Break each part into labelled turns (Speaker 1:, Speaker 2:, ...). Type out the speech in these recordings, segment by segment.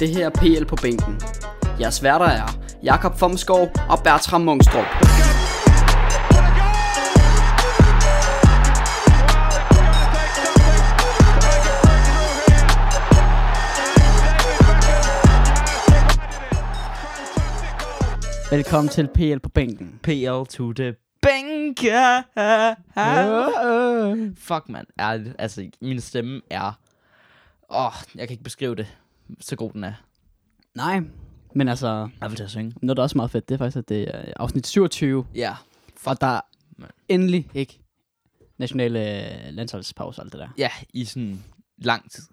Speaker 1: Det her er PL på bænken. Jeres værter er Jakob Fomskov og Bertram Mungstrup. Velkommen til PL på bænken.
Speaker 2: PL to the banker. Fuck, mand. Ja, altså, min stemme er... Åh, oh, jeg kan ikke beskrive det, så god den er.
Speaker 1: Nej, men altså,
Speaker 2: Jeg vil tage at synge.
Speaker 1: noget der er også meget fedt, det er faktisk, at det er afsnit 27,
Speaker 2: Ja.
Speaker 1: og der er
Speaker 2: mand.
Speaker 1: endelig ikke nationale øh, landsholdspause og alt det der.
Speaker 2: Ja, i sådan lang tid.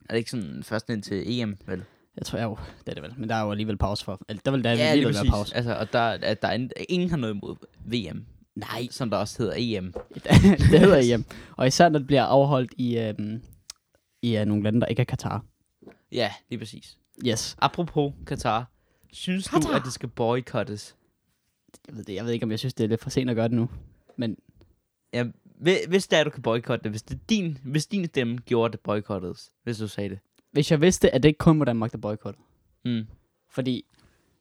Speaker 2: Er det ikke sådan først ind til EM, vel?
Speaker 1: Jeg tror, jeg jo, det er det vel. Men der er jo alligevel pause for. Eller, der vil der
Speaker 2: ja,
Speaker 1: alligevel være pause.
Speaker 2: Altså, og der, at der er en, ingen har noget imod VM.
Speaker 1: Nej.
Speaker 2: Som der også hedder E EM.
Speaker 1: det hedder hjem. Og især når det bliver afholdt i, øhm, i øh, nogle lande, der ikke er Katar.
Speaker 2: Ja, lige præcis.
Speaker 1: Yes.
Speaker 2: Apropos Katar. Synes Katar. du, at det skal boykottes?
Speaker 1: Jeg ved, det, jeg ved ikke, om jeg synes, det er lidt for sent at gøre det nu. Men
Speaker 2: Ja, hvi- hvis det er, du kan boykotte det. Hvis, det er din, hvis din stemme gjorde at det boykottedes. Hvis du sagde det.
Speaker 1: hvis jeg vidste, at det ikke kun var Danmark, der boykotter.
Speaker 2: Mm.
Speaker 1: Fordi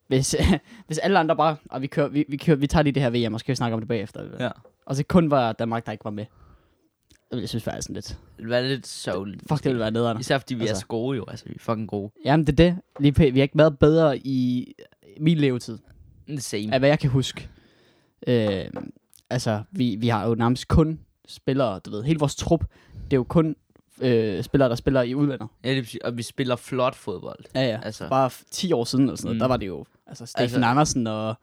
Speaker 1: hvis, hvis alle andre bare, og vi, kører, vi, vi, kører, vi tager lige det her VM, og så kan vi snakke om det bagefter.
Speaker 2: Ja.
Speaker 1: Og så kun var Danmark, der ikke var med. Det ville Jeg synes faktisk sådan lidt.
Speaker 2: Det ville være lidt sørgeligt.
Speaker 1: Fuck, det ville være nederen.
Speaker 2: Især fordi vi altså. er
Speaker 1: Altså.
Speaker 2: så gode jo. Altså, vi er fucking gode.
Speaker 1: Jamen, det er det. Lige p- vi har ikke været bedre i min levetid.
Speaker 2: The same.
Speaker 1: af hvad jeg kan huske. Øh, altså, vi, vi har jo nærmest kun spillere, du ved, hele vores trup, det er jo kun øh, spillere, der spiller i udlandet.
Speaker 2: Ja, det betyder, og vi spiller flot fodbold.
Speaker 1: Ja, ja.
Speaker 2: Altså.
Speaker 1: Altså. Bare f- 10 år siden eller sådan noget,
Speaker 2: Mm.
Speaker 1: mm. der var det jo, altså Steffen
Speaker 2: Altså-
Speaker 1: altså, Andersen og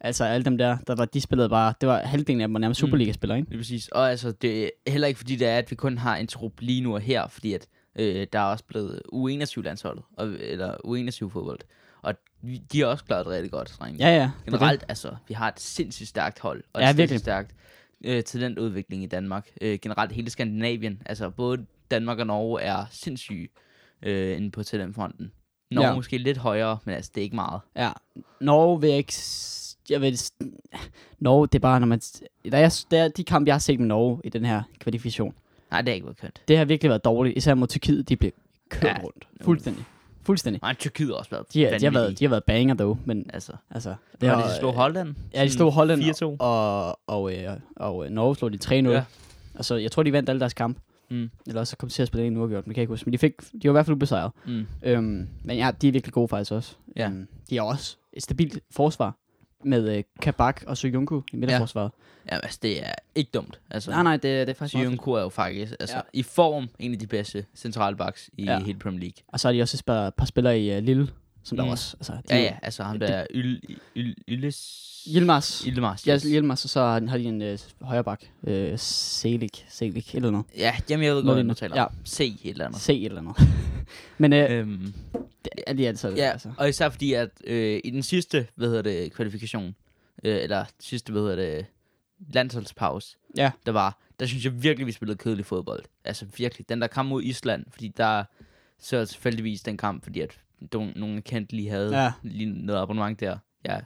Speaker 1: altså alle dem der, der var, de spillede bare, det var halvdelen af dem var nærmest
Speaker 2: Mm.
Speaker 1: Superliga-spillere, ikke?
Speaker 2: Lige præcis. Og altså, det er heller ikke fordi, det er, at vi kun har en trup lige nu og her, fordi at, øh, der er også blevet U21-landsholdet, og, eller U21-fodbold. Og vi- de har også klaret det rigtig godt, drenge.
Speaker 1: Ja, ja. det er
Speaker 2: Generelt, altså, vi har et sindssygt stærkt hold, og
Speaker 1: Ja,
Speaker 2: et sindssygt
Speaker 1: virkelig.
Speaker 2: stærkt øh, talentudvikling i Danmark. Øh, generelt hele Skandinavien, altså både Danmark og Norge er sindssyge øh, inde på talentfronten. Norge ja.
Speaker 1: Ja.
Speaker 2: måske lidt højere, men altså, det er ikke meget.
Speaker 1: det. Ja. Norge vil jeg ikke... s- Jeg vil, s- Norge, det er bare, når man... s- Der er, der er de kampe, jeg har set med Norge i den her kvalifikation,
Speaker 2: Nej, det har ikke været kønt.
Speaker 1: det har virkelig været dårligt, især mod Tyrkiet, de blev kørt
Speaker 2: Ja.
Speaker 1: ja. rundt. Fuldstændig. Fuldstændig.
Speaker 2: Nej, Tyrkiet har også været
Speaker 1: De, er, de, har
Speaker 2: vanvittige.
Speaker 1: været, de har været banger, dog, men
Speaker 2: Altså,
Speaker 1: altså...
Speaker 2: det var, øh, de slog Holland.
Speaker 1: Ja, de slog Holland
Speaker 2: 4-2.
Speaker 1: og, og, øh, og øh, Norge slog de 3-0.
Speaker 2: Ja.
Speaker 1: Ja. Og så, jeg tror, de vandt alle deres kamp.
Speaker 2: Mm.
Speaker 1: Eller også så kom de til at spille en uafgjort, men jeg kan ikke huske. Men de, fik, de var i hvert fald ubesejret.
Speaker 2: Mm.
Speaker 1: Øhm, men ja, de er virkelig gode faktisk også.
Speaker 2: Ja.
Speaker 1: Øhm, de har også et stabilt forsvar med øh, Kabak og Soyuncu i midterforsvaret.
Speaker 2: Ja, altså, det er ikke dumt. Altså,
Speaker 1: Ja. Nej, nej, det, det er faktisk meget fedt.
Speaker 2: Jyunku er jo faktisk altså, ja.
Speaker 1: Ja.
Speaker 2: i form en af de bedste centralbacks i ja.
Speaker 1: Ja.
Speaker 2: hele Premier League.
Speaker 1: Og så har de også et par, par spillere i øh, Lille, som
Speaker 2: Mm.
Speaker 1: der også... Altså, de,
Speaker 2: Ja, ja, altså ham
Speaker 1: det-
Speaker 2: der er Yl, Yl, Yles...
Speaker 1: Yilmaz.
Speaker 2: Yilmaz,
Speaker 1: Ja, altså,
Speaker 2: yes.
Speaker 1: Hjelmers, og så har de- har de en øh, højre bak. Øh, Selig, Selig, et eller noget.
Speaker 2: Ja, jamen jeg ved
Speaker 1: Nå,
Speaker 2: godt, hvad
Speaker 1: det-
Speaker 2: du taler
Speaker 1: ja.
Speaker 2: om. C et eller andet.
Speaker 1: Se et eller andet. Men øh,
Speaker 2: Øhm,
Speaker 1: det er de altså.
Speaker 2: ja,
Speaker 1: altså.
Speaker 2: og især fordi, at øh, i den sidste, hvad hedder det, kvalifikation, øh, eller sidste, hvad hedder det, landsholdspause,
Speaker 1: Ja.
Speaker 2: der var, der synes jeg virkelig, vi spillede kedelig fodbold. Altså virkelig. Den der kamp mod Island, fordi der så tilfældigvis den kamp, fordi at don- nogen kendt lige havde ja.
Speaker 1: Ja.
Speaker 2: lige noget abonnement der. Jeg,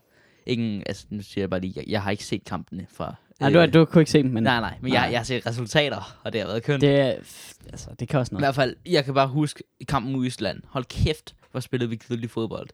Speaker 2: ingen, altså, nu siger jeg bare lige, jeg, jeg har ikke set kampene fra...
Speaker 1: Nej, du,
Speaker 2: øh,
Speaker 1: har- du kunne ikke se dem, men
Speaker 2: nej, nej, men
Speaker 1: nej.
Speaker 2: Jeg, jeg har set resultater, og det har været kønt.
Speaker 1: det, er, f- altså, det kan også
Speaker 2: I
Speaker 1: noget.
Speaker 2: hvert fald, jeg kan bare huske kampen mod Island. Hold kæft, hvor spillede vi kedelig fodbold.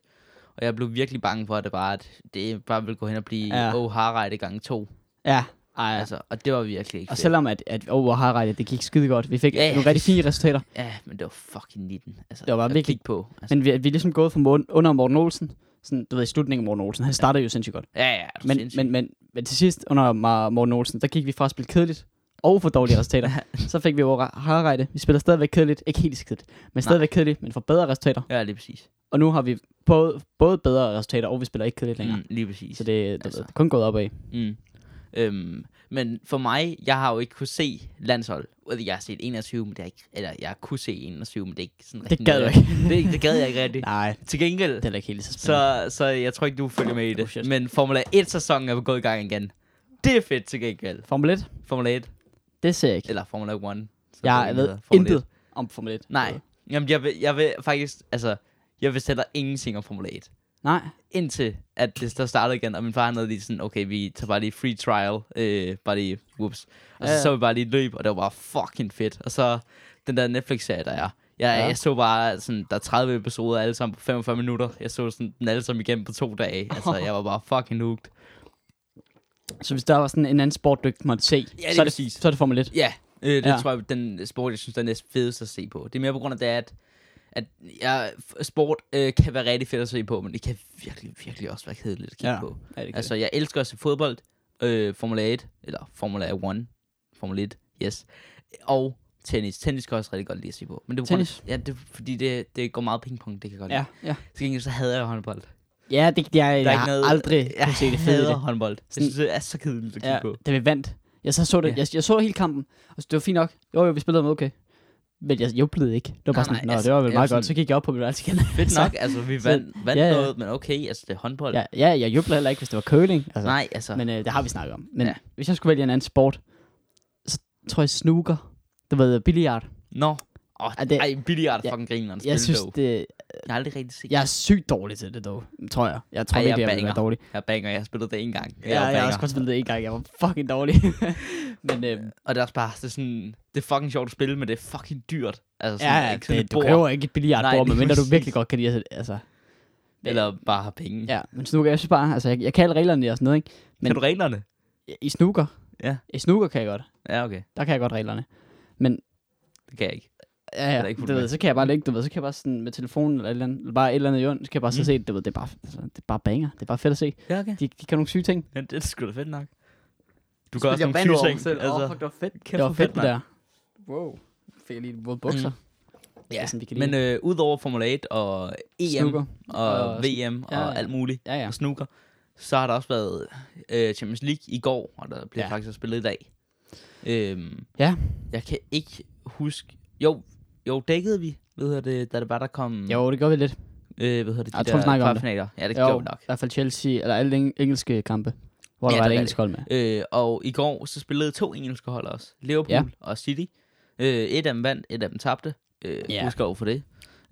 Speaker 2: Og jeg blev virkelig bange for, at det bare, at det bare ville gå hen og blive ja.
Speaker 1: Ja.
Speaker 2: oh, harrejde gange to.
Speaker 1: Ja, ej,
Speaker 2: Ja.
Speaker 1: altså,
Speaker 2: Altså, og det var virkelig ikke
Speaker 1: og
Speaker 2: fedt.
Speaker 1: selvom at, at over har ret, det gik skide godt. Vi fik
Speaker 2: Ja, ja,
Speaker 1: ja, nogle rigtig fine resultater.
Speaker 2: Ja, men det var fucking 19. Altså,
Speaker 1: Det var bare
Speaker 2: at
Speaker 1: virkelig-
Speaker 2: kigge på. Altså,
Speaker 1: Men vi, vi er ligesom gået fra Morten, under Morten Olsen. Sådan, du ved, i slutningen af Morten Olsen. Han startede jo sindssygt godt.
Speaker 2: ja, ja, er du
Speaker 1: Men,
Speaker 2: sindssyg?
Speaker 1: men, men, men til sidst, under Ma- Morten Olsen, der gik vi fra at spille kedeligt og for dårlige resultater. så fik vi over Harrejde. Vi spiller stadigvæk kedeligt. Ikke helt så kedeligt, men stadigvæk kedeligt, men får bedre resultater.
Speaker 2: Ja, lige præcis.
Speaker 1: Og nu har vi både, både bedre resultater, og vi spiller ikke kedeligt længere.
Speaker 2: Mm,
Speaker 1: Mm.
Speaker 2: lige præcis.
Speaker 1: Så det, det
Speaker 2: Altså.
Speaker 1: altså. kun gået opad.
Speaker 2: Mm. Øhm, men for mig, jeg har jo ikke kunne se landshold. Eller, Jeg har set 21, men det har ikke, eller jeg har kunne se 21, men det er ikke sådan rigtig
Speaker 1: gad
Speaker 2: noget,
Speaker 1: du
Speaker 2: jeg- Det, det gad jeg ikke rigtig.
Speaker 1: Nej, det
Speaker 2: Til gengæld,
Speaker 1: er heller ikke helt så spændende.
Speaker 2: så, så jeg tror ikke, du følger med i
Speaker 1: Oh,
Speaker 2: det.
Speaker 1: shit.
Speaker 2: Men Formula 1-sæsonen er gået i gang igen. Det er fedt til gengæld.
Speaker 1: Så... Formel 1,
Speaker 2: Formula 1,
Speaker 1: det ser jeg ikke.
Speaker 2: eller Formula 1. som det
Speaker 1: jeg
Speaker 2: egentlig
Speaker 1: ved
Speaker 2: hedder. Formula
Speaker 1: intet
Speaker 2: 1.
Speaker 1: om Formel 1.
Speaker 2: Nej, Jamen, jeg, vil, jeg vil faktisk, altså, jeg vil sætte ingenting om Formula 1.
Speaker 1: Nej,
Speaker 2: Indtil, at det så startede igen, og min far han havde lige sådan, okay, vi tager bare lige free trial, øh, bare lige, whoops. Og så
Speaker 1: Ja, ja.
Speaker 2: så vi bare lige et løb, og det var bare fucking fedt. Og så den der Netflix-serie, der er. Jeg,
Speaker 1: Ja.
Speaker 2: ja. jeg så bare sådan, der er 30 episoder alle sammen på 45 minutter. Jeg så sådan den alle sammen igennem på to dage. Altså, jeg var bare fucking hooked.
Speaker 1: så hvis der var sådan en anden sport, du ikke måtte se,
Speaker 2: lige
Speaker 1: så, er det,
Speaker 2: præcis.
Speaker 1: så er det Formel 1.
Speaker 2: Ja, øh, det
Speaker 1: Ja.
Speaker 2: ja. tror jeg, den sport, jeg synes, der er næst fedest at se på. Det er mere på grund af det, at, at jeg, sport øh, kan være rigtig fedt at se på, men det kan virkelig, virkelig også være kedeligt at kigge
Speaker 1: Ja.
Speaker 2: på.
Speaker 1: Ja, det kan
Speaker 2: Altså, jeg elsker at se fodbold, øh, Formula 1, eller Formula 1, Formula 1, yes, og tennis. Tennis kan jeg også rigtig godt lide at se på. Men det er på grund af-
Speaker 1: Tennis?
Speaker 2: ja, det, er fordi det, det går meget pingpong, det kan jeg godt
Speaker 1: Ja,
Speaker 2: lide.
Speaker 1: ja.
Speaker 2: Til gengæld så hader jeg håndbold. Der
Speaker 1: Ja, det, jeg, jeg,
Speaker 2: er
Speaker 1: jeg
Speaker 2: ikke
Speaker 1: har
Speaker 2: noget,
Speaker 1: aldrig
Speaker 2: jeg
Speaker 1: kunne se det fede i
Speaker 2: hader
Speaker 1: det.
Speaker 2: håndbold. Jeg
Speaker 1: Sådan-
Speaker 2: synes, det er så kedeligt at kigge
Speaker 1: Ja,
Speaker 2: på.
Speaker 1: da vi vandt. Jeg så, så det,
Speaker 2: Ja.
Speaker 1: jeg, jeg så hele kampen, og det var fint nok. Jo, jo, vi spillede med okay. Men jeg jublede ikke. Det var bare
Speaker 2: Nej,
Speaker 1: sådan,
Speaker 2: nej,
Speaker 1: nej,
Speaker 2: altså,
Speaker 1: det var vel
Speaker 2: jeg
Speaker 1: meget
Speaker 2: var
Speaker 1: godt. Så
Speaker 2: sådan-
Speaker 1: gik jeg op på mit værelse igen.
Speaker 2: Fedt
Speaker 1: Så-
Speaker 2: nok, altså vi
Speaker 1: så-
Speaker 2: vandt, vandt
Speaker 1: ja, ja.
Speaker 2: noget, men okay, altså det er håndbold.
Speaker 1: Ja, ja, jeg jubler heller ikke, hvis det var curling. Altså.
Speaker 2: Nej, altså.
Speaker 1: Men øh, det har vi snakket om. Men ja.
Speaker 2: Ja.
Speaker 1: hvis jeg skulle vælge en anden sport, så tror jeg snooker. Du ved, billiard.
Speaker 2: Nå.
Speaker 1: Er
Speaker 2: Åh, oh,
Speaker 1: det-
Speaker 2: det... ej, billiard
Speaker 1: Ja,
Speaker 2: er fucking grineren.
Speaker 1: Jeg synes,
Speaker 2: det...
Speaker 1: det,
Speaker 2: Jeg har aldrig rigtig set.
Speaker 1: jeg er sygt dårlig til det, dog. Tror jeg. Jeg tror
Speaker 2: Ej,
Speaker 1: ikke,
Speaker 2: jeg
Speaker 1: jeg, jeg vil være
Speaker 2: banger.
Speaker 1: dårlig.
Speaker 2: Jeg banger, jeg har spillet det en gang.
Speaker 1: Ja, jeg, jeg har også kun spillet det en gang. Jeg var fucking dårlig. Men øh,
Speaker 2: Og det er også bare det er sådan... Det er fucking sjovt at spille, men det er fucking dyrt. Altså sådan,
Speaker 1: ja, ja,
Speaker 2: ikke sådan
Speaker 1: det,
Speaker 2: et
Speaker 1: du
Speaker 2: bord,
Speaker 1: køber ikke et billiardbord,
Speaker 2: Nej,
Speaker 1: medmindre du
Speaker 2: præcis.
Speaker 1: virkelig godt kan lide at altså,
Speaker 2: Eller bare har penge.
Speaker 1: Ja, men snooker, jeg synes bare, altså jeg, jeg kan alle reglerne og sådan noget, ikke?
Speaker 2: Men...
Speaker 1: men-
Speaker 2: Kan du reglerne?
Speaker 1: I snooker,
Speaker 2: Ja.
Speaker 1: i snooker kan jeg godt,
Speaker 2: Ja, okay.
Speaker 1: der kan jeg godt reglerne. Men
Speaker 2: Det kan jeg ikke.
Speaker 1: ja,
Speaker 2: er
Speaker 1: ja,
Speaker 2: der ikke
Speaker 1: du
Speaker 2: fuldt
Speaker 1: ved,
Speaker 2: med.
Speaker 1: så kan jeg bare ligge, du ved, så kan jeg bare sådan med telefonen eller, et eller andet, eller bare et eller andet i hjørnet, så kan jeg bare mm. så
Speaker 2: Mm.
Speaker 1: se, det, du ved, det er bare, altså, det er bare banger, det er bare fedt at se.
Speaker 2: Ja, okay.
Speaker 1: De, de kan nogle syge ting.
Speaker 2: Men det er sgu da fedt nok. Du gør også nogle syge ting. Altså,
Speaker 1: det var fedt.
Speaker 2: kæft,
Speaker 1: Det
Speaker 2: hvor
Speaker 1: var fedt, det
Speaker 2: mand.
Speaker 1: der. Wow. Fik jeg lige våde bukser. Mm. Det er
Speaker 2: Ja,
Speaker 1: sådan, vi kan
Speaker 2: men
Speaker 1: lide.
Speaker 2: øh, udover Formula 1 og EM
Speaker 1: Snooker.
Speaker 2: og,
Speaker 1: Og-
Speaker 2: VM og
Speaker 1: Ja, ja.
Speaker 2: alt muligt,
Speaker 1: Ja, ja.
Speaker 2: og snooker, så har der også været øh, Champions League i går, og der blev
Speaker 1: Ja.
Speaker 2: ja. faktisk også spillet i dag. Øhm,
Speaker 1: Ja.
Speaker 2: Jeg kan ikke huske... Jo, jo dækkede vi, hvad hedder det, da det var, der kom...
Speaker 1: Jo, det gør vi lidt.
Speaker 2: Øh, hvad hedder det, de
Speaker 1: Jeg tror, vi
Speaker 2: der
Speaker 1: snakker om det.
Speaker 2: kvartfinaler. Ja, det
Speaker 1: jo,
Speaker 2: gjorde vi nok.
Speaker 1: i hvert fald Chelsea, eller alle eng- engelske kampe, hvor der
Speaker 2: Ja,
Speaker 1: var et
Speaker 2: der var
Speaker 1: engelsk hold med.
Speaker 2: Øh, og i går så spillede to engelske hold også. Liverpool
Speaker 1: Ja.
Speaker 2: ja. og City. Øh, et af dem vandt, et af dem tabte. Øh,
Speaker 1: Ja.
Speaker 2: ja. Husk over for det.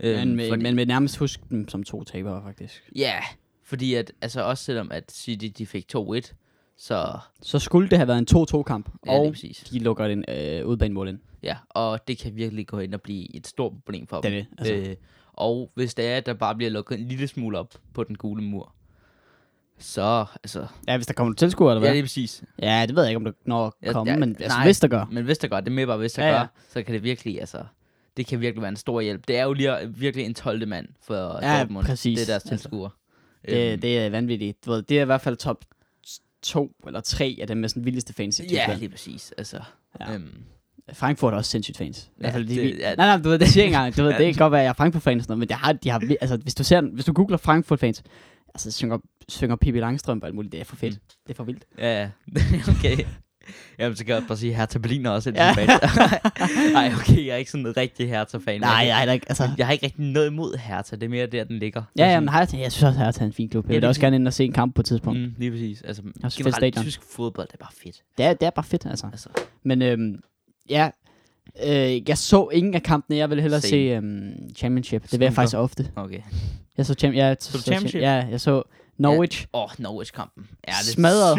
Speaker 2: Øh,
Speaker 1: Men, med,
Speaker 2: fordi-
Speaker 1: men vil nærmest huske dem som to tabere, faktisk.
Speaker 2: Ja, yeah, fordi at, altså også selvom at City de fik 2-1, så
Speaker 1: Så skulle det have været en 2-2-kamp,
Speaker 2: ja,
Speaker 1: og
Speaker 2: det er præcis.
Speaker 1: de lukker den øh, udbanemål ind.
Speaker 2: Ja, og det kan virkelig gå ind og blive et stort problem for
Speaker 1: Det er
Speaker 2: dem.
Speaker 1: det, altså.
Speaker 2: Øh, og hvis det er, at der bare bliver lukket en lille smule op på den gule mur, så altså...
Speaker 1: Ja, hvis der kommer tilskuere, eller
Speaker 2: Ja,
Speaker 1: hvad?
Speaker 2: det
Speaker 1: Ja,
Speaker 2: er præcis.
Speaker 1: det, ja, det ved jeg ikke, om det når at
Speaker 2: Ja,
Speaker 1: komme,
Speaker 2: ja,
Speaker 1: men altså,
Speaker 2: nej.
Speaker 1: hvis der gør.
Speaker 2: Men hvis der gør, det er mere bare, hvis der
Speaker 1: Ja,
Speaker 2: ja,
Speaker 1: ja.
Speaker 2: gør, så kan det virkelig, altså... Det kan virkelig være en stor hjælp. Det er jo lige, virkelig en 12. mand for
Speaker 1: Ja,
Speaker 2: Dortmund.
Speaker 1: præcis,
Speaker 2: Det er deres
Speaker 1: altså.
Speaker 2: tilskuer. Øhm,
Speaker 1: Det, det er vanvittigt. Du ved, det er i hvert fald top to eller tre af dem med sådan vildeste fans i
Speaker 2: ja,
Speaker 1: Tyskland.
Speaker 2: lige præcis. Altså,
Speaker 1: Ja.
Speaker 2: ja. Øhm,
Speaker 1: Frankfurt er også sindssygt fans. I hvert fald, de,
Speaker 2: det-
Speaker 1: det, ja.
Speaker 2: ja.
Speaker 1: Nej, nej, du ved, det siger jeg ikke engang. Du ved, det kan godt være, at jeg er Frankfurt-fan og sådan noget, men det har, de har, vir- altså, hvis du, ser, den- hvis du googler Frankfurt-fans, altså synger, synger Pippi Langstrømpe og alt muligt, det er for fedt.
Speaker 2: Mm.
Speaker 1: Det er for vildt.
Speaker 2: Ja, ja. okay. Jamen, så kan jeg bare sige, at Hertha Berlin er også en
Speaker 1: Ja.
Speaker 2: ja. fan. Nej, okay, jeg er ikke sådan en rigtig Hertha-fan.
Speaker 1: Nej,
Speaker 2: jeg,
Speaker 1: jeg er heller ikke, altså...
Speaker 2: jeg har ikke rigtig noget imod Hertha. Det er mere der, den ligger.
Speaker 1: Ja, ja, men Hertha, jeg synes også, Hertha er en fin klub. Jeg
Speaker 2: Ja,
Speaker 1: vil da
Speaker 2: det-
Speaker 1: også gerne ind og se en kamp på et tidspunkt.
Speaker 2: Mm, lige præcis. Altså,
Speaker 1: også fedt
Speaker 2: generelt
Speaker 1: stadion.
Speaker 2: tysk fodbold, det er bare fedt.
Speaker 1: Det, er, det er bare fedt, altså.
Speaker 2: Altså,
Speaker 1: Men øhm, ja, øh, jeg så ingen af kampene. Jeg ville hellere
Speaker 2: Same.
Speaker 1: se øhm, Championship. Det vil jeg
Speaker 2: Snooker.
Speaker 1: faktisk ofte.
Speaker 2: okay.
Speaker 1: Jeg så, champ- jeg,
Speaker 2: du Championship?
Speaker 1: Ja, jeg så Norwich
Speaker 2: Åh, oh, Norwich-kampen. Ja,
Speaker 1: ja,
Speaker 2: det er
Speaker 1: smadrede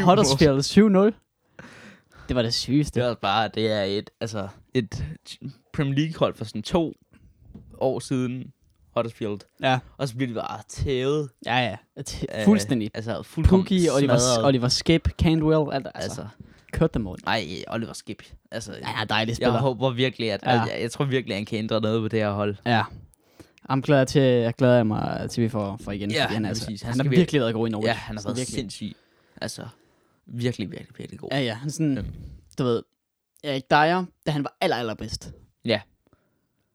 Speaker 2: syv mål.
Speaker 1: Huddersfield 7-0. Det var det sygeste.
Speaker 2: Det er
Speaker 1: Ja,
Speaker 2: også bare, det er et, altså, et Premier League-hold for sådan to år siden. Huddersfield.
Speaker 1: ja,
Speaker 2: Og så bliver de bare tævet.
Speaker 1: ja. ja. Det-
Speaker 2: af-
Speaker 1: Fuldstændig.
Speaker 2: Altså, fuldkommen
Speaker 1: Pukki, Oliver,
Speaker 2: smadret.
Speaker 1: Oliver Skip, Cantwell, alt, altså,
Speaker 2: Altså,
Speaker 1: kørte dem rundt.
Speaker 2: nej, Oliver Skip. Altså,
Speaker 1: Ja, ja, dejlige
Speaker 2: Jeg
Speaker 1: spiller.
Speaker 2: håber virkelig, at
Speaker 1: Ja.
Speaker 2: ja. jeg, jeg tror virkelig, at han kan ændre noget på det her hold.
Speaker 1: Ja. Ham glæder jeg, til, jeg glæder mig til, vi får, får igen.
Speaker 2: Ja,
Speaker 1: fordi han, er
Speaker 2: ja,
Speaker 1: altså,
Speaker 2: præcis.
Speaker 1: han,
Speaker 2: Han
Speaker 1: han har
Speaker 2: skal vi-
Speaker 1: virkelig været god i Norwich.
Speaker 2: Ja, han har
Speaker 1: Sådan
Speaker 2: været
Speaker 1: virkelig.
Speaker 2: sindssyg. Altså, virkelig, virkelig, virkelig god.
Speaker 1: Ja, ja. Han er sådan,
Speaker 2: Øhm.
Speaker 1: du ved, Erik Dyer, da han var aller, allerbedst.
Speaker 2: Ja.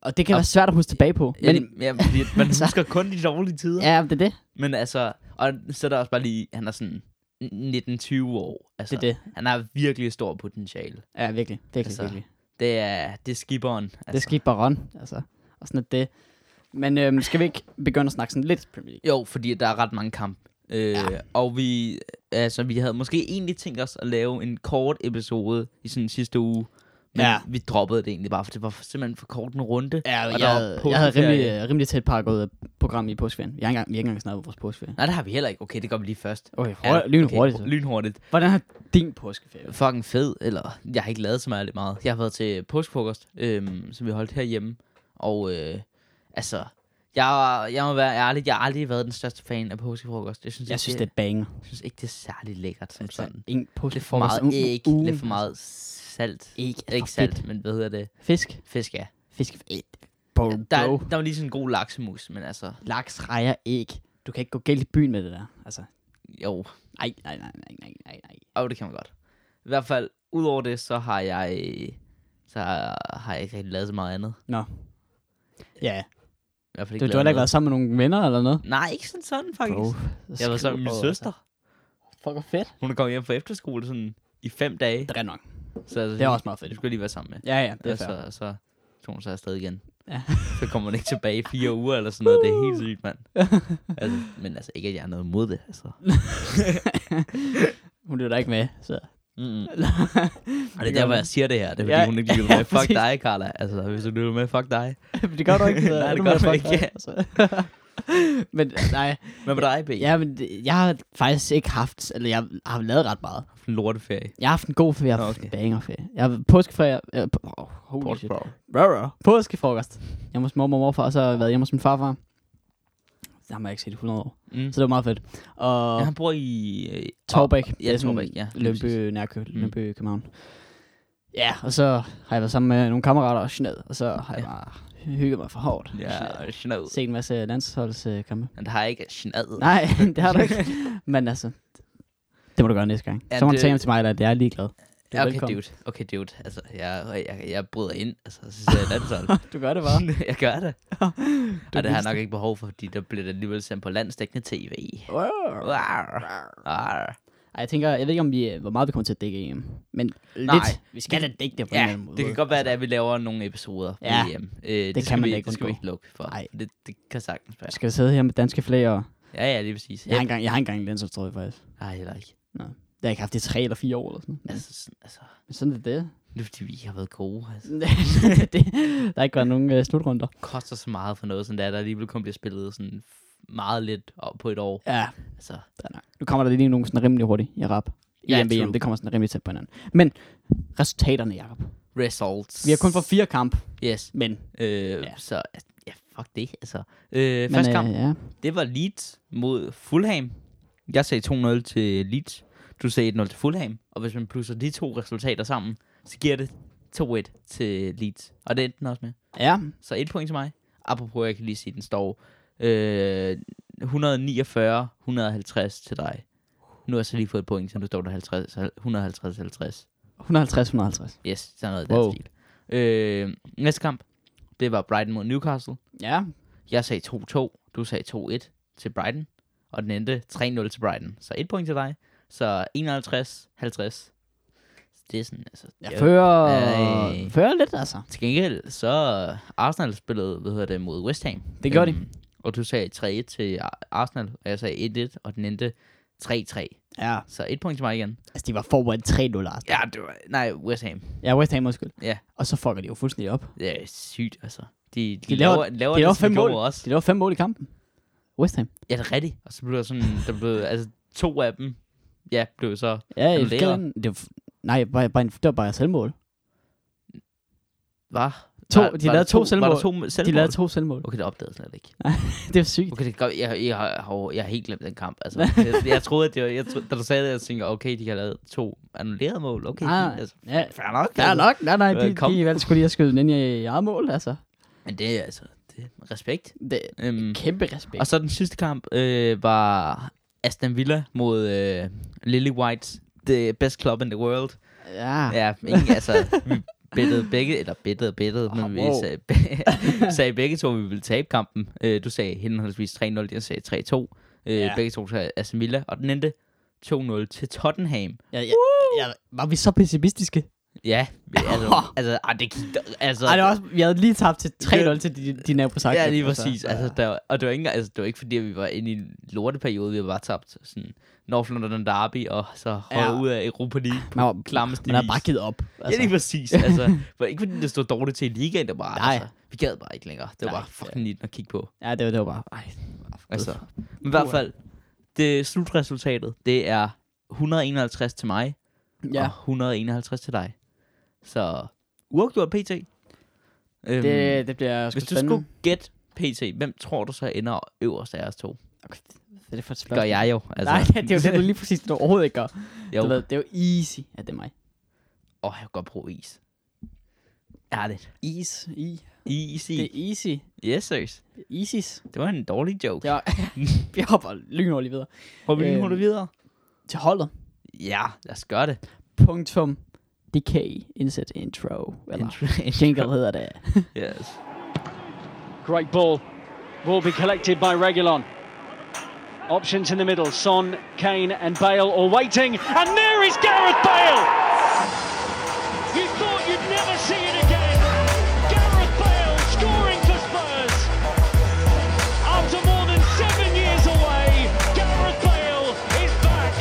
Speaker 1: Og det kan
Speaker 2: Og-
Speaker 1: være svært at huske tilbage på.
Speaker 2: Men,
Speaker 1: Men,
Speaker 2: ja, fordi at man
Speaker 1: Så-
Speaker 2: husker kun de dårlige tider. Ja.
Speaker 1: ja, det er det.
Speaker 2: Men altså, og så er der også bare lige, han er sådan, 19-20 år. Altså,
Speaker 1: Det er det.
Speaker 2: Han har virkelig stor potentiale.
Speaker 1: Ja, virkelig. Virkelig, altså,
Speaker 2: Altså,
Speaker 1: virkelig.
Speaker 2: Det er, det er skibberen. Altså.
Speaker 1: Det er sket baron, altså. Og sådan at det. Men øhm, skal vi ikke begynde at snakke sådan lidt Premier League?
Speaker 2: Jo, fordi der er ret mange kampe. Øh, ja. Og vi, altså, vi havde måske egentlig tænkt os at lave en kort episode i sådan sidste uge. Men
Speaker 1: Ja.
Speaker 2: ja. vi droppede det egentlig bare, for det var simpelthen for kort en runde.
Speaker 1: Ja,
Speaker 2: og
Speaker 1: jeg,
Speaker 2: der var
Speaker 1: havde, jeg havde
Speaker 2: påskeferie.
Speaker 1: rimelig, øh, rimelig tæt pakket ud af programmet i påskeferien. Vi har ikke engang, vi har ikke engang snakket om vores påskeferie.
Speaker 2: Nej, det har vi heller ikke. Okay, det gør vi lige først.
Speaker 1: Okay, hurtigt, lynhurtigt så.
Speaker 2: Okay, lynhurtigt.
Speaker 1: Hvordan har din påskeferie?
Speaker 2: Fucking fed, eller jeg har ikke lavet så meget, meget. Jeg har været til påskefrokost, øhm, som vi holdt herhjemme. Og øh, altså, jeg, jeg må være ærlig, jeg har aldrig været den største fan af påskefrokost. Jeg synes,
Speaker 1: Jeg
Speaker 2: ikke,
Speaker 1: synes, det er banger.
Speaker 2: jeg synes ikke, det er særlig lækkert som
Speaker 1: Altså,
Speaker 2: sådan.
Speaker 1: en påske
Speaker 2: Lidt for meget æg, lidt for meget salt.
Speaker 1: Æg er for
Speaker 2: Ikke salt,
Speaker 1: fedt.
Speaker 2: men hvad hedder det?
Speaker 1: Fisk.
Speaker 2: Fisk, ja.
Speaker 1: Fisk. Æg. Bro,
Speaker 2: Der,
Speaker 1: bro.
Speaker 2: er, der var lige sådan en god laksemus, men altså,
Speaker 1: Laks, rejer, æg. Du kan ikke gå galt i byen med det der. Altså,
Speaker 2: jo,
Speaker 1: nej, nej, nej, nej, nej, nej, nej.
Speaker 2: jo det kan man godt. I hvert fald, udover det, så har jeg, så har jeg ikke rigtig lavet så meget andet.
Speaker 1: Nå. Ja,
Speaker 2: I hvert fald
Speaker 1: du, du har heller
Speaker 2: lavet
Speaker 1: ikke
Speaker 2: noget.
Speaker 1: været sammen med nogle venner eller noget?
Speaker 2: Nej, ikke sådan sådan, faktisk. Bro, jeg har været sammen med min søster.
Speaker 1: Fuck, hvor fedt.
Speaker 2: Hun er kommet hjem fra efterskole sådan i fem dage.
Speaker 1: Det er nok.
Speaker 2: Så altså,
Speaker 1: Det er også meget
Speaker 2: Du
Speaker 1: fedt.
Speaker 2: skal lige være sammen med.
Speaker 1: Ja, ja, det er fair.
Speaker 2: så, så tog hun sig afsted igen.
Speaker 1: Ja. Uh.
Speaker 2: Så kommer hun ikke tilbage i fire uger eller sådan noget. Det er helt sygt, mand. Altså, men altså, ikke at jeg er noget mod det, altså.
Speaker 1: Hun lytter ikke med, så...
Speaker 2: Mm-mm. Og det er der, hvor jeg siger det her. Det er fordi,
Speaker 1: Ja,
Speaker 2: ja, hun ikke lytter
Speaker 1: ja,
Speaker 2: med. Fuck
Speaker 1: præcis.
Speaker 2: dig, Carla. Altså, hvis du lytter med, fuck dig.
Speaker 1: det gør du ikke. så-
Speaker 2: Nej, det
Speaker 1: nu
Speaker 2: gør
Speaker 1: må
Speaker 2: du
Speaker 1: jeg
Speaker 2: ikke,
Speaker 1: fuck
Speaker 2: ja.
Speaker 1: dig, altså. men nej,
Speaker 2: Hvad med dig, B?
Speaker 1: ja, men det- jeg har faktisk ikke haft, eller jeg har lavet ret meget.
Speaker 2: En lorteferie.
Speaker 1: Jeg har haft en god ferie, jeg har haft okay.
Speaker 2: Okay.
Speaker 1: en bangerferie. Jeg har påskeferie, øh, på, oh, holy shit. Rara. Påskefrokost. Jeg hos mormor og morfar, og så har jeg været hjemme hos min farfar. Der har jeg ikke set i 100 år.
Speaker 2: Mm.
Speaker 1: Så det var meget fedt. Og
Speaker 2: Ja,
Speaker 1: ja,
Speaker 2: han bor i... Øh,
Speaker 1: Torbæk.
Speaker 2: op- Ja, Torbæk, ja. lige præcis. Mm.
Speaker 1: Lønby, Nærkø, Lønby, København. Ja, og så har jeg været sammen med nogle kammerater og sned, og så har jeg
Speaker 2: Ja.
Speaker 1: bare hygget mig for hårdt. Generet.
Speaker 2: Ja, snød.
Speaker 1: Set en masse landsholdskampe.
Speaker 2: Han har ikke snød.
Speaker 1: Nej, det har du ikke. Men altså, det må du gøre næste gang.
Speaker 2: Ja,
Speaker 1: så må du
Speaker 2: det-
Speaker 1: tage hjem til mig, eller at jeg er ligeglad. Du er
Speaker 2: okay,
Speaker 1: velkommen.
Speaker 2: dude. Okay, dude. Altså, jeg, jeg, jeg bryder ind. Altså, så siger jeg landshold.
Speaker 1: Du gør det bare.
Speaker 2: jeg gør det. Og det har jeg nok ikke behov for, fordi der bliver det alligevel sendt på landsdækkende tv. Wow. Arr.
Speaker 1: Ej, jeg tænker, jeg ved ikke, om vi, øh, hvor meget vi kommer til at dække EM. Men
Speaker 2: Nej,
Speaker 1: lidt, vi skal da dække det på en eller
Speaker 2: Ja,
Speaker 1: anden måde. Altså.
Speaker 2: det kan godt være, at vi laver nogle episoder
Speaker 1: Ja,
Speaker 2: ja, EM. Øh, det,
Speaker 1: kan
Speaker 2: skal
Speaker 1: man
Speaker 2: vi,
Speaker 1: da ikke
Speaker 2: Det skal vi
Speaker 1: undgå.
Speaker 2: ikke lukke for.
Speaker 1: Nej.
Speaker 2: Det, det kan sagtens være.
Speaker 1: Skal jeg sidde her med danske flag og...
Speaker 2: Ja, ja, lige præcis.
Speaker 1: Jeg har engang, jeg har engang en landsholdstrøje, faktisk.
Speaker 2: Nej, heller ikke.
Speaker 1: Nå. Det har jeg ikke haft i tre eller fire år eller sådan. Men
Speaker 2: Altså, sådan, altså,
Speaker 1: sådan er det.
Speaker 2: det er fordi, vi ikke har været gode. Altså.
Speaker 1: det der er ikke været nogen øh, slutrunder.
Speaker 2: Det koster så meget for noget, sådan der, der alligevel kun bliver spillet sådan f- meget lidt op på et år.
Speaker 1: Ja,
Speaker 2: Altså,
Speaker 1: der er nok. Nu kommer der lige nogen sådan rimelig hurtigt i rap. I
Speaker 2: Ja,
Speaker 1: ja, VM,
Speaker 2: true.
Speaker 1: det kommer sådan rimelig tæt på hinanden. Men resultaterne, Jacob.
Speaker 2: results.
Speaker 1: Vi har kun fået fire kamp,
Speaker 2: Yes.
Speaker 1: men...
Speaker 2: Øh,
Speaker 1: Ja.
Speaker 2: ja. Så, ja, fuck det, altså. Øh,
Speaker 1: men,
Speaker 2: første kamp,
Speaker 1: øh, ja.
Speaker 2: det var Leeds mod Fulham. Jeg sagde 2-0 til Leeds. Du sagde 1-0 til Fulham. Og hvis man plusser de to resultater sammen, så giver det 2-1 til Leeds. Og det endte den også med.
Speaker 1: ja,
Speaker 2: Så et point til mig. Apropos, jeg kan lige sige, den står øh, 149-150 til dig. Nu har jeg så lige fået et point, så nu står der 50,
Speaker 1: 150-150.
Speaker 2: 150-50. Yes, sådan noget i
Speaker 1: Wow.
Speaker 2: den stil. Øh, næste kamp, det var Brighton mod Newcastle.
Speaker 1: Ja,
Speaker 2: Jeg sagde 2-2, du sagde 2-1 til Brighton. Og den endte 3-0 til Brighton. Så et point til dig. Så 51-50. Det er sådan, altså...
Speaker 1: jeg
Speaker 2: det er-
Speaker 1: fører,
Speaker 2: Ej.
Speaker 1: fører lidt, altså.
Speaker 2: Til gengæld, så Arsenal spillede, hvad hedder det, mod West Ham.
Speaker 1: Det gjorde
Speaker 2: Øhm, Og du sagde 3-1 til Ar- Arsenal, og jeg sagde 1-1, og den endte 3-3.
Speaker 1: Ja,
Speaker 2: Så et point til mig igen.
Speaker 1: altså de var forberedt 3-0, altså.
Speaker 2: Ja, det var... Nej, West Ham.
Speaker 1: Ja, West Ham, undskyld.
Speaker 2: Ja.
Speaker 1: Og så fucker de jo fuldstændig op.
Speaker 2: Det er sygt, altså. De, de,
Speaker 1: De laver-
Speaker 2: laver, laver, laver
Speaker 1: de laver
Speaker 2: det, som
Speaker 1: fem mål.
Speaker 2: gjorde
Speaker 1: De
Speaker 2: også.
Speaker 1: laver fem mål i kampen. West Ham.
Speaker 2: Ja, det er rigtigt. Og så blev der sådan, der blev, altså to af dem, ja, blev så...
Speaker 1: Ja, i
Speaker 2: Annullerer.
Speaker 1: skælden. det var, f- nej, bare, bare en, det var bare selvmål.
Speaker 2: Var,
Speaker 1: To,
Speaker 2: var,
Speaker 1: de
Speaker 2: var
Speaker 1: lavede
Speaker 2: der
Speaker 1: to
Speaker 2: Var
Speaker 1: selvmål.
Speaker 2: der to selvmål?
Speaker 1: De lavede to selvmål.
Speaker 2: Okay, det opdagede jeg slet ikke.
Speaker 1: Det var sygt.
Speaker 2: Okay, det gør, jeg, jeg, har, hov, jeg har helt glemt den kamp. Altså, jeg, jeg troede, at det var, jeg troede, da du sagde det, jeg tænkte, okay, de har lavet to annullerede mål. Okay,
Speaker 1: Ah,
Speaker 2: fint, altså,
Speaker 1: ja.
Speaker 2: fair nok.
Speaker 1: Der er
Speaker 2: altså.
Speaker 1: nok. Nej, nej, de,
Speaker 2: Øh, kom.
Speaker 1: de valgte skulle lige at skyde den ind i, i eget mål, altså.
Speaker 2: Men det er altså, det er respekt.
Speaker 1: Det,
Speaker 2: Øhm,
Speaker 1: kæmpe respekt.
Speaker 2: og så den sidste kamp øh, var Aston Villa mod øh, Lily White, the best club in the world.
Speaker 1: ja. ja.
Speaker 2: Ja, ingen, altså, vi bettede begge, eller bettede, bettede, oh, men vi
Speaker 1: wow.
Speaker 2: sagde, sagde begge to, at vi ville tabe kampen. Øh, du sagde henholdsvis 3-0, jeg sagde 3-2. Øh,
Speaker 1: Ja.
Speaker 2: Begge to sagde Aston Villa, og den endte 2-0 til Tottenham.
Speaker 1: Ja, ja, ja, var vi så pessimistiske?
Speaker 2: Ja, altså, altså ej, det gik... da- Altså,
Speaker 1: Ej, det var også, vi havde lige tabt til 3-0 til de, de nabosager.
Speaker 2: Ja, lige præcis. Altså, der, og det var, ikke, engang- altså, det var ikke fordi, at vi var inde i en lorteperiode, vi var bare tabt sådan North London Derby, og så
Speaker 1: Ja.
Speaker 2: ja. ud af Europa League
Speaker 1: Man,
Speaker 2: på
Speaker 1: var,
Speaker 2: klammeste
Speaker 1: man har
Speaker 2: vis.
Speaker 1: bare givet op.
Speaker 2: Altså. Ja, lige præcis. Altså, for ikke fordi det stod dårligt til i ligaen, det var bare,
Speaker 1: Nej.
Speaker 2: altså, vi gad bare ikke længere. Det var
Speaker 1: Nej.
Speaker 2: bare fucking lidt at kigge på.
Speaker 1: ja det, var, det var bare... Ej,
Speaker 2: Altså. Men i hvert fald, det slutresultatet, det er 151 til mig, ja. og 151 til dig. Så uafgjort PT. Øhm,
Speaker 1: Det, det bliver sgu
Speaker 2: hvis du
Speaker 1: spændende.
Speaker 2: skulle gætte PT, hvem tror du så ender øverst af os to?
Speaker 1: Hvad er det for et
Speaker 2: Det gør
Speaker 1: spørgsmål?
Speaker 2: jeg jo. Altså.
Speaker 1: Nej, det er jo det, du lige præcis du overhovedet ikke gør.
Speaker 2: Jo.
Speaker 1: Du ved, det er jo easy, at det er mig.
Speaker 2: Åh, oh, jeg kan godt bruge is. Ærligt.
Speaker 1: Is, i.
Speaker 2: Easy.
Speaker 1: Det er easy.
Speaker 2: Yes, seriøs.
Speaker 1: Easies.
Speaker 2: Det var en dårlig joke.
Speaker 1: Det var, vi hopper lynhurtigt videre.
Speaker 2: Prøv
Speaker 1: Øhm.
Speaker 2: lige hurtigt videre.
Speaker 1: Til holdet.
Speaker 2: Ja, lad os gøre det.
Speaker 1: Punktum. DK. Indsæt intro. Eller
Speaker 2: Intro.
Speaker 1: jingle hedder det.
Speaker 2: Yes.
Speaker 3: Great ball. Will be collected by Regulon. Options in the middle Son, Kane, and Bale all waiting. And there is Gareth Bale! You thought you'd never see it again. Gareth Bale scoring for Spurs. After more than seven years away, Gareth Bale is back.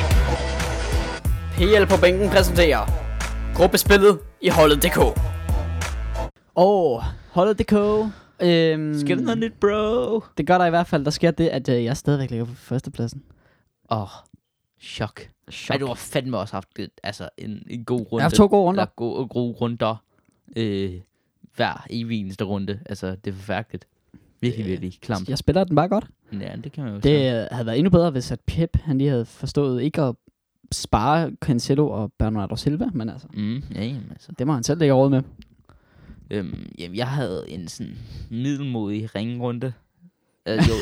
Speaker 4: PL på bænken præsenterer gruppespillet i holdet.dk.
Speaker 1: Og holdet.dk. Øhm,
Speaker 2: Skal der noget nyt, bro? Åh,
Speaker 1: Det gør der i hvert fald. Der sker det, at øh, jeg stadigvæk ligger på førstepladsen.
Speaker 2: oh, chok. Chok. Ej, du har fandme også haft et, altså, en, en god runde.
Speaker 1: Jeg har haft to gode runder.
Speaker 2: Eller gode, gode runder. Øh, hver evig eneste runde. Altså, det er forfærdeligt. Virkelig, virkelig klamt.
Speaker 1: Jeg spiller den bare godt.
Speaker 2: Mm. Ja, det kan man jo sige.
Speaker 1: Det øh, havde været endnu bedre, hvis at Pep han lige havde forstået ikke at spare Cancelo og Bernardo Silva, men altså,
Speaker 2: Mm, ja, jamen, altså.
Speaker 1: det må han selv lægge råd med.
Speaker 2: Øhm, jamen, jeg havde en sådan middelmodig ringrunde. Øh, jo,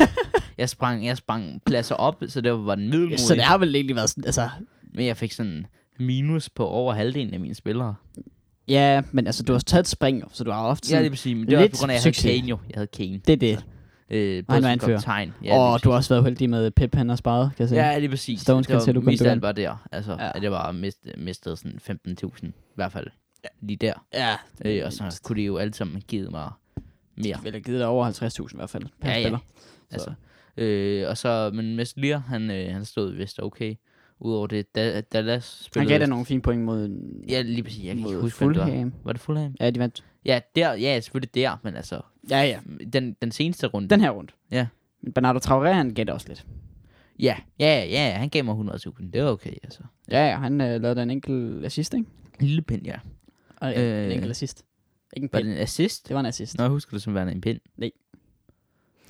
Speaker 2: jeg, sprang, jeg sprang pladser op, så det var den middelmodige.
Speaker 1: Så det har vel egentlig været sådan, altså,
Speaker 2: Men jeg fik sådan minus på over halvdelen af mine spillere.
Speaker 1: ja, men altså, du har taget et spring, jo, så du har ofte
Speaker 2: Ja,
Speaker 1: sådan,
Speaker 2: det er præcis. Men det var
Speaker 1: lidt
Speaker 2: på grund af, at jeg havde
Speaker 1: succes.
Speaker 2: Kane jo. Jeg havde Kane.
Speaker 1: det er det.
Speaker 2: Øh,
Speaker 1: var
Speaker 2: både som
Speaker 1: anfører.
Speaker 2: kaptajn.
Speaker 1: Ja,
Speaker 2: lige
Speaker 1: og du har
Speaker 2: præcis.
Speaker 1: også været heldig med Pep, han har sparet, kan jeg se.
Speaker 2: Ja, lige præcis.
Speaker 1: Stones,
Speaker 2: det var
Speaker 1: Cancelo,
Speaker 2: mest af
Speaker 1: Gundogan.
Speaker 2: alt bare der. Altså,
Speaker 1: Ja.
Speaker 2: ja. at jeg bare mist, mistede sådan 15.000. I hvert fald lige der.
Speaker 1: ja.
Speaker 2: Øh, og så kunne de jo alle sammen have givet mig mere.
Speaker 1: Jeg ville have givet dig over 50.000 i hvert fald, per
Speaker 2: Ja, ja.
Speaker 1: spiller.
Speaker 2: Altså, øh, og så, men Mads Lier, han, øh, han stod vist okay. Udover det, da, Dallas spillede...
Speaker 1: Han gav dig
Speaker 2: vist-
Speaker 1: nogle fine point mod...
Speaker 2: Ja, lige præcis. Jeg kan
Speaker 1: mod
Speaker 2: ikke huske, hvem det var.
Speaker 1: Fulham.
Speaker 2: Var det Fulham?
Speaker 1: Ja, de vandt.
Speaker 2: Ja, der, ja, selvfølgelig der, men altså,
Speaker 1: Ja, ja.
Speaker 2: den, den seneste runde.
Speaker 1: Den her rundt.
Speaker 2: Ja.
Speaker 1: Men Bernardo Traoré, han gav det også lidt.
Speaker 2: Ja, ja, ja, han gav mig 100.000. Det var okay, altså.
Speaker 1: Ja, ja, han øh, lavede da en enkelt assist, ikke?
Speaker 2: En lille pind, ja.
Speaker 1: Og, øh,
Speaker 2: Øh,
Speaker 1: en enkelt assist. Ikke en
Speaker 2: Var
Speaker 1: pind.
Speaker 2: det en assist?
Speaker 1: Det var en assist.
Speaker 2: Nå, jeg husker det som værende en pind.
Speaker 1: Nej.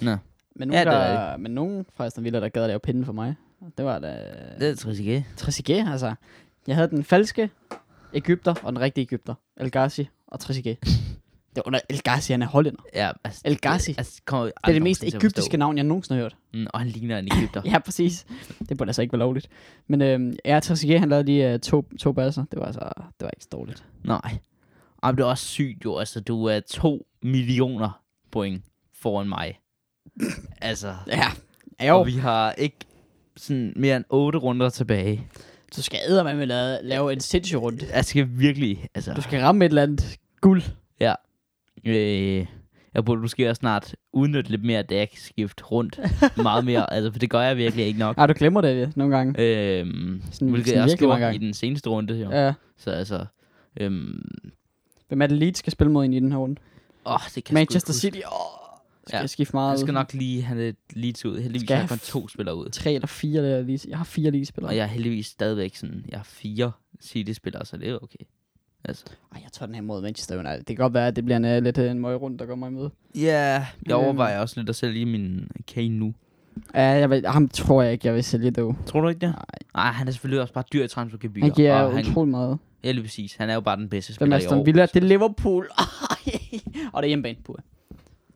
Speaker 2: Nå,
Speaker 1: Men nogen, ja,
Speaker 2: Ja, det er
Speaker 1: der, men nogen fra Aston Villa, der gad at lave pinden for mig, det var da
Speaker 2: det er Trisiké.
Speaker 1: Trezeguet, altså. Jeg havde den falske Ægypter og den rigtige Ægypter. El Ghazi og Trezeguet. det var under El Ghazi, han er hollænder.
Speaker 2: Ja, altså,
Speaker 1: El Ghazi.
Speaker 2: Det, altså, kommer
Speaker 1: Det er det mest ægyptiske navn, jeg nogensinde har hørt.
Speaker 2: Mm, og han ligner en ægypter.
Speaker 1: Ja, præcis. Det burde altså ikke være lovligt. Men øhm, ja, Trezeguet, han lavede lige øh, to, to baser. Det var altså det var ikke så dårligt.
Speaker 2: Nej. Ej, men det er også sygt jo. Altså, du er 2 millioner point foran mig. altså,
Speaker 1: Ja.
Speaker 2: og
Speaker 1: Jo,
Speaker 2: vi har ikke sådan mere end 8 runder tilbage.
Speaker 1: du skal æde med lave, lave en sindssyg runde.
Speaker 2: Jeg skal virkelig, altså...
Speaker 1: Du skal ramme et eller andet guld.
Speaker 2: Ja. Øh, jeg burde måske også snart udnytte lidt mere, da jeg kan skifte rundt meget mere. altså, for det gør jeg virkelig ikke nok.
Speaker 1: Ej, du glemmer det øh, nogle gange.
Speaker 2: Øhm,
Speaker 1: Sådan-
Speaker 2: sådan, hvilket
Speaker 1: sådan
Speaker 2: jeg også
Speaker 1: virkelig mange
Speaker 2: gjorde i
Speaker 1: gange.
Speaker 2: den seneste runde. Jo. Ja.
Speaker 1: Ja.
Speaker 2: Så altså... Øhm,
Speaker 1: Hvem er det Leeds skal spille mod ind i den her runde?
Speaker 2: åh, det kan
Speaker 1: Manchester
Speaker 2: jeg sgu ikke huske.
Speaker 1: City. Åh, skal
Speaker 2: Ja.
Speaker 1: jeg skifte meget?
Speaker 2: Jeg skal nok lige have lidt leads ud. Heldigvis
Speaker 1: Skal
Speaker 2: har
Speaker 1: jeg
Speaker 2: jeg kun
Speaker 1: have
Speaker 2: to spillere ud.
Speaker 1: tre eller fire der lige. Jeg har fire lige spillere.
Speaker 2: Og jeg er heldigvis stadigvæk sådan, jeg har fire City-spillere, så det er okay. Altså.
Speaker 1: Ej, jeg tager den her mod Manchester United. Det kan godt være, at det bliver en, uh, lidt øh, en møg rundt, der går mig imod.
Speaker 2: Ja, yeah. jeg
Speaker 1: Øhm.
Speaker 2: overvejer også lidt at sælge min Kane nu.
Speaker 1: Ja, jeg vil, ham tror jeg ikke, jeg vil sælge dog.
Speaker 2: Tror du ikke det? Nej. Nej, han er selvfølgelig også bare dyr i transfergebyr.
Speaker 1: Han giver
Speaker 2: og han,
Speaker 1: utrolig meget.
Speaker 2: ja, lige præcis. Han er jo bare den bedste
Speaker 1: Hvem er
Speaker 2: spiller i
Speaker 1: Aston
Speaker 2: år.
Speaker 1: Villa? Det er Liverpool. Ej. og det er hjemmebane, Pua.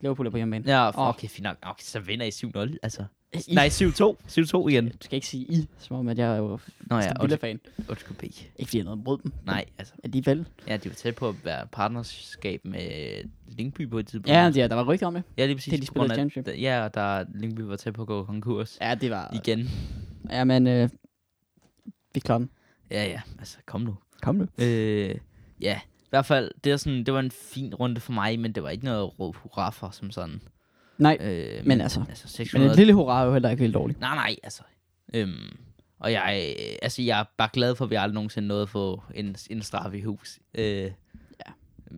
Speaker 1: Liverpool er på hjemmebane.
Speaker 2: Ja, f-
Speaker 1: Åh.
Speaker 2: okay, fint nok. Okay, så vinder I 7-0, altså.
Speaker 1: I-
Speaker 2: Nej, 7-2. 7-2 igen.
Speaker 1: Du skal ikke sige I, som om, at jeg er jo
Speaker 2: Nå ja,
Speaker 1: Aston Villa-fan.
Speaker 2: undskyld P.
Speaker 1: Ikke fordi jeg er noget mod dem.
Speaker 2: Nej, altså.
Speaker 1: Alligevel.
Speaker 2: Ja, de var tæt på at være partnerskab med Lyngby på et tidspunkt.
Speaker 1: Ja, ja, der var rygter om det.
Speaker 2: ja lige præcis.
Speaker 1: det, de
Speaker 2: på grund
Speaker 1: spillede i
Speaker 2: af-
Speaker 1: Championship.
Speaker 2: Ja, og der Lyngby var tæt på at gå konkurs.
Speaker 1: Ja, det var...
Speaker 2: Igen.
Speaker 1: Ja, men øh, Vi klarer den.
Speaker 2: Ja, ja, altså kom nu.
Speaker 1: Kom nu.
Speaker 2: Øh, ja, i hvert fald, det, er sådan, det var en fin runde for mig, men det var ikke noget råb hurra for, som sådan.
Speaker 1: Nej,
Speaker 2: Øh,
Speaker 1: altså-
Speaker 2: altså
Speaker 1: men
Speaker 2: 600,
Speaker 1: et lille hurra er jo heller ikke helt dårligt.
Speaker 2: Nej, nej, altså. Øhm, og jeg, øh, altså, jeg er bare glad for, at vi aldrig nogensinde nåede at få en, en straf i hus. Øh, ja.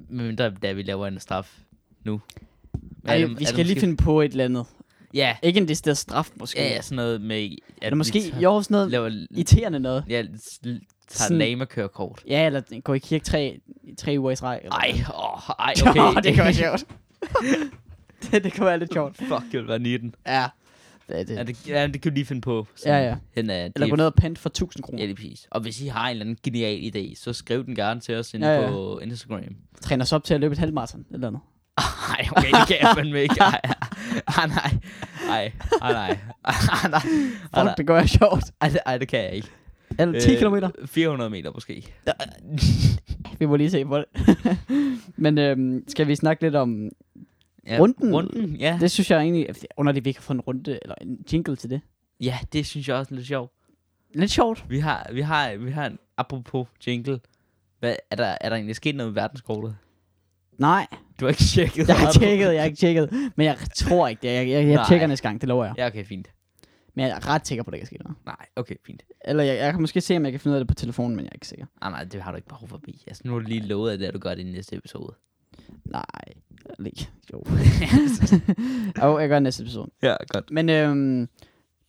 Speaker 2: Men der, da vi laver en straf nu. Er
Speaker 1: Ej,
Speaker 2: det- er
Speaker 1: vi
Speaker 2: det
Speaker 1: skal lige
Speaker 2: måske-
Speaker 1: finde på et eller andet.
Speaker 2: Ja,
Speaker 1: Ikke en decideret straf, måske.
Speaker 2: ja, ja, sådan noget med... At
Speaker 1: Eller måske,
Speaker 2: vi tager-
Speaker 1: jo, sådan noget
Speaker 2: Laver,
Speaker 1: irriterende noget.
Speaker 2: ja, s- l- tager
Speaker 1: Sådan-
Speaker 2: lamekørekort.
Speaker 1: Ja, eller gå i kirke tre, tre uger i streg. eller-
Speaker 2: Ej, åh, ej,
Speaker 1: Nå,
Speaker 2: okay.
Speaker 1: det kan være sjovt. det, det kan være lidt sjovt.
Speaker 2: Fuck, jeg vil være 19.
Speaker 1: Ja. Det,
Speaker 2: Ja,
Speaker 1: det.
Speaker 2: det, ja, det kan vi lige finde på.
Speaker 1: Ja, ja.
Speaker 2: Hen af
Speaker 1: Eller gå ned og pant for 1000 kroner.
Speaker 2: Ja, lige præcis. Og hvis I har en eller anden genial idé, så skriv den gerne til os inde
Speaker 1: Ja, ja.
Speaker 2: på Instagram.
Speaker 1: Træn os op til at løbe et halvmarathon eller noget.
Speaker 2: Nej, okay, det kan jeg fandme ikke. Ej, ej, nej. Ej, ej, nej. Ej, nej. Ej,
Speaker 1: Fuck,
Speaker 2: nej.
Speaker 1: det kan være sjovt.
Speaker 2: Ej, det- Ej, det kan jeg ikke.
Speaker 1: Eller 10
Speaker 2: Øh,
Speaker 1: km.
Speaker 2: 400 meter måske.
Speaker 1: Vi må lige se på det. Men øhm, skal vi snakke lidt om...
Speaker 2: Ja,
Speaker 1: Runden?
Speaker 2: Runden, ja. Det...
Speaker 1: Det synes jeg egentlig... det er Underligt, at vi ikke har fået en runde eller en jingle til det.
Speaker 2: Ja, det synes jeg også er lidt sjovt.
Speaker 1: Lidt sjovt.
Speaker 2: Vi har, vi har, vi har en apropos jingle. Hvad, er, der, er der egentlig sket noget med verdenskortet?
Speaker 1: Nej,
Speaker 2: Du har ikke tjekket?
Speaker 1: jeg har
Speaker 2: du?
Speaker 1: ikke tjekket, jeg har ikke tjekket. Men jeg tror ikke det. Jeg, jeg, jeg
Speaker 2: Nej.
Speaker 1: tjekker næste gang, det lover jeg.
Speaker 2: Ja, okay, fint.
Speaker 1: Men jeg er ret sikker på, at der ikke er sket noget.
Speaker 2: Nej, okay, fint. Ah,
Speaker 1: Eller jeg, jeg kan måske se, om jeg kan finde ud af det på telefonen, men jeg er ikke sikker.
Speaker 2: Nej, nej, det har du ikke behov for at blive. Altså, nu har du lige lovet, at det er, du gør det i næste episode.
Speaker 1: Nej, eller ikke. Jo. jo, jeg gør det næste episode.
Speaker 2: Ja, godt.
Speaker 1: Men øhm,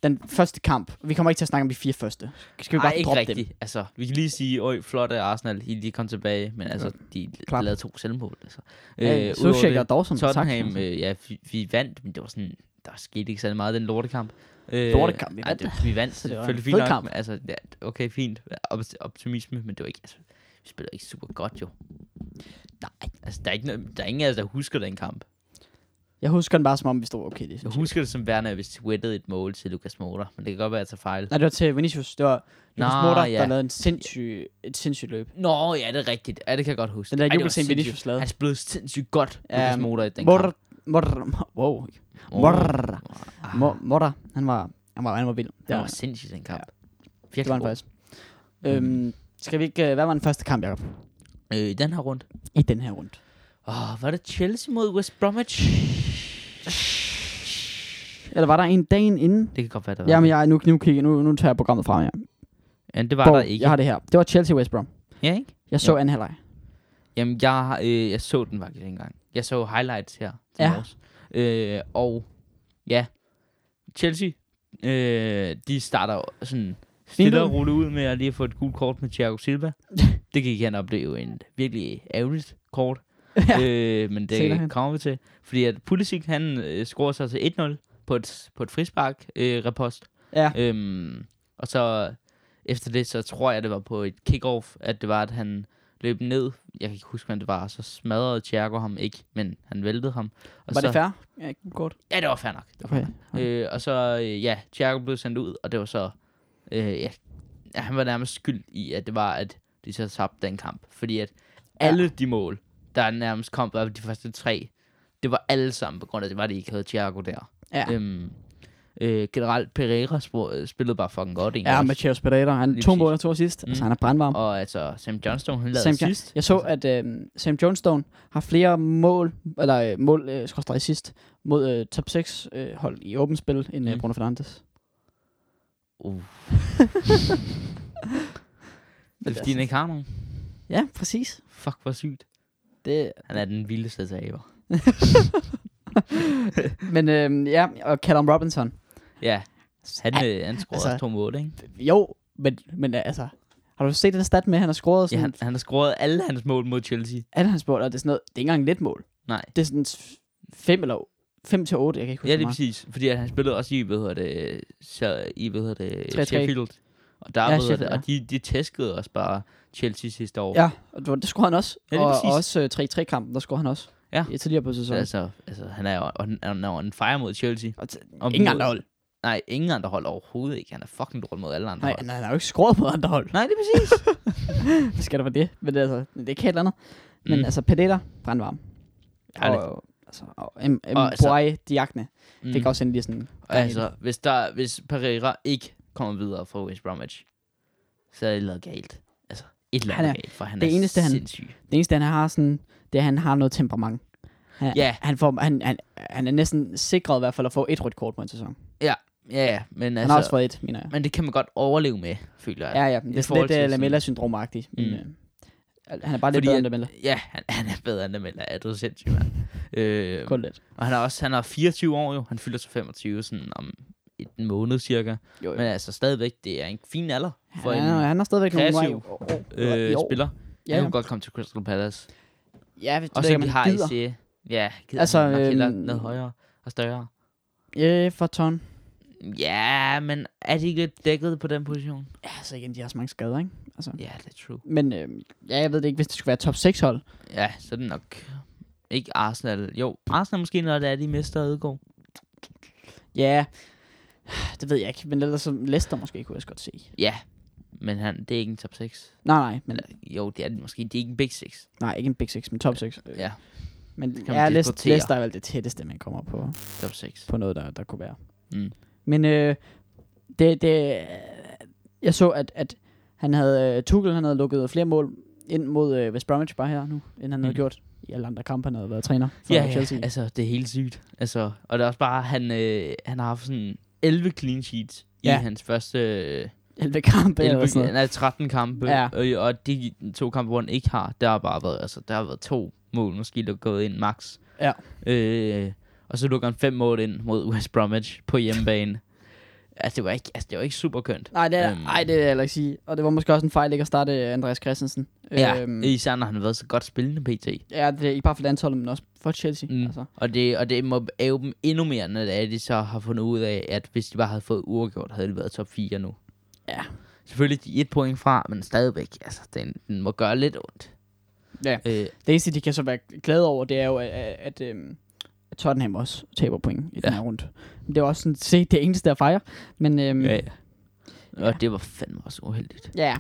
Speaker 1: den første kamp, vi kommer ikke til at snakke om de fire første. Skal vi bare
Speaker 2: Ej, ikke
Speaker 1: droppe
Speaker 2: rigtigt. Dem. Altså, vi kan lige sige, øj, flot af Arsenal, I lige kom tilbage, men altså, de
Speaker 1: Klap.
Speaker 2: Klap. lavede to selvmål. Altså.
Speaker 1: dem? Ja,
Speaker 2: udover
Speaker 1: øh, Solskjaer
Speaker 2: det,
Speaker 1: dog som
Speaker 2: Tottenham,
Speaker 1: sagt.
Speaker 2: øh, ja, vi, vi, vandt, men det var sådan, der skete ikke særlig meget i den lortekamp. Øh,
Speaker 1: Lortekamp, vi
Speaker 2: ej,
Speaker 1: vandt.
Speaker 2: det, vi vandt,
Speaker 1: Så det var en
Speaker 2: selvfølgelig
Speaker 1: fed
Speaker 2: fint nok.
Speaker 1: kamp.
Speaker 2: Kamp. Altså, ja, okay, fint. Op- optimisme, men det var ikke, altså, vi spillede ikke super godt jo. Nej. Altså, der er, ikke, noget- der er ingen af os, der husker den kamp.
Speaker 1: Jeg husker den bare, som om vi stod okay. Det,
Speaker 2: Jeg
Speaker 1: synes jeg.
Speaker 2: husker det som værende, at vi sweatede et mål til Lukas Moura, men det kan godt være, at jeg tager fejl.
Speaker 1: Nej, det var til Vinicius. Det var Lukas
Speaker 2: Nå,
Speaker 1: Moura,
Speaker 2: ja.
Speaker 1: der lavede en sindssyg, et sindssygt løb.
Speaker 2: Nå, ja, det er rigtigt. Ja, det kan jeg godt huske.
Speaker 1: Den der
Speaker 2: Ej, det var
Speaker 1: jubelscene,
Speaker 2: sindssygt.
Speaker 1: Vinicius lavede.
Speaker 2: Han spillede sindssygt godt,
Speaker 1: Ja,
Speaker 2: Lukas Moura, i den
Speaker 1: Mor,
Speaker 2: kamp.
Speaker 1: mor, wow.
Speaker 2: Åh,
Speaker 1: Mor,
Speaker 2: ah,
Speaker 1: mor, mor, han var, han var, han var vild. Det
Speaker 2: Han
Speaker 1: var,
Speaker 2: var sindssygt i den kamp.
Speaker 1: det var han
Speaker 2: god. Mm.
Speaker 1: faktisk. Øhm, skal vi ikke, øh, hvad var den første kamp, Jacob?
Speaker 2: Øh, i den her runde.
Speaker 1: I den her runde.
Speaker 2: Åh, var det Chelsea mod West Bromwich?
Speaker 1: Eller var der en dagen inden?
Speaker 2: Det kan godt være, der var.
Speaker 1: Jamen, jeg, nu, nu, kigger, nu, nu tager jeg programmet frem, ja.
Speaker 2: ja, det var
Speaker 1: Bov,
Speaker 2: der ikke.
Speaker 1: Jeg har det her. Det var Chelsea West Brom.
Speaker 2: Ja, ikke?
Speaker 1: Jeg så
Speaker 2: Ja.
Speaker 1: anden halvleg.
Speaker 2: Jamen, jeg, har- øh, jeg så den faktisk ikke engang. Jeg så highlights her til
Speaker 1: Ja.
Speaker 2: ja. morges. Øh, og ja, Chelsea, øh, de starter jo sådan stille
Speaker 1: Fint.
Speaker 2: og roligt ud med at lige få et gult kort med Thiago Silva. det gik han op, det er jo en virkelig ærgerligt kort.
Speaker 1: Ja.
Speaker 2: øh, men det
Speaker 1: Senere hen.
Speaker 2: kommer vi til. Fordi at Pulisic, han øh, scorer sig til 1-0 på et, på et frispark øh, repost.
Speaker 1: Ja.
Speaker 2: Øhm, og så efter det, så tror jeg, det var på et kick-off, at det var, at han løb ned. Jeg kan ikke huske, hvem det var. Så smadrede Thiago ham ikke, men han væltede ham. Og
Speaker 1: Var
Speaker 2: så,
Speaker 1: det fair? Ja, godt.
Speaker 2: Ja, det var fair nok. Det var
Speaker 1: Altså- Okay.
Speaker 2: Øh, og så, øh, ja, Thiago blev sendt ud, og det var så, øh, ja, ja, han var nærmest skyld i, at det var, at de så tabte den kamp. Fordi at alle de mål, der nærmest kom, var de første tre, det var alle sammen på grund af, det var, at de ikke havde Thiago der.
Speaker 1: Ja.
Speaker 2: Øhm, øh, generelt, Pereira spor- øh, spillede bare fucking godt egentlig
Speaker 1: Ja,
Speaker 2: også.
Speaker 1: Mathias Pereira. Han
Speaker 2: Lige
Speaker 1: to
Speaker 2: præcis.
Speaker 1: mål og to sidst. Mm. Altså, han er brandvarm.
Speaker 2: Og altså, Sam Johnstone, han lavede
Speaker 1: Sam
Speaker 2: Sam
Speaker 1: Jo-
Speaker 2: sidst. Altså-
Speaker 1: Jeg så, at øh, Sam Johnstone har flere mål, eller øh, mål, øh, skorstræk sidst, mod øh, top 6 øh, hold i åbent spil, end øh,
Speaker 2: Mm.
Speaker 1: Bruno Fernandes.
Speaker 2: Uh. det er fordi,
Speaker 1: Altså-
Speaker 2: han ikke har nogen.
Speaker 1: Ja, præcis.
Speaker 2: Fuck, hvor sygt.
Speaker 1: Det,
Speaker 2: Han er den vildeste taber.
Speaker 1: men øh, ja, og Callum Robinson.
Speaker 2: Ja, han, øh, han scorede
Speaker 1: altså-
Speaker 2: altså, også to mål, ikke?
Speaker 1: Jo, men, men øh, altså, har du set den stat med, at han har scoret
Speaker 2: Ja,
Speaker 1: sådan,
Speaker 2: han, han har scoret alle hans mål mod Chelsea.
Speaker 1: alle hans mål, og det er sådan noget, det er ikke engang lidt mål.
Speaker 2: Nej.
Speaker 1: Det er sådan 5 eller 5 til 8, jeg kan ikke huske
Speaker 2: Ja,
Speaker 1: hvor
Speaker 2: lige
Speaker 1: meget.
Speaker 2: præcis. Fordi at han spillede også i, hvad hedder det, så, i, hvad hedder det,
Speaker 1: 3-3.
Speaker 2: Sheffield. Og der,
Speaker 1: Ja,
Speaker 2: ja, hedder
Speaker 1: Sheffield,
Speaker 2: det,
Speaker 1: ja.
Speaker 2: og de, de tæskede også bare Chelsea sidste år.
Speaker 1: Ja, og det, var- det scorede han også.
Speaker 2: Ja, lige
Speaker 1: og,
Speaker 2: præcis.
Speaker 1: og også øh, 3-3-kampen, der scorede han også.
Speaker 2: Ja.
Speaker 1: I tidligere på sæsonen. Altså,
Speaker 2: Altså, altså, han er jo han, han er jo en fejr mod Chelsea.
Speaker 1: og t-
Speaker 2: Og
Speaker 1: ingen
Speaker 2: mod-
Speaker 1: andre hold.
Speaker 2: Nej, ingen andre hold overhovedet ikke. Han er fucking dårlig mod alle andre
Speaker 1: Nej,
Speaker 2: hold.
Speaker 1: nej, han har jo ikke scoret på andre hold.
Speaker 2: Nej, det er præcis.
Speaker 1: Hvad skal der for det? Men det, er altså, det er ikke helt andet. Men
Speaker 2: Mm.
Speaker 1: altså, Pedetta, brandvarm.
Speaker 2: Ærligt.
Speaker 1: Og, altså, og M. M.
Speaker 2: Og altså-
Speaker 1: Boye Diagne
Speaker 2: Mm. altså-
Speaker 1: fik også en lige sådan...
Speaker 2: Og altså, hvis, der, hvis Pereira ikke kommer videre fra West Bromwich, så er det noget galt. Altså, et eller
Speaker 1: Han
Speaker 2: andet
Speaker 1: er-
Speaker 2: galt, for han
Speaker 1: det
Speaker 2: er
Speaker 1: eneste, han-
Speaker 2: sindssyg.
Speaker 1: Det eneste, han har, sådan, det er, at han har noget temperament. Han,
Speaker 2: Ja.
Speaker 1: han, får, han, han, han er næsten sikret i hvert fald at få et rødt kort på en sæson. Altså,
Speaker 2: Ja, ja, ja. Men,
Speaker 1: han har
Speaker 2: altså,
Speaker 1: også fået et, mener jeg.
Speaker 2: men det kan man godt overleve med, føler jeg.
Speaker 1: Ja, ja. Det er sådan
Speaker 2: forhold
Speaker 1: lidt
Speaker 2: til
Speaker 1: uh,
Speaker 2: sådan-
Speaker 1: Lamella-syndromagtigt. Mm.
Speaker 2: Mm.
Speaker 1: Øh, han er bare lidt
Speaker 2: Fordi
Speaker 1: bedre
Speaker 2: at-
Speaker 1: end Lamella.
Speaker 2: Ja, han, han er bedre end dem, eller er du sindssyg, mand. øh,
Speaker 1: Kun lidt.
Speaker 2: og han er også han er 24 år jo. Han fylder så 25 sådan om en måned cirka.
Speaker 1: Jo,
Speaker 2: Men altså stadigvæk, det er en fin alder for
Speaker 1: han,
Speaker 2: en
Speaker 1: er, han er stadigvæk nogle
Speaker 2: kreativ,
Speaker 1: år- år- år-
Speaker 2: øh,
Speaker 1: i år.
Speaker 2: spiller.
Speaker 1: Ja,
Speaker 2: Ja. Han
Speaker 1: ja.
Speaker 2: kunne godt komme til Crystal Palace.
Speaker 1: Ja, hvis
Speaker 2: Og
Speaker 1: det
Speaker 2: så
Speaker 1: ikke,
Speaker 2: vi
Speaker 1: man
Speaker 2: har
Speaker 1: gider.
Speaker 2: IC. Ja, gider
Speaker 1: Altså,
Speaker 2: altså, han nok hellere
Speaker 1: øhm,
Speaker 2: noget højere og større.
Speaker 1: Ja, for Ton.
Speaker 2: Ja, men er de ikke lidt dækket på den position?
Speaker 1: Ja, så igen, de har så mange skader, ikke? Altså.
Speaker 2: Ja, det er true.
Speaker 1: Men øh, ja, jeg ved det ikke, hvis det skulle være top 6 hold.
Speaker 2: Ja, så er det nok ikke Arsenal. Jo, Arsenal måske, når det er, de mister Ødegaard.
Speaker 1: Ja, det ved jeg ikke. Men ellers så Leicester måske kunne jeg også godt se.
Speaker 2: Ja, men han, det er ikke en top 6.
Speaker 1: Nej, nej, men,
Speaker 2: Eller, jo, det er det måske. Det er ikke en big 6.
Speaker 1: nej, ikke en big six, men top 6.
Speaker 2: Ja,
Speaker 1: Men
Speaker 2: kan man
Speaker 1: ja, Leicester,
Speaker 2: diskutere.
Speaker 1: Leicester er vel det tætteste, man kommer på,
Speaker 2: top 6.
Speaker 1: på noget, der, der kunne være.
Speaker 2: Mm.
Speaker 1: Men øh, det, det, jeg så, at, at han havde, øh, Tuchel han havde lukket flere mål ind mod øh, West Bromwich bare her nu, end han havde
Speaker 2: Mm.
Speaker 1: gjort i alle andre kampe, han havde været træner for
Speaker 2: Ja,
Speaker 1: ja,
Speaker 2: ja,
Speaker 1: Chelsea. Ja,
Speaker 2: altså, det er helt sygt. Altså, og det er også bare, han, øh, han har haft sådan 11 clean sheets
Speaker 1: Ja.
Speaker 2: i hans første... Øh,
Speaker 1: 11 kampe eller
Speaker 2: 11,
Speaker 1: sådan noget.
Speaker 2: nej, 13 kampe,
Speaker 1: Ja.
Speaker 2: ja. og, og de to kampe, hvor han ikke har, der har bare været, altså, der har været to mål, måske der er gået ind max.
Speaker 1: Ja.
Speaker 2: Øh, og så lukker han fem mål ind mod West Bromwich på hjemmebane. altså, det var ikke, altså, det var ikke super kønt.
Speaker 1: Nej, det er,
Speaker 2: Øhm.
Speaker 1: ej, det er jeg heller ikke sige. Og det var måske også en fejl ikke at starte øh, Andreas Christensen.
Speaker 2: Ja,
Speaker 1: Øhm,
Speaker 2: især når han har været så godt spillende pt.
Speaker 1: ja, det er ikke bare for landsholdet, men også for Chelsea. Mm.
Speaker 2: Mm.
Speaker 1: Altså.
Speaker 2: Og det, og det må æve dem endnu mere, når det er, de så har fundet ud af, at hvis de bare havde fået uafgjort, havde de været top 4 nu.
Speaker 1: Ja.
Speaker 2: Selvfølgelig de er et point fra, men stadigvæk, altså, den, den må gøre lidt ondt.
Speaker 1: Ja.
Speaker 2: Øh,
Speaker 1: Det eneste, de kan så være glade over, det er jo, at, at, øhm, at Tottenham også taber point i ja. den
Speaker 2: Ja.
Speaker 1: her runde. Men det er også sådan set det eneste, der fejrer. Men øhm,
Speaker 2: Ja,
Speaker 1: ja.
Speaker 2: ja. Og det var fandme også uheldigt.
Speaker 1: ja.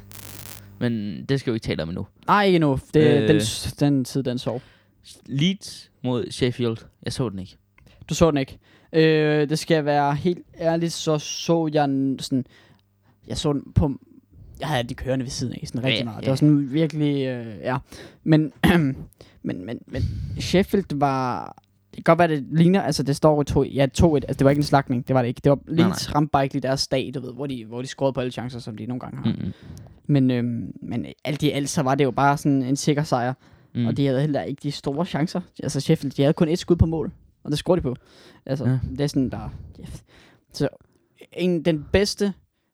Speaker 2: Men det skal vi ikke tale om endnu.
Speaker 1: Nej, ikke endnu. Det, øh.
Speaker 2: Øh.
Speaker 1: den, den tid, den sov.
Speaker 2: Leeds mod Sheffield. Jeg så den ikke.
Speaker 1: Du så den ikke. Øh, det skal jeg være helt ærligt, så så jeg den sådan... Jeg så den på... Jeg havde de kørende ved siden af, sådan rigtig
Speaker 2: Ja,
Speaker 1: meget. Det
Speaker 2: ja.
Speaker 1: var sådan virkelig... Øh, ja. Men, men, men, men Sheffield var... Det kan godt være, det ligner, altså det står i to, ja, 2-1, altså det var ikke en slagning, det var det ikke. Det var
Speaker 2: nej.
Speaker 1: Leeds ramte bare ikke lige deres dag, du ved, hvor de, hvor de scorede på alle chancer, som de nogle gange har. Mm.
Speaker 2: Mm-hmm.
Speaker 1: Men, øhm, men alt i alt, så var det jo bare sådan en sikker sejr. Mm. Og de havde heller ikke de store chancer. Altså Sheffield, de havde kun et skud på mål. Og det scorede de på. Altså, ja.
Speaker 2: Ja.
Speaker 1: det er sådan, der... Ja. Så en, den bedste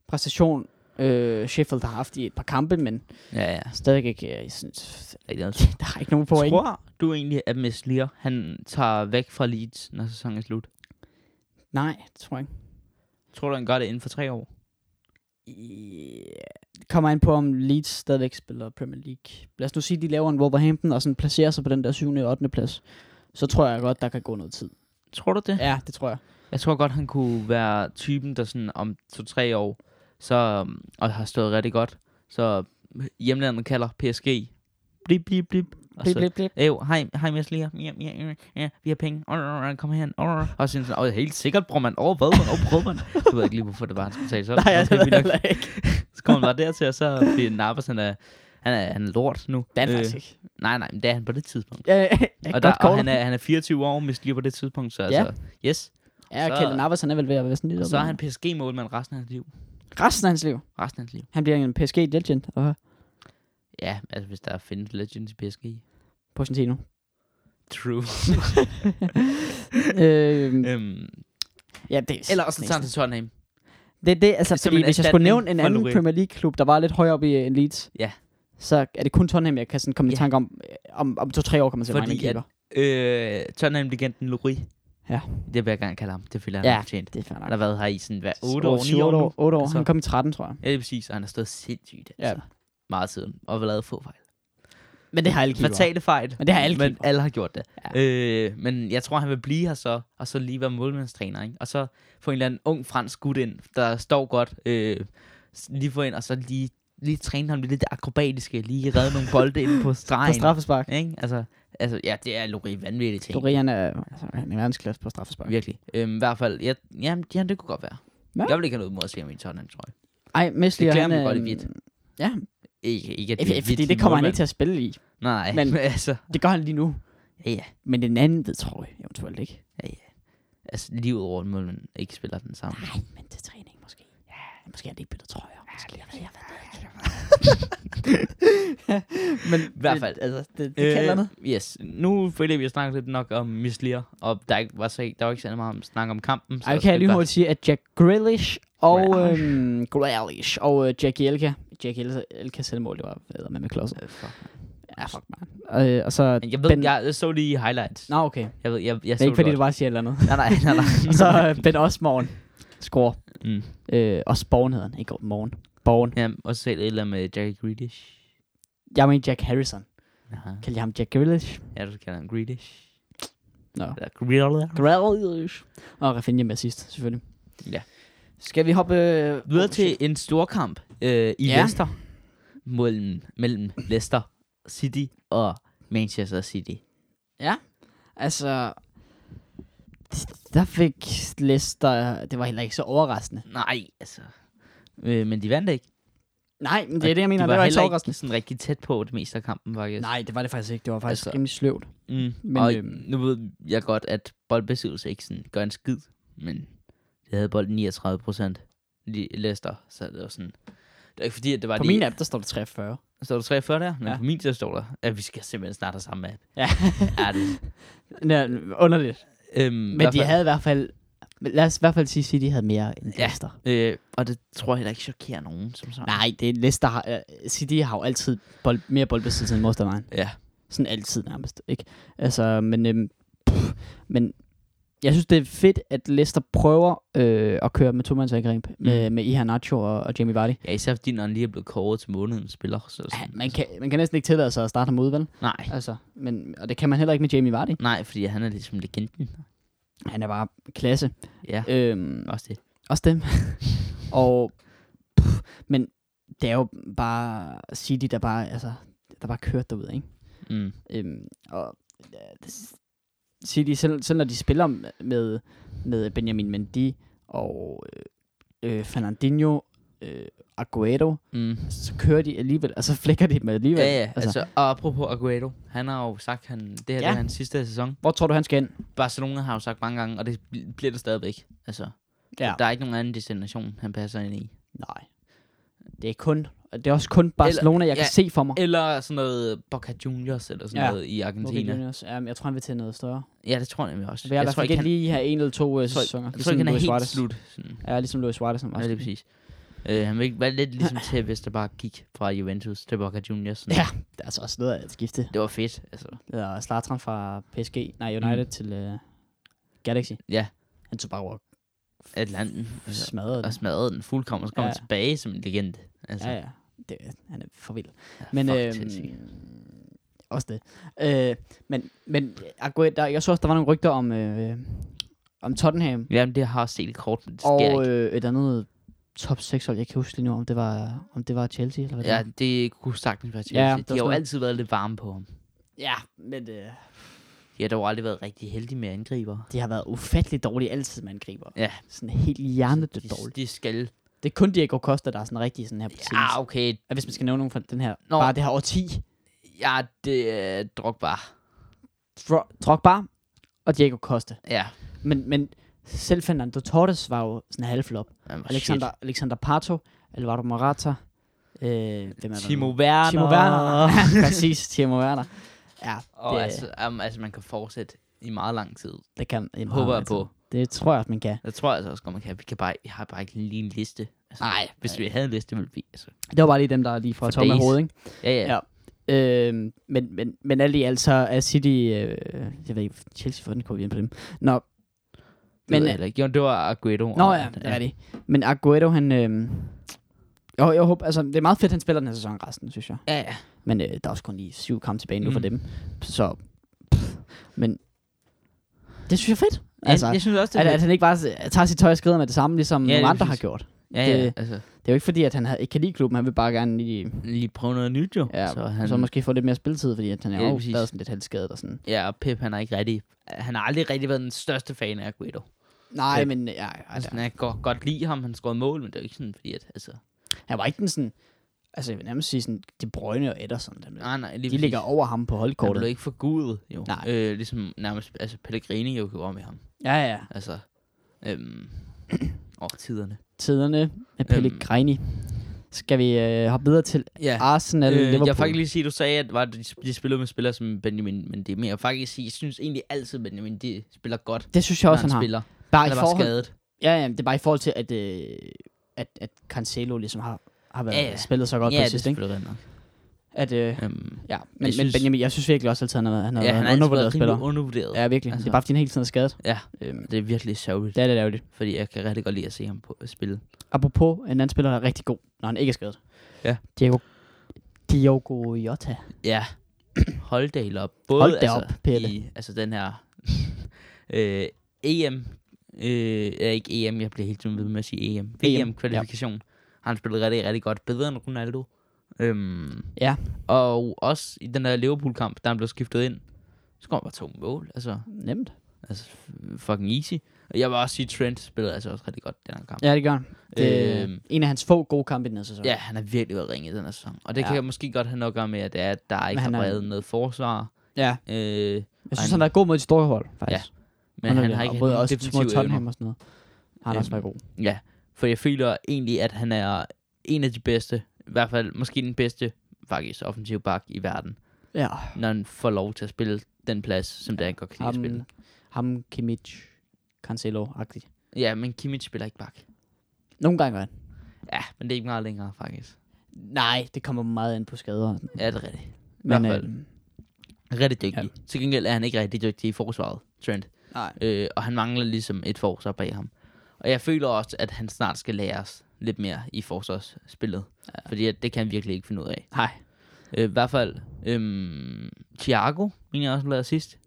Speaker 1: præstation, øh, Sheffield har haft i et par kampe, men
Speaker 2: Ja, ja.
Speaker 1: stadig ikke... øh, Jeg synes,
Speaker 2: Rigtig noget.
Speaker 1: der er ikke nogen point.
Speaker 2: Tror du egentlig, at Mads Lier, han tager væk fra Leeds, når sæsonen er slut?
Speaker 1: Nej, det tror jeg ikke.
Speaker 2: Tror du, han gør det inden for tre år?
Speaker 1: Det kommer an på, om Leeds stadigvæk spiller Premier League. Lad os nu sige, at de laver en Wolverhampton og sådan placerer sig på den der 7. og 8. plads. Så tror jeg godt, der kan gå noget tid.
Speaker 2: Tror du det? Ja.
Speaker 1: Ja, det tror jeg.
Speaker 2: Jeg tror godt, han kunne være typen, der sådan om to-tre år, så, um, og har stået rigtig godt, så øh, hjemlandet kalder PSG. Blip, blip, blip. Og så,
Speaker 1: blip, blip.
Speaker 2: Ew, hej, hej Mads Lier. Ja, ja, ja, ja, vi har penge. Or, or, or, kom herhen. Or, or. Og så sådan, og helt sikkert, bror man. Over hvad, man? Over bror man. Jeg ved ikke lige, hvorfor det var, han skulle tale sådan.
Speaker 1: Nej, jeg
Speaker 2: Men det er fint nok.
Speaker 1: heller ikke.
Speaker 2: Så kommer han bare dertil, og så bliver Nappers, han er, han er, han er lort nu. Øh,
Speaker 1: Det er han faktisk ikke.
Speaker 2: Nej, nej, men det er han på det tidspunkt.
Speaker 1: Ja, ja, ja,
Speaker 2: og,
Speaker 1: godt
Speaker 2: der, og
Speaker 1: call.
Speaker 2: han, er, han er 24 år, Mads Lier på det tidspunkt, så
Speaker 1: Ja.
Speaker 2: altså, yes.
Speaker 1: Ja,
Speaker 2: Så-
Speaker 1: Kjell Navas, han er vel ved at være sådan lidt
Speaker 2: Og så
Speaker 1: om-
Speaker 2: er han PSG-målmand resten af hans liv.
Speaker 1: resten af hans liv.
Speaker 2: Resten af hans liv.
Speaker 1: Han bliver en PSG legend og
Speaker 2: Ja, altså hvis der findes legends i PSG.
Speaker 1: Pochettino.
Speaker 2: True.
Speaker 1: øhm,
Speaker 2: øhm,
Speaker 1: ja, det er
Speaker 2: eller også så tager han til Tottenham.
Speaker 1: Det er det, altså,
Speaker 2: som
Speaker 1: fordi
Speaker 2: en
Speaker 1: hvis jeg skulle
Speaker 2: erstatning
Speaker 1: nævne en
Speaker 2: for
Speaker 1: anden
Speaker 2: Lloris.
Speaker 1: Premier League-klub, der var lidt højere oppe i øh, end Leeds,
Speaker 2: Ja.
Speaker 1: så er det kun Tottenham, jeg kan sådan komme i
Speaker 2: Ja.
Speaker 1: tanke om, øh, om, om to-tre år kommer til at
Speaker 2: Fordi
Speaker 1: mangle en
Speaker 2: at-
Speaker 1: keeper.
Speaker 2: Øh, Tottenham-legenden Louis.
Speaker 1: Ja.
Speaker 2: Det vil jeg gerne kalde ham. Det føler jeg, han
Speaker 1: Ja,
Speaker 2: har fortjent.
Speaker 1: det er fair
Speaker 2: Han har
Speaker 1: nok.
Speaker 2: været her i sådan, hvad, 8 år, 9
Speaker 1: 7,
Speaker 2: år,
Speaker 1: otte
Speaker 2: nu?
Speaker 1: år, 8 år.
Speaker 2: Altså.
Speaker 1: Han kom i 13, tror jeg.
Speaker 2: Ja, det er præcis, og han har stået sindssygt,
Speaker 1: Ja.
Speaker 2: altså. Meget siden, og har lavet få fejl.
Speaker 1: Men det har alle keeper.
Speaker 2: Fatale fejl.
Speaker 1: Men det har alle
Speaker 2: Men
Speaker 1: keepere.
Speaker 2: alle har gjort det.
Speaker 1: Ja.
Speaker 2: Ja. Øh, men jeg tror, han vil blive her så, og så lige være målmandstræner, ikke? Og så få en eller anden ung fransk gut ind, der står godt, øh, s- lige få ind, og så lige, lige træne ham lidt i det akrobatiske, lige redde nogle bolde ind på
Speaker 1: På
Speaker 2: stregen.
Speaker 1: straffespark.
Speaker 2: Ikke? Altså, altså, ja, det er Lori vanvittige ting.
Speaker 1: Doreen er, altså, han er verdensklasse på straffespark.
Speaker 2: Virkelig. Øhm, I hvert fald, ja, jamen, ja, det kunne godt være.
Speaker 1: Ja.
Speaker 2: Jeg vil ikke have noget imod at se ham i Tottenham, tror jeg.
Speaker 1: Ej, Meslier,
Speaker 2: Det klæder
Speaker 1: han
Speaker 2: ham jo
Speaker 1: er...
Speaker 2: godt i hvidt.
Speaker 1: Ja,
Speaker 2: Ikke, ikke at det er
Speaker 1: fordi
Speaker 2: virkelig
Speaker 1: det kommer han
Speaker 2: målmand.
Speaker 1: ikke til at spille i.
Speaker 2: Nej, men
Speaker 1: Men-
Speaker 2: altså,
Speaker 1: Det gør han lige nu.
Speaker 2: ja, ja.
Speaker 1: Men den anden, det tror jeg eventuelt ikke.
Speaker 2: Altså, livet over en målmand ikke spiller den samme.
Speaker 1: Nej, men til træning måske. Ja, måske har det ikke byttet trøjer. Måske, jeg, ved, jeg ved det ikke.
Speaker 2: Men i hvert fald, altså,
Speaker 1: Det, det øh, kalder det.
Speaker 2: Yes. Nu føler jeg, vi har snakket lidt nok om Miss Lear, og der, er ikke, var så, ikke- der var ikke særlig meget om snak om kampen.
Speaker 1: Ej, kan jeg lige
Speaker 2: det er
Speaker 1: hurtigt sige, at Jack Grealish og,
Speaker 2: Grealish.
Speaker 1: øhm, Grealish og øh, Jack Elka. Jack Elka selvmål, det var bedre med med klodser.
Speaker 2: godt. Øh, fuck.
Speaker 1: Ja, fuck man. Øh, og så...
Speaker 2: Men Jeg ved,
Speaker 1: ben...
Speaker 2: jeg, jeg så lige highlights.
Speaker 1: Nå, okay. Det
Speaker 2: Jeg ved, jeg, jeg
Speaker 1: er
Speaker 2: så
Speaker 1: ikke, fordi
Speaker 2: godt.
Speaker 1: du bare siger et eller andet.
Speaker 2: Nej, nej, nej, nej.
Speaker 1: Og så øh, Ben Osborn score.
Speaker 2: Mm.
Speaker 1: Øh, også Born hedder han. Ikke Morgen. Born.
Speaker 2: Ja, og så et eller andet med Jerry Grealish.
Speaker 1: Jeg mener Jack Harrison.
Speaker 2: Aha.
Speaker 1: Kan jeg ham Jack Grealish?
Speaker 2: Ja, du kalder ham Grealish.
Speaker 1: Nå.
Speaker 2: Eller Grealish.
Speaker 1: Grealish. Og Rafinha med sidst, selvfølgelig.
Speaker 2: Ja.
Speaker 1: Skal vi hoppe... øh,
Speaker 2: Videre til en storkamp øh, i
Speaker 1: Ja.
Speaker 2: ja. Leicester. Mellem, mellem Leicester City og Manchester City.
Speaker 1: Altså... Der fik Leicester... Det var heller ikke så overraskende.
Speaker 2: Nej, altså. Øh, men de vandt ikke.
Speaker 1: Nej, men det er det, jeg mener.
Speaker 2: de
Speaker 1: det
Speaker 2: var
Speaker 1: var ikke så
Speaker 2: heller
Speaker 1: overraskende.
Speaker 2: ikke sådan rigtig tæt på det meste af kampen, faktisk.
Speaker 1: Nej, det var det faktisk ikke. Det var faktisk
Speaker 2: Altså-
Speaker 1: altså... rimelig sløvt.
Speaker 2: Mm.
Speaker 1: Men,
Speaker 2: Men, og
Speaker 1: øhm,
Speaker 2: nu ved jeg godt, at boldbesiddelse ikke sådan gør en skid, men det havde bolden 39 procent. Leicester, så det var sådan... Det var ikke fordi, at det var
Speaker 1: På
Speaker 2: de...
Speaker 1: min app, der står det 43.
Speaker 2: Står der 43 der? Men
Speaker 1: Ja.
Speaker 2: ja. på min der står der, at vi skal simpelthen snart have samme app.
Speaker 1: Ja.
Speaker 2: er det?
Speaker 1: ja, underligt.
Speaker 2: Øhm,
Speaker 1: Men de havde i hvert fald... men Lad os i hvert fald sige, at de havde mere end
Speaker 2: Ja.
Speaker 1: Leicester.
Speaker 2: Øh, og det tror jeg heller ikke chokerer nogen, som sådan.
Speaker 1: Nej, det er Leicester har, uh, City har jo altid bold, mere boldbesiddelse end modstanderen.
Speaker 2: Ja.
Speaker 1: Sådan altid nærmest, ikke? Altså, men, øhm, pff, men jeg synes, det er fedt, at Leicester prøver øh, at køre med tomandsangreb med, med Ihan Nacho og, og Jamie Vardy.
Speaker 2: Ja, især fordi, når han lige er blevet kåret til månedens spiller. Så
Speaker 1: Ja, man, kan, man kan næsten ikke tillade sig at starte ham ud, vel?
Speaker 2: Nej.
Speaker 1: Altså, men, og det kan man heller ikke med Jamie Vardy.
Speaker 2: Nej, fordi han er ligesom legenden.
Speaker 1: Han er bare klasse.
Speaker 2: Ja,
Speaker 1: Øhm,
Speaker 2: også det.
Speaker 1: Også dem. og, pff, men det er jo bare City, der bare, altså, der bare kørte derud, ikke?
Speaker 2: Mm.
Speaker 1: Øhm, og ja, det- City, selv, selv når de spiller med, med Benjamin Mendy og øh, øh, Fernandinho, øh, Aguero,
Speaker 2: Mm.
Speaker 1: så kører de alligevel, og så flækker de dem alligevel.
Speaker 2: Ja, ja. Altså, altså, og apropos Aguero, han har jo sagt, han, det her ja. det
Speaker 1: Ja.
Speaker 2: er hans sidste sæson.
Speaker 1: Hvor tror du, han skal hen?
Speaker 2: Barcelona har jo sagt mange gange, og det bl- bliver det stadigvæk. Altså,
Speaker 1: Ja.
Speaker 2: der er ikke nogen anden destination, han passer ind i.
Speaker 1: Nej. Det er kun, det er også kun Barcelona, jeg kan se for mig.
Speaker 2: Eller sådan noget Boca Juniors, eller sådan
Speaker 1: Ja.
Speaker 2: ja. noget i Argentina.
Speaker 1: Okay, Juniors. Ja, men jeg tror, han vil til noget større.
Speaker 2: Ja, det tror jeg nemlig også.
Speaker 1: Jeg, jeg tror ikke,
Speaker 2: han,
Speaker 1: lige have en eller to øh,
Speaker 2: jeg tror,
Speaker 1: sæsoner.
Speaker 2: jeg, jeg tror
Speaker 1: ligesom
Speaker 2: ikke, han er
Speaker 1: Luis
Speaker 2: helt
Speaker 1: Suarez.
Speaker 2: slut. Sådan.
Speaker 1: Ja, ligesom Luis Suarez. som
Speaker 2: Ja,
Speaker 1: også-
Speaker 2: det er præcis. Øh, han vil ikke være lidt ligesom til, hvis der bare gik fra Juventus til Boca Juniors. Sådan.
Speaker 1: Ja. Det er altså også noget af et skifte.
Speaker 2: Det var fedt. Altså.
Speaker 1: Eller Slatran fra PSG, nej United mm. til øh, Galaxy.
Speaker 2: Ja,
Speaker 1: Han tog bare over og
Speaker 2: Atlanten. Altså,
Speaker 1: smadrede
Speaker 2: og
Speaker 1: den.
Speaker 2: smadrede den fuldkommen, og så kom han
Speaker 1: Ja.
Speaker 2: tilbage som en legende. Altså,
Speaker 1: Ja,
Speaker 2: ja,
Speaker 1: ja. Det, han er for vild. Men,
Speaker 2: fuck,
Speaker 1: øhm,
Speaker 2: sindssygt.
Speaker 1: også det. Øh, men men Aguero, der, jeg så også, der var nogle rygter om, øh, om Tottenham.
Speaker 2: Jamen, det har jeg set i kort, men det sker ikke.
Speaker 1: og øh, et andet top 6 hold, jeg kan ikke huske lige nu, om det var, om det var Chelsea. Eller hvad det
Speaker 2: Ja,
Speaker 1: var.
Speaker 2: det kunne sagtens være Chelsea.
Speaker 1: Ja,
Speaker 2: Ja,
Speaker 1: der
Speaker 2: de
Speaker 1: er
Speaker 2: har jo
Speaker 1: sådan-
Speaker 2: altid været lidt varme på ham.
Speaker 1: ja, men øh,
Speaker 2: De har dog aldrig været rigtig heldige med angriber.
Speaker 1: de har været ufattelig dårlige altid, man griber.
Speaker 2: Ja.
Speaker 1: Sådan helt hjernedødt
Speaker 2: De,
Speaker 1: dårligt.
Speaker 2: de skal...
Speaker 1: Det er kun Diego Costa, der er sådan rigtig sådan her på tiden.
Speaker 2: Ja, okay.
Speaker 1: Og hvis man skal nævne nogen fra den her,
Speaker 2: Nå.
Speaker 1: Nå. bare det her årti.
Speaker 2: Ja, det er Drogba.
Speaker 1: Dro- Drogba og Diego Costa.
Speaker 2: Ja.
Speaker 1: Men, men selv Fernando Torres var jo sådan en halvflop.
Speaker 2: Jamen,
Speaker 1: Alexander, Alexander Pato, Alvaro Morata, øh, hvem er der nu?
Speaker 2: shit. Timo Werner.
Speaker 1: Timo Werner. Præcis, Timo Werner. Ja,
Speaker 2: Og
Speaker 1: det,
Speaker 2: altså, um, altså, man kan fortsætte i meget lang tid.
Speaker 1: det kan jeg meget
Speaker 2: håber jeg
Speaker 1: meget til.
Speaker 2: på.
Speaker 1: Det tror jeg, at man kan.
Speaker 2: Jeg tror altså også godt, man kan. Vi kan bare, jeg har bare ikke lige en liste. Altså,
Speaker 1: Nej.
Speaker 2: Hvis vi havde en liste, ville vi... Altså.
Speaker 1: Det var bare lige dem, der er lige fra
Speaker 2: For
Speaker 1: tomme
Speaker 2: days.
Speaker 1: hovedet, ikke?
Speaker 2: Ja, ja.
Speaker 1: Ja. Øhm, men, men, men alt i alt så er City... Øh, jeg ved ikke, Chelsea for den kommer vi ind på dem. Nå,
Speaker 2: Men,
Speaker 1: Men, øh,
Speaker 2: det, ikke. Jo, det var Aguero.
Speaker 1: Nå
Speaker 2: og-
Speaker 1: ja, det er rigtigt. Men Aguero, han... Øh, jo, jeg håber, altså, det er meget fedt, han spiller den her sæson resten, synes jeg.
Speaker 2: Ja, ja.
Speaker 1: Men øh, der er også kun lige syv kampe tilbage nu mm. for
Speaker 2: Mm.
Speaker 1: dem. Så, pff, men det synes jeg er fedt.
Speaker 2: Altså,
Speaker 1: Altså,
Speaker 2: jeg, jeg synes også, det
Speaker 1: at,
Speaker 2: er
Speaker 1: at
Speaker 2: fedt.
Speaker 1: han ikke bare s- tager sit tøj og skrider med det samme, ligesom
Speaker 2: Ja,
Speaker 1: ja, nogle
Speaker 2: lige
Speaker 1: andre har
Speaker 2: præcis.
Speaker 1: gjort.
Speaker 2: Ja, ja.
Speaker 1: det-
Speaker 2: Altså,
Speaker 1: Det er jo ikke fordi, at han har- ikke kan lide klubben, han vil bare gerne lige,
Speaker 2: lige prøve noget nyt, jo.
Speaker 1: ja, så, han... så måske få lidt mere spilletid, fordi at han
Speaker 2: Ja,
Speaker 1: er
Speaker 2: lige
Speaker 1: jo
Speaker 2: præcis.
Speaker 1: været sådan lidt halvskadet og sådan.
Speaker 2: Ja, og Pep, han er ikke rigtig... Han har aldrig rigtig været den største fan af Aguero.
Speaker 1: Nej,
Speaker 2: Ja.
Speaker 1: ja. men ja, altså,
Speaker 2: Altså, han kan godt, godt lide ham, han scorede mål, men det er jo ikke sådan, fordi at... Altså,
Speaker 1: han var ikke den sådan, Altså, jeg vil nærmest sige sådan, De Brøgne og Ederson, dem,
Speaker 2: Nej, nej, lige
Speaker 1: de ligger over ham på
Speaker 2: kortet. Han
Speaker 1: holdkortet.
Speaker 2: blev ikke forgudet, jo.
Speaker 1: Nej.
Speaker 2: Øh, ligesom nærmest, altså Pellegrini jo gjorde med ham.
Speaker 1: Ja, ja.
Speaker 2: Altså, øhm, og tiderne.
Speaker 1: Tiderne
Speaker 2: Øhm.
Speaker 1: med Pellegrini. Skal vi øh, hoppe videre til
Speaker 2: Ja,
Speaker 1: Arsenal, øh, Liverpool?
Speaker 2: jeg vil faktisk lige sige, at du sagde, at var, de, de spillede med spillere som Benjamin Mendy, men jeg vil faktisk sige, jeg synes egentlig altid, at Benjamin Mendy spiller godt,
Speaker 1: Det synes jeg
Speaker 2: når
Speaker 1: også, han,
Speaker 2: han
Speaker 1: har.
Speaker 2: spiller.
Speaker 1: Bare i
Speaker 2: Han er bare
Speaker 1: forhold...
Speaker 2: skadet.
Speaker 1: Ja, ja, det er bare i forhold til, at, øh, at, at Cancelo ligesom har, har været,
Speaker 2: Ja,
Speaker 1: ja,
Speaker 2: ja.
Speaker 1: ja. spillet så godt på
Speaker 2: ja, det er
Speaker 1: sidst, ikke?
Speaker 2: selvfølgelig rigtigt nok.
Speaker 1: At, øh,
Speaker 2: Øhm,
Speaker 1: ja, men, men
Speaker 2: synes-
Speaker 1: synes... Benjamin, jeg synes virkelig også altid, han har været, han har
Speaker 2: ja,
Speaker 1: været
Speaker 2: han
Speaker 1: en
Speaker 2: er altid
Speaker 1: undervurderet
Speaker 2: været
Speaker 1: spiller.
Speaker 2: rimelig undervurderet.
Speaker 1: Ja, virkelig.
Speaker 2: Altså.
Speaker 1: Altså... Det er bare, fordi han hele tiden er skadet.
Speaker 2: Ja.
Speaker 1: Øhm,
Speaker 2: Det er virkelig sørgeligt,
Speaker 1: det er lidt ærgerligt.
Speaker 2: fordi jeg kan rigtig godt lide at se ham på at spille.
Speaker 1: Apropos, en anden spiller, der er rigtig god, når han ikke er skadet.
Speaker 2: Ja.
Speaker 1: Diego, Diogo Jota.
Speaker 2: Ja, hold da helt op. Både
Speaker 1: Hold da
Speaker 2: altså,
Speaker 1: op, Pelle.
Speaker 2: I, altså den her øh, EM, øh, ja, ikke EM, jeg bliver helt tiden ved med at sige E EM.
Speaker 1: E
Speaker 2: VM-kvalifikation. Har han spillet rigtig, rigtig godt. Bedre end Ronaldo. Øhm,
Speaker 1: Ja.
Speaker 2: Og også i den der Liverpool-kamp, da han blev skiftet ind, så kom bare to mål. Altså,
Speaker 1: Nemt.
Speaker 2: altså f- fucking easy. Og jeg vil også sige, Trent spillede altså også rigtig godt i den her kamp.
Speaker 1: Ja, det gør han. Det er
Speaker 2: Øhm.
Speaker 1: en af hans få gode kampe i den her sæson.
Speaker 2: Ja, han har virkelig været ringet i den her sæson. Og det ja.
Speaker 1: Ja.
Speaker 2: kan jeg måske godt have noget at gøre med, at, det er, at der ikke
Speaker 1: han
Speaker 2: har
Speaker 1: er-
Speaker 2: været noget forsvar.
Speaker 1: ja.
Speaker 2: Øh,
Speaker 1: Jeg synes,
Speaker 2: Ej,
Speaker 1: han er god mod de store hold, faktisk.
Speaker 2: men han har ikke
Speaker 1: både
Speaker 2: nogen
Speaker 1: også
Speaker 2: defensive
Speaker 1: mod Tottenham
Speaker 2: evner.
Speaker 1: og sådan noget. Har han
Speaker 2: Øhm.
Speaker 1: også været god.
Speaker 2: Ja, for jeg føler egentlig, at han er en af de bedste, i hvert fald måske den bedste, faktisk, offensiv bak i verden,
Speaker 1: Ja.
Speaker 2: når han får lov til at spille den plads, som det er, han godt kan lide at
Speaker 1: Ham,
Speaker 2: spille.
Speaker 1: ham Kimmich, Cancelo-agtigt.
Speaker 2: Ja, men Kimmich spiller ikke bak.
Speaker 1: Nogle gange gør han.
Speaker 2: Ja, men det er ikke meget længere, faktisk.
Speaker 1: Nej, det kommer meget ind på skader. og sådan.
Speaker 2: Ja, det er rigtigt.
Speaker 1: Men,
Speaker 2: hvert fald.
Speaker 1: øh,
Speaker 2: Rigtig dygtig. Ja. Til gengæld er han ikke rigtig dygtig i forsvaret, Trent.
Speaker 1: nej.
Speaker 2: Øh, og han mangler ligesom et forsvar bag ham. Og jeg føler også, at han snart skal læres lidt mere i forsvarsspillet. Ja. Fordi at det kan han virkelig ikke finde ud af.
Speaker 1: Nej.
Speaker 2: Øh, I hvert fald, øhm, Thiago, mener jeg også, lavede sidst.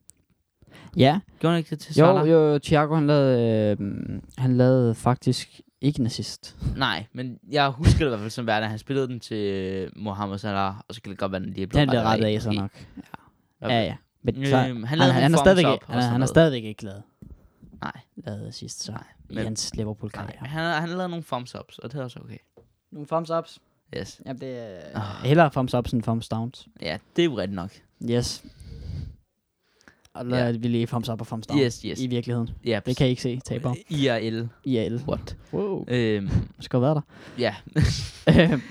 Speaker 1: Ja,
Speaker 2: Gjorde han ikke det til
Speaker 1: jo,
Speaker 2: Salah?
Speaker 1: jo, Thiago, han lavede, øh, han lavede faktisk ikke en assist.
Speaker 2: Nej, men jeg husker det i hvert fald som værende. Han spillede den til øh, Mohamed Salah, og så kan det godt være, at den lige blev
Speaker 1: Den blev rettet af, så nok. Ja, ja. Men så,
Speaker 2: Øhm, han
Speaker 1: han,
Speaker 2: lavede
Speaker 1: han, han,
Speaker 2: en
Speaker 1: er
Speaker 2: thumbs
Speaker 1: stadigvæk,
Speaker 2: up
Speaker 1: ikke-
Speaker 2: og
Speaker 1: han, er-
Speaker 2: sådan
Speaker 1: han er
Speaker 2: noget.
Speaker 1: stadigvæk ikke lavet,
Speaker 2: Nej,
Speaker 1: lavet sidst, så
Speaker 2: Nej,
Speaker 1: i
Speaker 2: men-
Speaker 1: hans Liverpool-karriere.
Speaker 2: nej. Men han, han lavede nogle thumbs ups, og det er også okay.
Speaker 1: Nogle thumbs ups.
Speaker 2: Yes.
Speaker 1: Jamen, det er... Ah. Hellere thumbs ups end thumbs downs.
Speaker 2: Ja, det er jo rigtigt nok.
Speaker 1: Yes. Og der
Speaker 2: Ja.
Speaker 1: er vi lige thumbs up og thumbs down.
Speaker 2: Yes, yes.
Speaker 1: I virkeligheden.
Speaker 2: Ja,
Speaker 1: Det kan I ikke se, taber.
Speaker 2: IRL.
Speaker 1: IAL.
Speaker 2: What?
Speaker 1: Wow.
Speaker 2: Øhm,
Speaker 1: Skal være der.
Speaker 2: ja.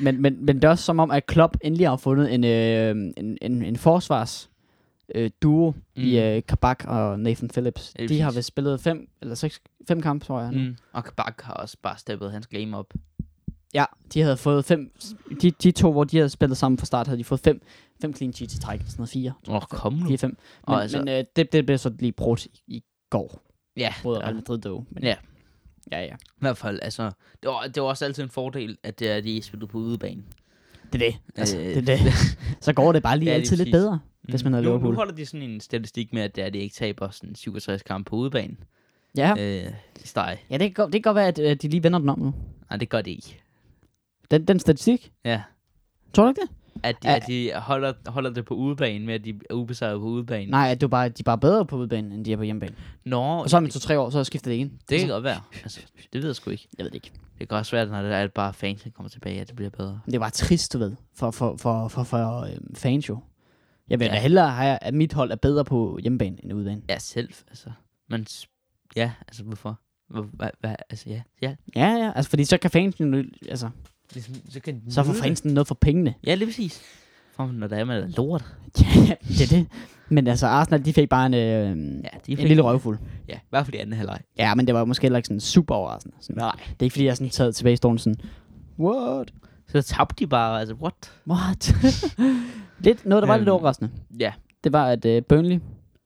Speaker 1: men, men, men det er også som om, at Klopp endelig har fundet en, øh, en, en, en forsvars øh, duo mm. i øh, Kabak og Nathan Phillips.
Speaker 2: Ja,
Speaker 1: de har
Speaker 2: præcis.
Speaker 1: vist spillet fem eller seks, fem kampe, tror jeg. Mm.
Speaker 2: Mm. Og Kabak har også bare steppet hans game op.
Speaker 1: Ja, de havde fået fem... De, de to, hvor de havde spillet sammen fra start, havde de fået fem, fem clean sheets i træk. Sådan noget fire.
Speaker 2: Åh, oh, kom nu.
Speaker 1: Fire, fem. Men,
Speaker 2: Og
Speaker 1: oh,
Speaker 2: altså-
Speaker 1: altså. men øh, det, det blev så lige brudt i, i går.
Speaker 2: Ja,
Speaker 1: Både
Speaker 2: ja.
Speaker 1: Real Madrid dog. Men,
Speaker 2: Ja.
Speaker 1: Ja, ja.
Speaker 2: i hvert fald, altså, det var, det var også altid en fordel, at det er, at de spillede på udebane.
Speaker 1: Det er det. Altså,
Speaker 2: Øh,
Speaker 1: det, er det. så går det bare lige Mm.
Speaker 2: Ja,
Speaker 1: ja,
Speaker 2: lige
Speaker 1: altid lidt
Speaker 2: præcis.
Speaker 1: bedre, hvis man har
Speaker 2: Mm. nu, nu
Speaker 1: Liverpool.
Speaker 2: holder de sådan en statistik med, at det er, at de ikke taber sådan 67 kampe på udebane.
Speaker 1: Ja,
Speaker 2: Ja. Øh, i streg.
Speaker 1: ja det, kan godt, det kan godt være, at øh, de lige vender den om nu.
Speaker 2: Nej, det gør det ikke.
Speaker 1: Den, den statistik?
Speaker 2: Ja.
Speaker 1: Tror du ikke det?
Speaker 2: At de,
Speaker 1: Ja.
Speaker 2: at de holder, holder det på udebane med, at de er ubesejret på udebane.
Speaker 1: Nej, at du bare, de er bare bedre på udbanen, end de er på hjemmebane.
Speaker 2: Nå,
Speaker 1: Og så om to-tre år, så skifter det igen.
Speaker 2: det kan godt være. Altså, det ved jeg sgu ikke.
Speaker 1: Jeg ved det ikke.
Speaker 2: Det kan også være, at når det er at bare fans, der kommer tilbage, at det bliver bedre.
Speaker 1: Men det er bare trist, du ved, for, for, for, for, for øhm, fans jo. Jeg vil
Speaker 2: Ja.
Speaker 1: ja. da hellere have, at mit hold er bedre på hjemmebane end udebane.
Speaker 2: Ja, selv, altså. Men s- ja, altså hvorfor? Hvor, hvad, hvad, altså ja, ja.
Speaker 1: Ja, ja, altså fordi så kan fansen jo, altså,
Speaker 2: Ligesom, så kan de
Speaker 1: så får
Speaker 2: nyde det.
Speaker 1: fansen noget for pengene.
Speaker 2: Ja, lige præcis. For når der er med lort.
Speaker 1: Ja, det er det. Men altså, Arsenal, de fik bare en, øh,
Speaker 2: Ja,
Speaker 1: ja,
Speaker 2: de
Speaker 1: de
Speaker 2: fik-
Speaker 1: en lille røvfuld.
Speaker 2: Ja, i hvert fald i anden halvleg.
Speaker 1: Ja, men det var måske heller ikke sådan super overraskende. Sådan,
Speaker 2: Nej.
Speaker 1: Det er ikke fordi, jeg er sådan taget tilbage i stolen sådan, what?
Speaker 2: Så tabte de bare, altså what?
Speaker 1: What? lidt, noget, der var øhm. lidt
Speaker 2: Øhm.
Speaker 1: overraskende.
Speaker 2: Ja,
Speaker 1: det var, at øh, Burnley,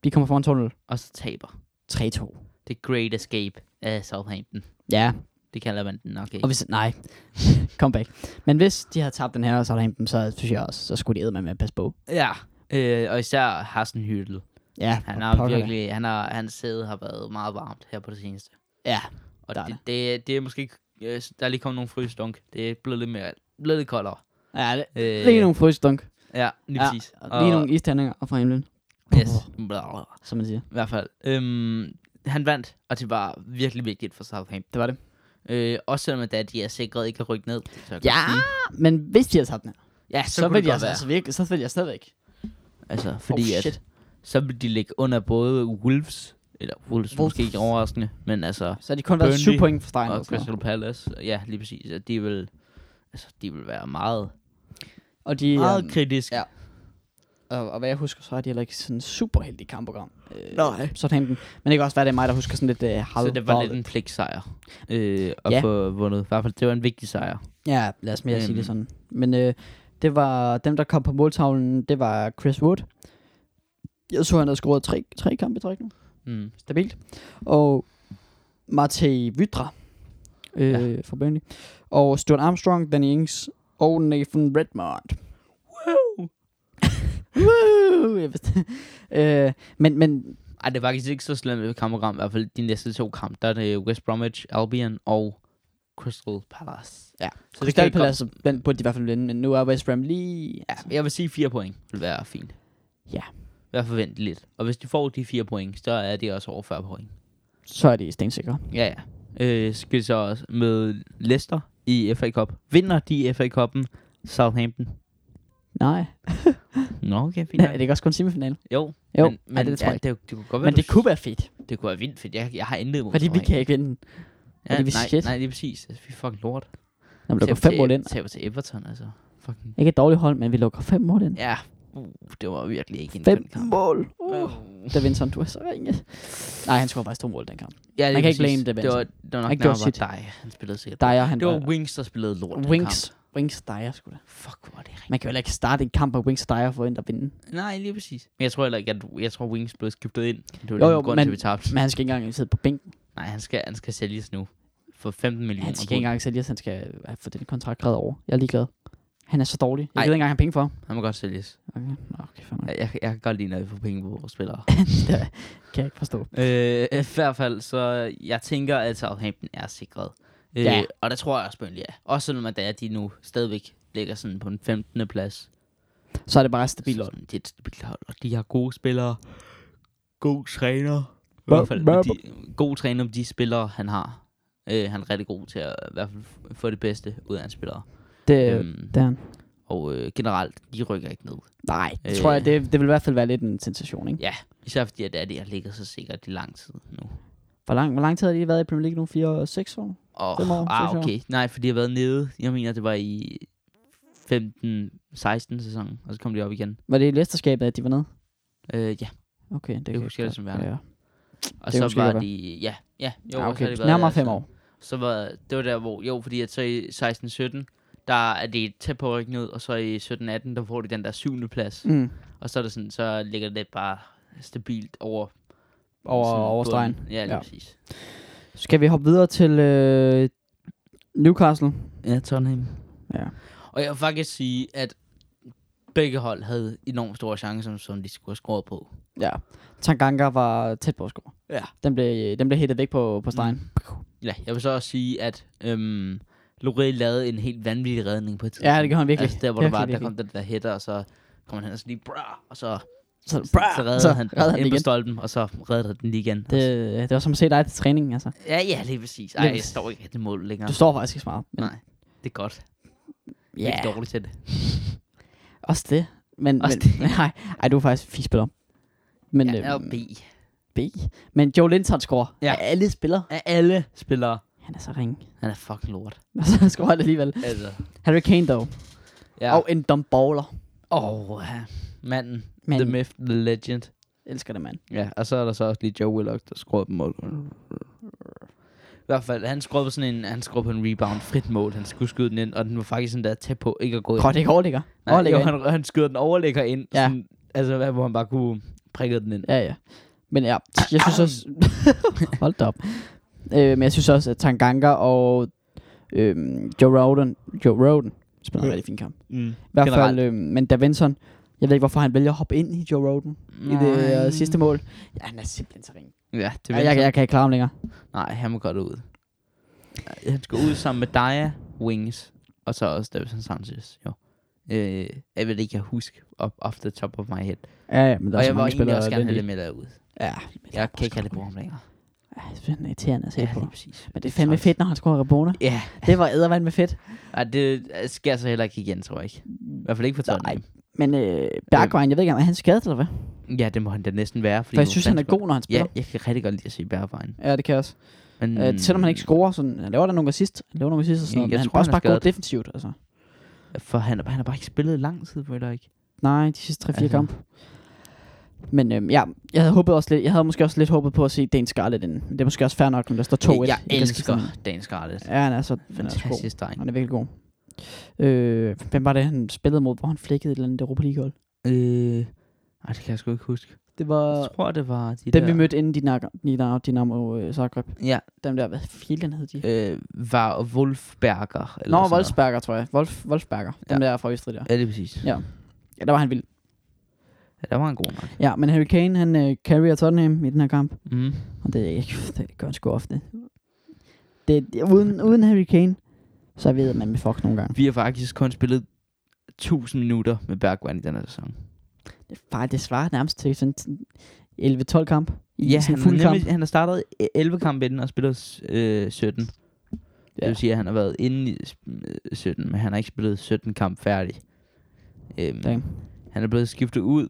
Speaker 1: de kommer foran 2-0.
Speaker 2: og så taber.
Speaker 1: 3-2.
Speaker 2: The Great Escape af Southampton.
Speaker 1: Ja,
Speaker 2: Det kalder man den nok ikke.
Speaker 1: og hvis... Nej. Comeback. Men hvis de havde tabt den her, og så havde hængt dem, så synes jeg også, så skulle de æde med at passe på.
Speaker 2: Ja, øh, og især Hassan Hyttel.
Speaker 1: Ja,
Speaker 2: Han
Speaker 1: hvor
Speaker 2: har
Speaker 1: pokker da.
Speaker 2: virkelig, han har, hans sæde har været meget varmt her på det seneste.
Speaker 1: Ja,
Speaker 2: Og
Speaker 1: Der er
Speaker 2: det, det, det, er måske ikke, øh, der er lige kommet nogle frysdunk. Det er blevet lidt, mere, blevet lidt koldere.
Speaker 1: ja det,
Speaker 2: Øh,
Speaker 1: lige nogle frysdunk.
Speaker 2: Ja, lige
Speaker 1: Ja,
Speaker 2: præcis.
Speaker 1: og lige nogle isterninger og fra himlen,
Speaker 2: Yes. Blablabla.
Speaker 1: som man siger.
Speaker 2: I hvert fald. Øhm, han vandt, og det var virkelig vigtigt for Southampton.
Speaker 1: Det var det.
Speaker 2: Øh, også selvom at da de er sikret ikke kan rykke ned. Så jeg kan
Speaker 1: Ja,
Speaker 2: sige.
Speaker 1: men hvis de havde tabt den her,
Speaker 2: ja
Speaker 1: så,
Speaker 2: så,
Speaker 1: så
Speaker 2: kunne det
Speaker 1: ville jeg
Speaker 2: godt være.
Speaker 1: altså virkelig, så ville jeg stadigvæk.
Speaker 2: Altså, fordi
Speaker 1: oh,
Speaker 2: oh,
Speaker 1: shit.
Speaker 2: at, så ville de ligge under både Wolves, eller Wolves, Wolves.
Speaker 1: Wolves.
Speaker 2: måske ikke overraskende, men altså
Speaker 1: Så har de kun været
Speaker 2: Burnley
Speaker 1: 7 point for stregen.
Speaker 2: og
Speaker 1: Og,
Speaker 2: Crystal Palace, ja, lige præcis, at de vil, altså, de vil være meget,
Speaker 1: og, de,
Speaker 2: meget
Speaker 1: øhm,
Speaker 2: kritisk.
Speaker 1: ja. og, og, hvad jeg husker, så har de heller ikke sådan super heldig kampprogram. Øh, Nej. Sådan, men det kan også være, det er mig, der husker sådan lidt øh, halv.
Speaker 2: Så det var lidt en pligtsejr øh, at
Speaker 1: Ja.
Speaker 2: ja. få vundet. I hvert fald, det var en vigtig sejr.
Speaker 1: Ja, lad os mere sige
Speaker 2: Øhm.
Speaker 1: det sådan. Men øh, det var dem, der kom på måltavlen, det var Chris Wood. Jeg så, han havde scoret tre, tre kampe i træk nu.
Speaker 2: Mm.
Speaker 1: Stabilt. Og Marte Vydra øh, ja. fra Burnley. Og Stuart Armstrong, Danny Ings og Nathan Redmond. Woo! Woo! Jeg vidste. øh, men, men
Speaker 2: Ej, det var faktisk ikke så slemt et kampprogram, i hvert fald de næste to kampe. Der er det West Bromwich, Albion og Crystal Palace.
Speaker 1: Ja.
Speaker 2: Så det
Speaker 1: Crystal
Speaker 2: kan godt,
Speaker 1: Palace, altså, den burde de i hvert fald vinde, men nu er West Brom lige... Ja.
Speaker 2: jeg vil sige fire point vil være fint.
Speaker 1: Ja.
Speaker 2: Vær forventeligt. Og hvis de får de fire point, så er de også over 40 point.
Speaker 1: Så er de stensikre.
Speaker 2: Ja, ja. Øh, skal de så også møde Leicester i FA Cup. Vinder de FA Cup'en Southampton?
Speaker 1: Nej,
Speaker 2: Nå, okay, fint.
Speaker 1: det er
Speaker 2: nok.
Speaker 1: ikke også kun semifinalen.
Speaker 2: Jo,
Speaker 1: Jo,
Speaker 2: men,
Speaker 1: ja,
Speaker 2: men
Speaker 1: det tror jeg
Speaker 2: ja, det, det, kunne godt være,
Speaker 1: Men
Speaker 2: du
Speaker 1: det kunne være fedt,
Speaker 2: Det kunne være vildt fedt. Jeg, jeg har intet mod
Speaker 1: fordi vi
Speaker 2: Southampton.
Speaker 1: kan ikke vinde den.
Speaker 2: Ja,
Speaker 1: fordi vi er
Speaker 2: nej,
Speaker 1: shit.
Speaker 2: nej, lige præcis. Altså, vi er fucking lort.
Speaker 1: Når vi lukker
Speaker 2: Taber
Speaker 1: fem mål
Speaker 2: til-
Speaker 1: ind.
Speaker 2: Taber til Everton, altså. Fucking.
Speaker 1: Ikke et dårligt hold, men vi lukker fem mål ind.
Speaker 2: Ja, uh, det var virkelig ikke en
Speaker 1: Fem
Speaker 2: køn kamp.
Speaker 1: mål! Uh.
Speaker 2: Uh.
Speaker 1: Da Vincent, du er så ringe. Nej, han scorede faktisk to mål den kamp.
Speaker 2: Ja,
Speaker 1: Man kan ikke
Speaker 2: præcis.
Speaker 1: blame det,
Speaker 2: Det var,
Speaker 1: Benson.
Speaker 2: det var nok
Speaker 1: Han
Speaker 2: han
Speaker 1: gjorde
Speaker 2: nærmere
Speaker 1: sit.
Speaker 2: dig, han spillede sikkert.
Speaker 1: Dejer han
Speaker 2: Det var
Speaker 1: bare-
Speaker 2: Wings, der spillede lort. den
Speaker 1: Winks.
Speaker 2: kamp.
Speaker 1: Winks Dyer, sgu da.
Speaker 2: Fuck, hvor er det rigtigt.
Speaker 1: Man kan jo heller ikke starte en kamp, hvor Winks og Dyer forventer at vinde.
Speaker 2: Nej, lige præcis. Men jeg tror heller ikke, at jeg tror, Wings blev skiftet ind. Det var
Speaker 1: Jo,
Speaker 2: jo,
Speaker 1: jo,
Speaker 2: jo, grund
Speaker 1: men-
Speaker 2: til, at vi tabte.
Speaker 1: Men han skal ikke engang sidde på bænken.
Speaker 2: Nej, han skal, han skal sælges nu. For 15 millioner.
Speaker 1: Han skal ikke
Speaker 2: pund.
Speaker 1: engang sælges. Han skal øh, få den kontrakt reddet over. Jeg er ligeglad. Han er så dårlig. Jeg
Speaker 2: Ej.
Speaker 1: ved ikke engang, han har penge for. ham.
Speaker 2: Han må godt sælges.
Speaker 1: Okay, Nå, okay fair nok.
Speaker 2: Jeg, jeg, jeg kan godt lide, når vi får penge på vores spillere.
Speaker 1: Kan jeg ikke forstå.
Speaker 2: Øh, I hvert fald, så jeg tænker, at Southampton er sikret. Øh,
Speaker 1: Ja.
Speaker 2: Og der tror jeg også, Burnley er. Også selvom at det er, at de nu stadigvæk ligger sådan på den 15. plads.
Speaker 1: Så er det bare stabilt.
Speaker 2: Så
Speaker 1: hold.
Speaker 2: sådan, Det er et stabilt hold, og de har gode spillere. God træner. I
Speaker 1: Ba-
Speaker 2: hvert fald,
Speaker 1: ba-
Speaker 2: med de, god træner med de spillere, han har. Øh, han er rigtig god til at i hvert fald f- få det bedste ud af hans spillere.
Speaker 1: Det,
Speaker 2: Øhm,
Speaker 1: det er han.
Speaker 2: og øh, generelt, de rykker ikke ned.
Speaker 1: Nej, det tror jeg,
Speaker 2: Øh.
Speaker 1: det, det vil i hvert fald være lidt en sensation, ikke?
Speaker 2: Ja, især fordi, at det er, de har ligget så sikkert i lang tid nu.
Speaker 1: Hvor lang, hvor lang tid har de været i Premier League nu? 4-6 år?
Speaker 2: Og,
Speaker 1: Fem år, seks
Speaker 2: ah,
Speaker 1: år.
Speaker 2: okay. Nej, for de har været nede. Jeg mener, det var i 15-16 sæsonen, og så kom de op igen.
Speaker 1: Var det i læsterskabet, at de var nede?
Speaker 2: Øh, ja,
Speaker 1: Okay, det,
Speaker 2: kan husker jeg som værende.
Speaker 1: Ja.
Speaker 2: og
Speaker 1: Det
Speaker 2: så
Speaker 1: måske
Speaker 2: var
Speaker 1: godt
Speaker 2: de... Ja, ja. Jo,
Speaker 1: Jo,
Speaker 2: og så har
Speaker 1: okay.
Speaker 2: de
Speaker 1: Så
Speaker 2: været-
Speaker 1: nærmere fem
Speaker 2: så-
Speaker 1: år.
Speaker 2: Så var, det var der, hvor... Jo, fordi at så i 16-17, der er det tæt på at rykke ned, og så i 17-18, der får de den der syvende plads. Mm.
Speaker 1: Mm.
Speaker 2: Og så er det sådan, så ligger det bare stabilt over...
Speaker 1: Over,
Speaker 2: sådan
Speaker 1: over stregen.
Speaker 2: bunden. Ja, lige
Speaker 1: Ja.
Speaker 2: ja. præcis.
Speaker 1: Skal vi hoppe videre til øh, Newcastle?
Speaker 2: Ja, Tottenham.
Speaker 1: Ja.
Speaker 2: Og jeg vil faktisk sige, at begge hold havde enormt store chancer, som de skulle have scoret på.
Speaker 1: Ja. Tanganga var tæt på at score.
Speaker 2: Ja. Mm. altså.
Speaker 1: Den blev, den blev hættet væk på, på stregen.
Speaker 2: Ja, jeg vil så også sige, at øhm, Loré lavede en helt vanvittig redning på et tidspunkt.
Speaker 1: Ja, det gjorde han virkelig.
Speaker 2: Altså der, hvor
Speaker 1: Virkelig,
Speaker 2: der, var, der
Speaker 1: virkelig.
Speaker 2: kom den der hætter, og så kom han hen og så lige, bra, og så,
Speaker 1: Så,
Speaker 2: så reddede
Speaker 1: så
Speaker 2: han,
Speaker 1: reddede han
Speaker 2: ind på
Speaker 1: igen.
Speaker 2: stolpen, og så reddede han den lige igen.
Speaker 1: Det, det var som at se dig til træningen, altså.
Speaker 2: Ja, ja, lige præcis.
Speaker 1: Lige
Speaker 2: Ej, jeg
Speaker 1: præcis.
Speaker 2: står ikke rigtig mål længere.
Speaker 1: Du står faktisk ikke så meget. Men,
Speaker 2: Nej, det er godt. Jeg er
Speaker 1: ja,
Speaker 2: ikke dårlig til det.
Speaker 1: også det. Men,
Speaker 2: Også
Speaker 1: men, det. Nej, ej, du er faktisk fispiller. Men,
Speaker 2: Jeg er
Speaker 1: øhm,
Speaker 2: B.
Speaker 1: B. Men Joe Linton scorer.
Speaker 2: Ja.
Speaker 1: Af Alle spillere.
Speaker 2: Af alle spillere.
Speaker 1: Han er så ring.
Speaker 2: Han er fucking lort.
Speaker 1: Og så scorer han alligevel.
Speaker 2: Altså.
Speaker 1: Harry Kane dog.
Speaker 2: Ja.
Speaker 1: Og en dum baller.
Speaker 2: Åh, oh, ja. manden.
Speaker 1: Manden.
Speaker 2: The myth, the legend.
Speaker 1: Elsker det, mand.
Speaker 2: Ja, og så er der så også lige Joe Willock, der skruer på mål. I hvert fald, han skruer på sådan en, han skruer på en rebound, frit mål. Han skulle skyde den ind, og den var faktisk sådan der tæt på ikke at gå ind.
Speaker 1: Godt, det ikke overligger.
Speaker 2: Nej, jo,
Speaker 1: Overligger.
Speaker 2: han, han skyder den overlægger ind.
Speaker 1: Ja.
Speaker 2: Ja. Sådan, altså, hvad, hvor han bare kunne prikke den ind.
Speaker 1: Ja, ja. Men ja, jeg synes også... Hold da op. Øh, men jeg synes også, at Tanganga og øh, Joe Roden, Joe Roden spiller en rigtig fin kamp.
Speaker 2: Mm.
Speaker 1: I hvert
Speaker 2: Generelt.
Speaker 1: fald, øh, men Davinson, jeg ved ikke, hvorfor han vælger at hoppe ind i Joe Roden i det øh, sidste mål. Ja, han er simpelthen så ring.
Speaker 2: Ja, det
Speaker 1: Ja,
Speaker 2: vil
Speaker 1: jeg, jeg, kan ikke klare ham længere.
Speaker 2: Nej, han må godt ud. Ja, Han skal ud sammen med Daya, Wings, og så også Davison Sanchez. Jo. Øh, jeg ved ikke, jeg husker op, off the top of my head.
Speaker 1: Ja, ja, men der er
Speaker 2: Og
Speaker 1: så
Speaker 2: jeg vil
Speaker 1: mange
Speaker 2: egentlig
Speaker 1: spillere.
Speaker 2: også gerne have
Speaker 1: den
Speaker 2: lidt med derude.
Speaker 1: i. Ja,
Speaker 2: Jeg kan ikke have det på ham længere.
Speaker 1: Ja, det er irriterende at se
Speaker 2: Ja,
Speaker 1: ja, på.
Speaker 2: lige præcis.
Speaker 1: Men det er fandme fedt, når han scorer Rabona.
Speaker 2: Ja,
Speaker 1: Det var ædervand med fedt.
Speaker 2: Ej, det øh, sker så heller ikke igen, tror jeg ikke. I hvert fald ikke for Tottenham.
Speaker 1: Men øh, Bergwijn, jeg ved ikke, om er han skadet eller hvad?
Speaker 2: Ja, det må han da næsten være. Fordi
Speaker 1: For jeg
Speaker 2: nu
Speaker 1: synes, han er
Speaker 2: Sandsgaard-
Speaker 1: god, når han
Speaker 2: Ja,
Speaker 1: spiller.
Speaker 2: jeg kan rigtig godt lide at se Bærvejen.
Speaker 1: Ja, det kan jeg også.
Speaker 2: Men,
Speaker 1: Øh, selvom han ikke scorer, sådan, han laver der nogle assist, han laver nogle assist og sådan
Speaker 2: Jeg
Speaker 1: noget, men han
Speaker 2: tror,
Speaker 1: er også
Speaker 2: han er
Speaker 1: bare god
Speaker 2: skadet.
Speaker 1: defensivt. Altså.
Speaker 2: For han, han har bare ikke spillet i lang tid, føler jeg ikke.
Speaker 1: Nej, de sidste 3-4
Speaker 2: Altså.
Speaker 1: altså. kampe. Men øhm, ja, jeg havde, håbet også lidt, jeg havde måske også lidt håbet på at se Dan Scarlett inden. Men det er måske også fair nok, når der står 2-1.
Speaker 2: Øh, jeg,
Speaker 1: kan
Speaker 2: jeg
Speaker 1: skifte
Speaker 2: elsker
Speaker 1: den.
Speaker 2: Dan Scarlett.
Speaker 1: Ja, han er så han er så god.
Speaker 2: Fantastisk dreng.
Speaker 1: Han er virkelig god. Øh, hvem var det, han spillede mod, hvor han flækkede et eller andet Europa League-hold?
Speaker 2: Øh, ej, det kan jeg sgu ikke huske.
Speaker 1: Det var
Speaker 2: Jeg tror, det var de
Speaker 1: dem,
Speaker 2: der...
Speaker 1: vi mødte inden Dinamo, Dinamo, Dinamo øh, Zagreb.
Speaker 2: Ja,
Speaker 1: Dem der, hvad filen hed de?
Speaker 2: øh, var Wolfberger. Eller
Speaker 1: Nå,
Speaker 2: sådan noget.
Speaker 1: Wolfsberger, tror jeg. Wolf, Wolfsberger. Dem der fra Østrig der.
Speaker 2: Ja, det er præcis.
Speaker 1: Ja. Ja, der var han vild.
Speaker 2: Ja, der var han god nok.
Speaker 1: Ja, men Harry Kane, han øh, carrier Tottenham i den her kamp.
Speaker 2: Mm.
Speaker 1: Og det, er ikke, det gør han sgu ofte. Det, det, uden, uden Harry Kane, så ved man med fuck nogle gange.
Speaker 2: Vi har faktisk kun spillet 1000 minutter med Bergwijn i den her sæson.
Speaker 1: Det, bare, det svarer nærmest til sådan en 11-12 kamp. I
Speaker 2: Ja,
Speaker 1: sådan
Speaker 2: han,
Speaker 1: en
Speaker 2: har
Speaker 1: fuld kamp.
Speaker 2: nemlig, han har startet 11 kampe inden og spillet øh, 17. Ja. Det
Speaker 1: Ja.
Speaker 2: vil sige, at han har været inde i øh, 17, men han har ikke spillet 17 kamp færdig. Øhm,
Speaker 1: Damn.
Speaker 2: han er blevet skiftet ud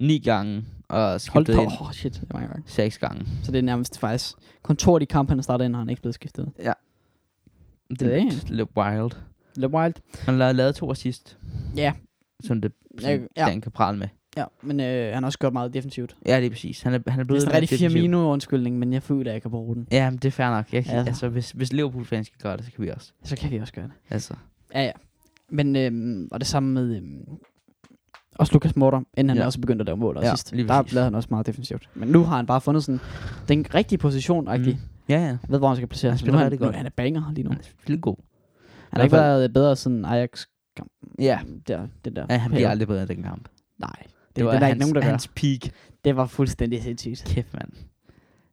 Speaker 2: 9 gange og
Speaker 1: Hold
Speaker 2: skiftet
Speaker 1: da,
Speaker 2: ind
Speaker 1: oh, shit, det er mange gange.
Speaker 2: 6 gange.
Speaker 1: Så det er nærmest faktisk kun to af de kampe, han har startet ind, har han ikke blevet skiftet. ud.
Speaker 2: Det
Speaker 1: Damn.
Speaker 2: er lidt wild.
Speaker 1: Lidt wild.
Speaker 2: Han har lavet to assist,
Speaker 1: Ja,
Speaker 2: som, det, som
Speaker 1: Ja,
Speaker 2: ja.
Speaker 1: ja.
Speaker 2: Dan kan prale med.
Speaker 1: ja men øh, han har også gjort meget defensivt.
Speaker 2: Ja, det er præcis. Han er, han er
Speaker 1: Det er
Speaker 2: blevet
Speaker 1: sådan en
Speaker 2: lidt
Speaker 1: rigtig
Speaker 2: defensiv.
Speaker 1: Firmino-undskyldning, men jeg føler, at jeg kan bruge den.
Speaker 2: Ja, men det er fair nok. Jeg, altså.
Speaker 1: Altså.
Speaker 2: altså, hvis, hvis Liverpool-fans skal gøre det, så kan vi også.
Speaker 1: Så kan vi også gøre det.
Speaker 2: Altså,
Speaker 1: Ja, ja. Men, øhm, og det samme med øhm, også Lukas Morter, inden han
Speaker 2: Ja.
Speaker 1: ja. også begyndte at lave mål og
Speaker 2: Ja,
Speaker 1: ja, sidst.
Speaker 2: lige
Speaker 1: Der
Speaker 2: præcis.
Speaker 1: blev han også meget defensivt. Men nu har han bare fundet sådan den rigtige position, mm.
Speaker 2: Mm. ja, ja.
Speaker 1: Jeg ved, hvor han skal placere.
Speaker 2: Han
Speaker 1: sig.
Speaker 2: spiller
Speaker 1: Nu er
Speaker 2: rigtig
Speaker 1: nu-
Speaker 2: godt.
Speaker 1: Han er banger lige nu.
Speaker 2: Han er vildt god.
Speaker 1: Han har ikke været bedre siden Ajax.
Speaker 2: Ja,
Speaker 1: Der, den der
Speaker 2: ja han bliver
Speaker 1: periode.
Speaker 2: aldrig bedre af den kamp.
Speaker 1: Nej, det,
Speaker 2: Det
Speaker 1: det
Speaker 2: var
Speaker 1: var der er
Speaker 2: hans,
Speaker 1: ikke nogen, der
Speaker 2: hans
Speaker 1: gør.
Speaker 2: peak.
Speaker 1: Det var fuldstændig sindssygt.
Speaker 2: Kæft, mand.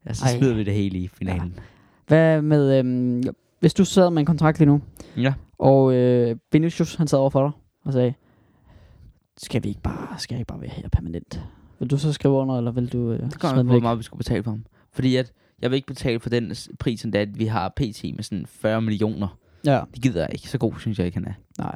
Speaker 2: Ja, så
Speaker 1: Ej.
Speaker 2: smider vi det hele i finalen.
Speaker 1: Hvad med, øhm, hvis du sad med en kontrakt lige nu,
Speaker 2: Ja.
Speaker 1: og øh, Vinicius, han sad over for dig og sagde, skal vi ikke bare, skal jeg ikke bare være her permanent? Vil du så skrive under, eller vil du øh,
Speaker 2: Det
Speaker 1: smide
Speaker 2: kommer an
Speaker 1: den
Speaker 2: på, hvor
Speaker 1: væk?
Speaker 2: meget vi skulle betale for ham. Fordi at, jeg vil ikke betale for den s- pris, som det er, at vi har PT med sådan 40 millioner.
Speaker 1: Ja,
Speaker 2: Det gider jeg ikke. Så god synes jeg ikke, han er.
Speaker 1: nej.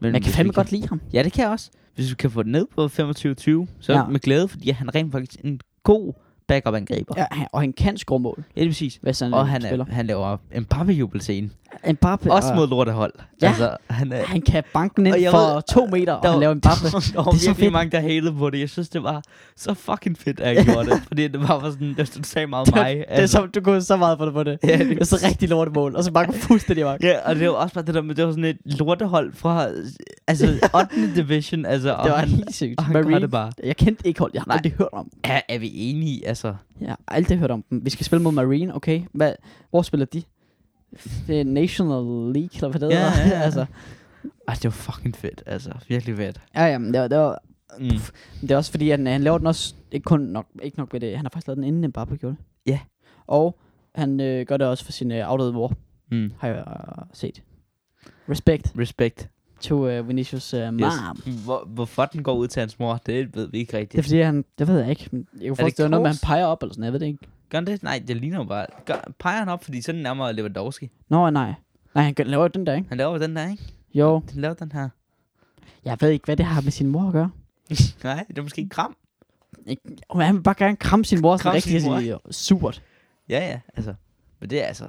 Speaker 2: Men
Speaker 1: Men jeg kan
Speaker 2: hvis vi
Speaker 1: fandme godt lide ham.
Speaker 2: Ja, det kan jeg også. Hvis vi kan få den ned på 25-20, så ja.
Speaker 1: Ja.
Speaker 2: med glæde, fordi han er rent faktisk en god backup-angriber. Ja.
Speaker 1: Ja, han- og han kan score mål,
Speaker 2: ja, det er præcis.
Speaker 1: hvis han,
Speaker 2: Og han, er,
Speaker 1: spiller.
Speaker 2: han laver en Mbappe-jubelscene.
Speaker 1: En Bappe,
Speaker 2: Også mod lortehold.
Speaker 1: Ja.
Speaker 2: Altså, han er...
Speaker 1: Han kan banke den ind
Speaker 2: Og jeg
Speaker 1: for
Speaker 2: ved-
Speaker 1: to meter, og han laver en Bappe.
Speaker 2: der var
Speaker 1: Det er så
Speaker 2: virkelig
Speaker 1: fedt.
Speaker 2: mange, der halede på det. Jeg synes, det var så fucking fedt, at jeg gjorde det. Fordi det var bare sådan, det sagde meget om mig. altså.
Speaker 1: det er så, du kunne så meget for det på det.
Speaker 2: Ja, det-
Speaker 1: det er så rigtig lortet mål, og så banker fuldstændig bank.
Speaker 2: Ja, og det var også bare det der med, det var sådan et lortehold fra, altså, 8. division, altså. Og
Speaker 1: Det var
Speaker 2: han,
Speaker 1: helt sygt.
Speaker 2: og han gør det bare.
Speaker 1: Jeg kendte ikke holdet, jeg har
Speaker 2: Nej.
Speaker 1: aldrig hørt om dem.
Speaker 2: er, er vi enige, altså?
Speaker 1: Jeg har aldrig hørt om dem. Vi skal spille mod Marine, okay? Hvad, hvor spiller de? Det er National League, eller hvad det
Speaker 2: Ja,
Speaker 1: hedder.
Speaker 2: ja, ja.
Speaker 1: altså,
Speaker 2: Ej, det var fucking fedt, altså. Virkelig fedt.
Speaker 1: ja, ja, men det var, det var,
Speaker 2: Mm.
Speaker 1: det er også fordi, at han, han laver den også, ikke kun nok, ikke nok ved det, han har faktisk lavet den inden Mbappe gjorde det.
Speaker 2: Ja.
Speaker 1: Og han øh, gør det også for sin øh, afdøde mor,
Speaker 2: Mm.
Speaker 1: har jeg øh, set. Respect
Speaker 2: Respekt.
Speaker 1: to øh, Vinicius øh, mom.
Speaker 2: Hvor, hvorfor den går ud til hans mor, det ved vi ikke
Speaker 1: Det er
Speaker 2: rigtigt.
Speaker 1: fordi, han, det ved jeg ikke, men jeg kunne forestille, det var noget med, at
Speaker 2: kors?
Speaker 1: han peger op, eller sådan, jeg ved det ikke.
Speaker 2: Gør han det? Nej, det ligner jo bare. Gør, peger han op, fordi sådan nærmere Lewandowski.
Speaker 1: Nå, nej. Nej, han gør- laver jo den der, ikke?
Speaker 2: Han laver den der, ikke?
Speaker 1: Jo,
Speaker 2: Han laver den her.
Speaker 1: jeg ved ikke, hvad det har med sin mor at gøre.
Speaker 2: Nej, det er måske en kram.
Speaker 1: Og han vil bare gerne kramme sin mor sådan
Speaker 2: Kramme sin
Speaker 1: rigtig mor. surt.
Speaker 2: Ja, ja, altså. Men det er altså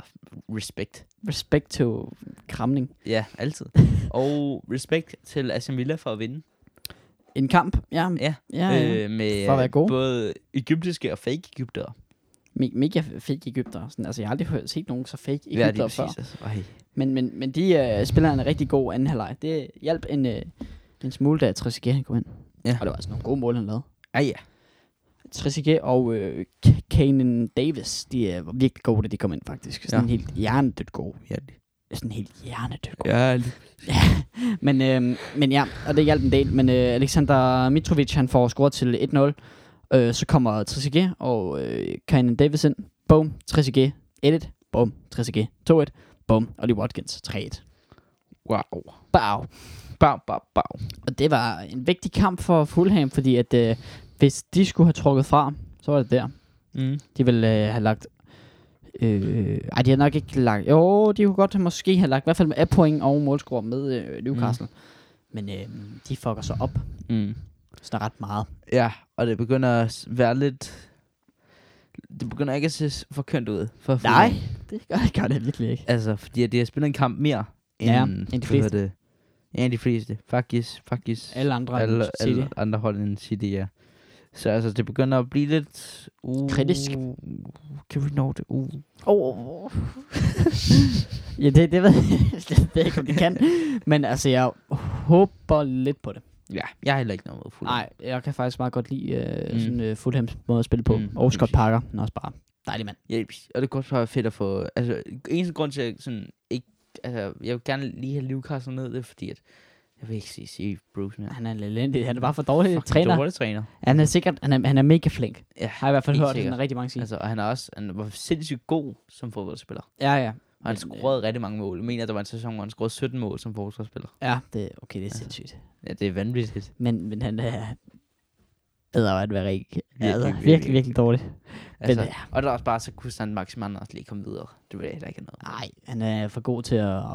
Speaker 2: respekt.
Speaker 1: Respekt to kramning.
Speaker 2: Ja, altid. Og respekt til Aston Villa for at vinde.
Speaker 1: En kamp, ja.
Speaker 2: Ja,
Speaker 1: ja, ja.
Speaker 2: Øh, med
Speaker 1: For at være gode.
Speaker 2: både egyptiske og fake egyptere.
Speaker 1: Me- mega fake Ægypter. Sådan, altså, jeg har aldrig hørt, set nogen så fake
Speaker 2: Ja, det
Speaker 1: Ægypter
Speaker 2: er
Speaker 1: før.
Speaker 2: præcis. Altså. Ej.
Speaker 1: Men, men, men de øh, spiller en rigtig god anden halvleg. Det hjalp en, øh, en smule, da Trezeguet han kom ind.
Speaker 2: Ja.
Speaker 1: Og det var altså nogle gode mål, han lavede.
Speaker 2: Ej, ja.
Speaker 1: Trezeguet og øh, K- Kanan Davis, de øh, var virkelig gode, da de kom ind, faktisk. Sådan
Speaker 2: Ja.
Speaker 1: ja. helt hjernedødt gode.
Speaker 2: Ja,
Speaker 1: Sådan helt hjernedødt gode.
Speaker 2: ja
Speaker 1: Men, øh, men ja, og det hjalp en del. Men øh, Alexander Mitrovic, han får scoret til 1-0. Øh, så kommer Trezeguet og øh, Kane Davis ind. Bum, Trezeguet 1-1. Bum, Trezeguet 2-1. Bum, og de Watkins 3-1.
Speaker 2: wow.
Speaker 1: Bow.
Speaker 2: Bam, bam, bam.
Speaker 1: Og det var en vigtig kamp for Fulham, fordi at øh, hvis de skulle have trukket fra, så var det der.
Speaker 2: Mm.
Speaker 1: De ville øh, have lagt Øh, ej, de har nok ikke lagt... Jo, de kunne godt måske have lagt i hvert fald med af point og målscore med øh, Newcastle. Mm. Men øh, de fucker sig op
Speaker 2: Mm.
Speaker 1: sådan ret meget.
Speaker 2: Ja, og det begynder at s- være lidt... Det begynder ikke at se s- for kønt ud. For
Speaker 1: Nej,
Speaker 2: Fulham.
Speaker 1: det gør, det gør det virkelig ikke.
Speaker 2: Altså, fordi at de har spillet en kamp mere, end,
Speaker 1: Ja, end de
Speaker 2: hvad
Speaker 1: fleste.
Speaker 2: hedder Det, ja, end de fleste. Faktisk, faktisk.
Speaker 1: Alle andre alle, City.
Speaker 2: alle andre hold end City, ja. Så altså, det begynder at blive lidt... Uh,
Speaker 1: Kritisk.
Speaker 2: Kan vi nå det? Uh.
Speaker 1: Oh. ja, det, det ved jeg det ved jeg ikke, om de kan. Men altså, jeg håber lidt på det.
Speaker 2: Ja, jeg har heller ikke noget mod Fulham.
Speaker 1: Nej, jeg kan faktisk meget godt lide øh,
Speaker 2: Mm.
Speaker 1: mm. sådan øh, Fulhams måde at spille på.
Speaker 2: Mm,
Speaker 1: Mm, og Scott
Speaker 2: præcis.
Speaker 1: Parker, han er også bare dejlig mand.
Speaker 2: Ja, og det kunne også være fedt at få... Altså, eneste grund til, at jeg sådan ikke... Altså, jeg vil gerne lige have Newcastle ned, det er fordi, at... Jeg vil ikke sige, sige Bruce mere.
Speaker 1: Han er lidt elendig. Han er bare for dårlig
Speaker 2: Fucking
Speaker 1: træner.
Speaker 2: Dårlig træner.
Speaker 1: Han er sikkert, han er, han er mega flink.
Speaker 2: Ja,
Speaker 1: Har jeg i hvert fald
Speaker 2: helt
Speaker 1: hørt,
Speaker 2: sikkert.
Speaker 1: han rigtig mange sige. Altså,
Speaker 2: Altså, og han er også... Han var sindssygt god som fodboldspiller.
Speaker 1: ja, ja.
Speaker 2: Og han
Speaker 1: Men, øh,
Speaker 2: scorede rigtig mange mål. Jeg mener, at der var en sæson, hvor han scorede 17 mål som forsvarsspiller.
Speaker 1: Ja, det, okay, det er sindssygt.
Speaker 2: Ja, det er vanvittigt.
Speaker 1: Men, men han er... Æder at være rigtig, virkelig,
Speaker 2: virkelig,
Speaker 1: virkelig, virkelig,
Speaker 2: virkelig.
Speaker 1: virkelig dårlig.
Speaker 2: Altså,
Speaker 1: ja.
Speaker 2: Og der er også bare, så kunne Sand Maximan også lige komme videre. Det ved jeg heller ikke noget.
Speaker 1: Nej, han er for god til at, at,
Speaker 2: Lige
Speaker 1: at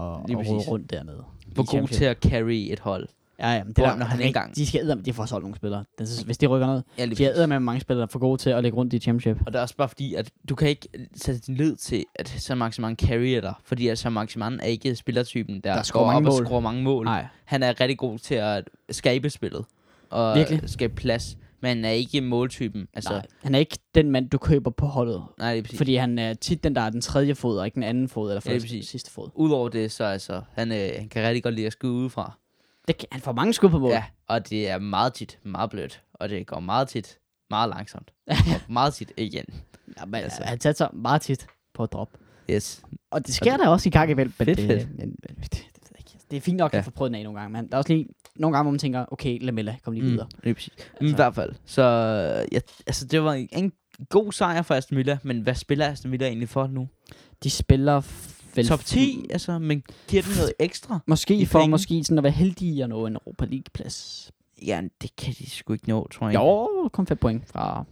Speaker 1: rode
Speaker 2: præcis.
Speaker 1: rundt dernede.
Speaker 2: Hvor
Speaker 1: I
Speaker 2: god
Speaker 1: Champions
Speaker 2: til at carry et hold.
Speaker 1: Ja, ja, men det
Speaker 2: Hvor-
Speaker 1: er
Speaker 2: når
Speaker 1: når
Speaker 2: han
Speaker 1: han
Speaker 2: ikke engang-
Speaker 1: De skal æder, de får solgt nogle spillere. Den, hvis de rykker ned.
Speaker 2: Ja, lige
Speaker 1: De
Speaker 2: præcis.
Speaker 1: er med mange spillere, der er for gode til at lægge rundt i championship.
Speaker 2: Og det er også bare fordi, at du kan ikke sætte din lid til, at San Maximan carrier dig. Fordi at San Maximan er ikke spillertypen, der,
Speaker 1: Der scorer
Speaker 2: går op
Speaker 1: mange
Speaker 2: og
Speaker 1: mål.
Speaker 2: scorer mange mål.
Speaker 1: Nej.
Speaker 2: Han er rigtig god til at skabe spillet. Og
Speaker 1: Virkelig.
Speaker 2: skabe plads. Men han er ikke måltypen. Altså,
Speaker 1: Nej.
Speaker 2: nej.
Speaker 1: Han er ikke den mand, du køber på holdet.
Speaker 2: nej, lige præcis. Fordi...
Speaker 1: Fordi han er tit den, der er den tredje fod, og ikke den anden fod, eller
Speaker 2: Ja, lige
Speaker 1: første,
Speaker 2: præcis.
Speaker 1: sidste fod.
Speaker 2: Udover det, så altså, han, øh, han kan rigtig godt lide at skyde udefra.
Speaker 1: Det, kan- han får mange skud på mål.
Speaker 2: Ja, og det er meget tit meget blødt. Og det går meget tit meget langsomt. og meget tit igen.
Speaker 1: Ja, men,
Speaker 2: Altså.
Speaker 1: altså. Han tager sig meget tit på at droppe.
Speaker 2: Yes.
Speaker 1: Og det sker der også i gang imellem. Men
Speaker 2: Fedt,
Speaker 1: det,
Speaker 2: fedt.
Speaker 1: Men, men, det, det, ved jeg ikke. det er fint nok, at
Speaker 2: Ja.
Speaker 1: ja. få prøvet den af nogle gange. Men der er også lige nogle gange, hvor man tænker, okay, Lamella, kom lige videre.
Speaker 2: Mm, lige præcis. Men i hvert fald. Så ja, altså, det var en, en god sejr for Aston Villa, men hvad spiller Aston Villa egentlig for nu?
Speaker 1: De spiller vel...
Speaker 2: Top 10, altså, men giver den noget ekstra?
Speaker 1: Måske
Speaker 2: I
Speaker 1: for
Speaker 2: penge.
Speaker 1: måske sådan at være heldige at nå en Europa League-plads.
Speaker 2: Ja, det kan de sgu ikke nå, tror jeg.
Speaker 1: Jo, kun 5 point fra,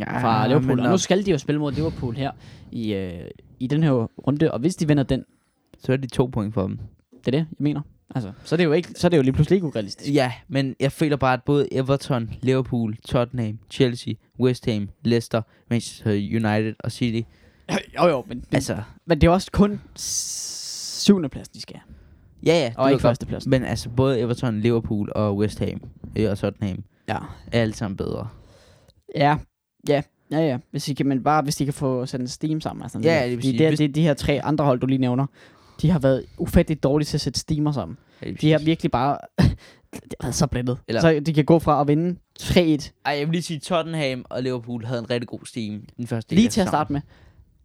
Speaker 2: ja,
Speaker 1: fra Liverpool.
Speaker 2: men
Speaker 1: Og nu
Speaker 2: nok.
Speaker 1: skal de jo spille mod Liverpool her i, øh, i den her runde. Og hvis de vinder den,
Speaker 2: Så er det to point for dem.
Speaker 1: det er det, jeg mener. Altså, så er det jo, ikke, så er det jo lige pludselig ikke urealistisk.
Speaker 2: Ja, men jeg føler bare, at både Everton, Liverpool, Tottenham, Chelsea, West Ham, Leicester, Manchester United og City.
Speaker 1: Jo, jo, men, altså,
Speaker 2: Altså,
Speaker 1: men det er også kun syvende pladsen, de skal have.
Speaker 2: ja, ja. det ved
Speaker 1: Og
Speaker 2: jeg
Speaker 1: ikke
Speaker 2: godt.
Speaker 1: førstepladsen.
Speaker 2: Men altså, både Everton, Liverpool og West Ham øh, og Tottenham
Speaker 1: Ja.
Speaker 2: er alle sammen bedre.
Speaker 1: Ja, ja, ja, ja. Hvis de kan, men bare hvis de kan få sat en steam sammen. Altså,
Speaker 2: Ja, det vil sige,
Speaker 1: det,
Speaker 2: hvis-
Speaker 1: det, det, de her tre andre hold, du lige nævner, de har været ufatteligt dårlige til at sætte steamer sammen. De har virkelig bare... det har været så blandet.
Speaker 2: Eller-
Speaker 1: Eller... Så de kan gå fra at vinde 3-1 lige
Speaker 2: Ej, jeg vil lige sige, Tottenham og Liverpool havde en rigtig god steam den første
Speaker 1: til at starte med.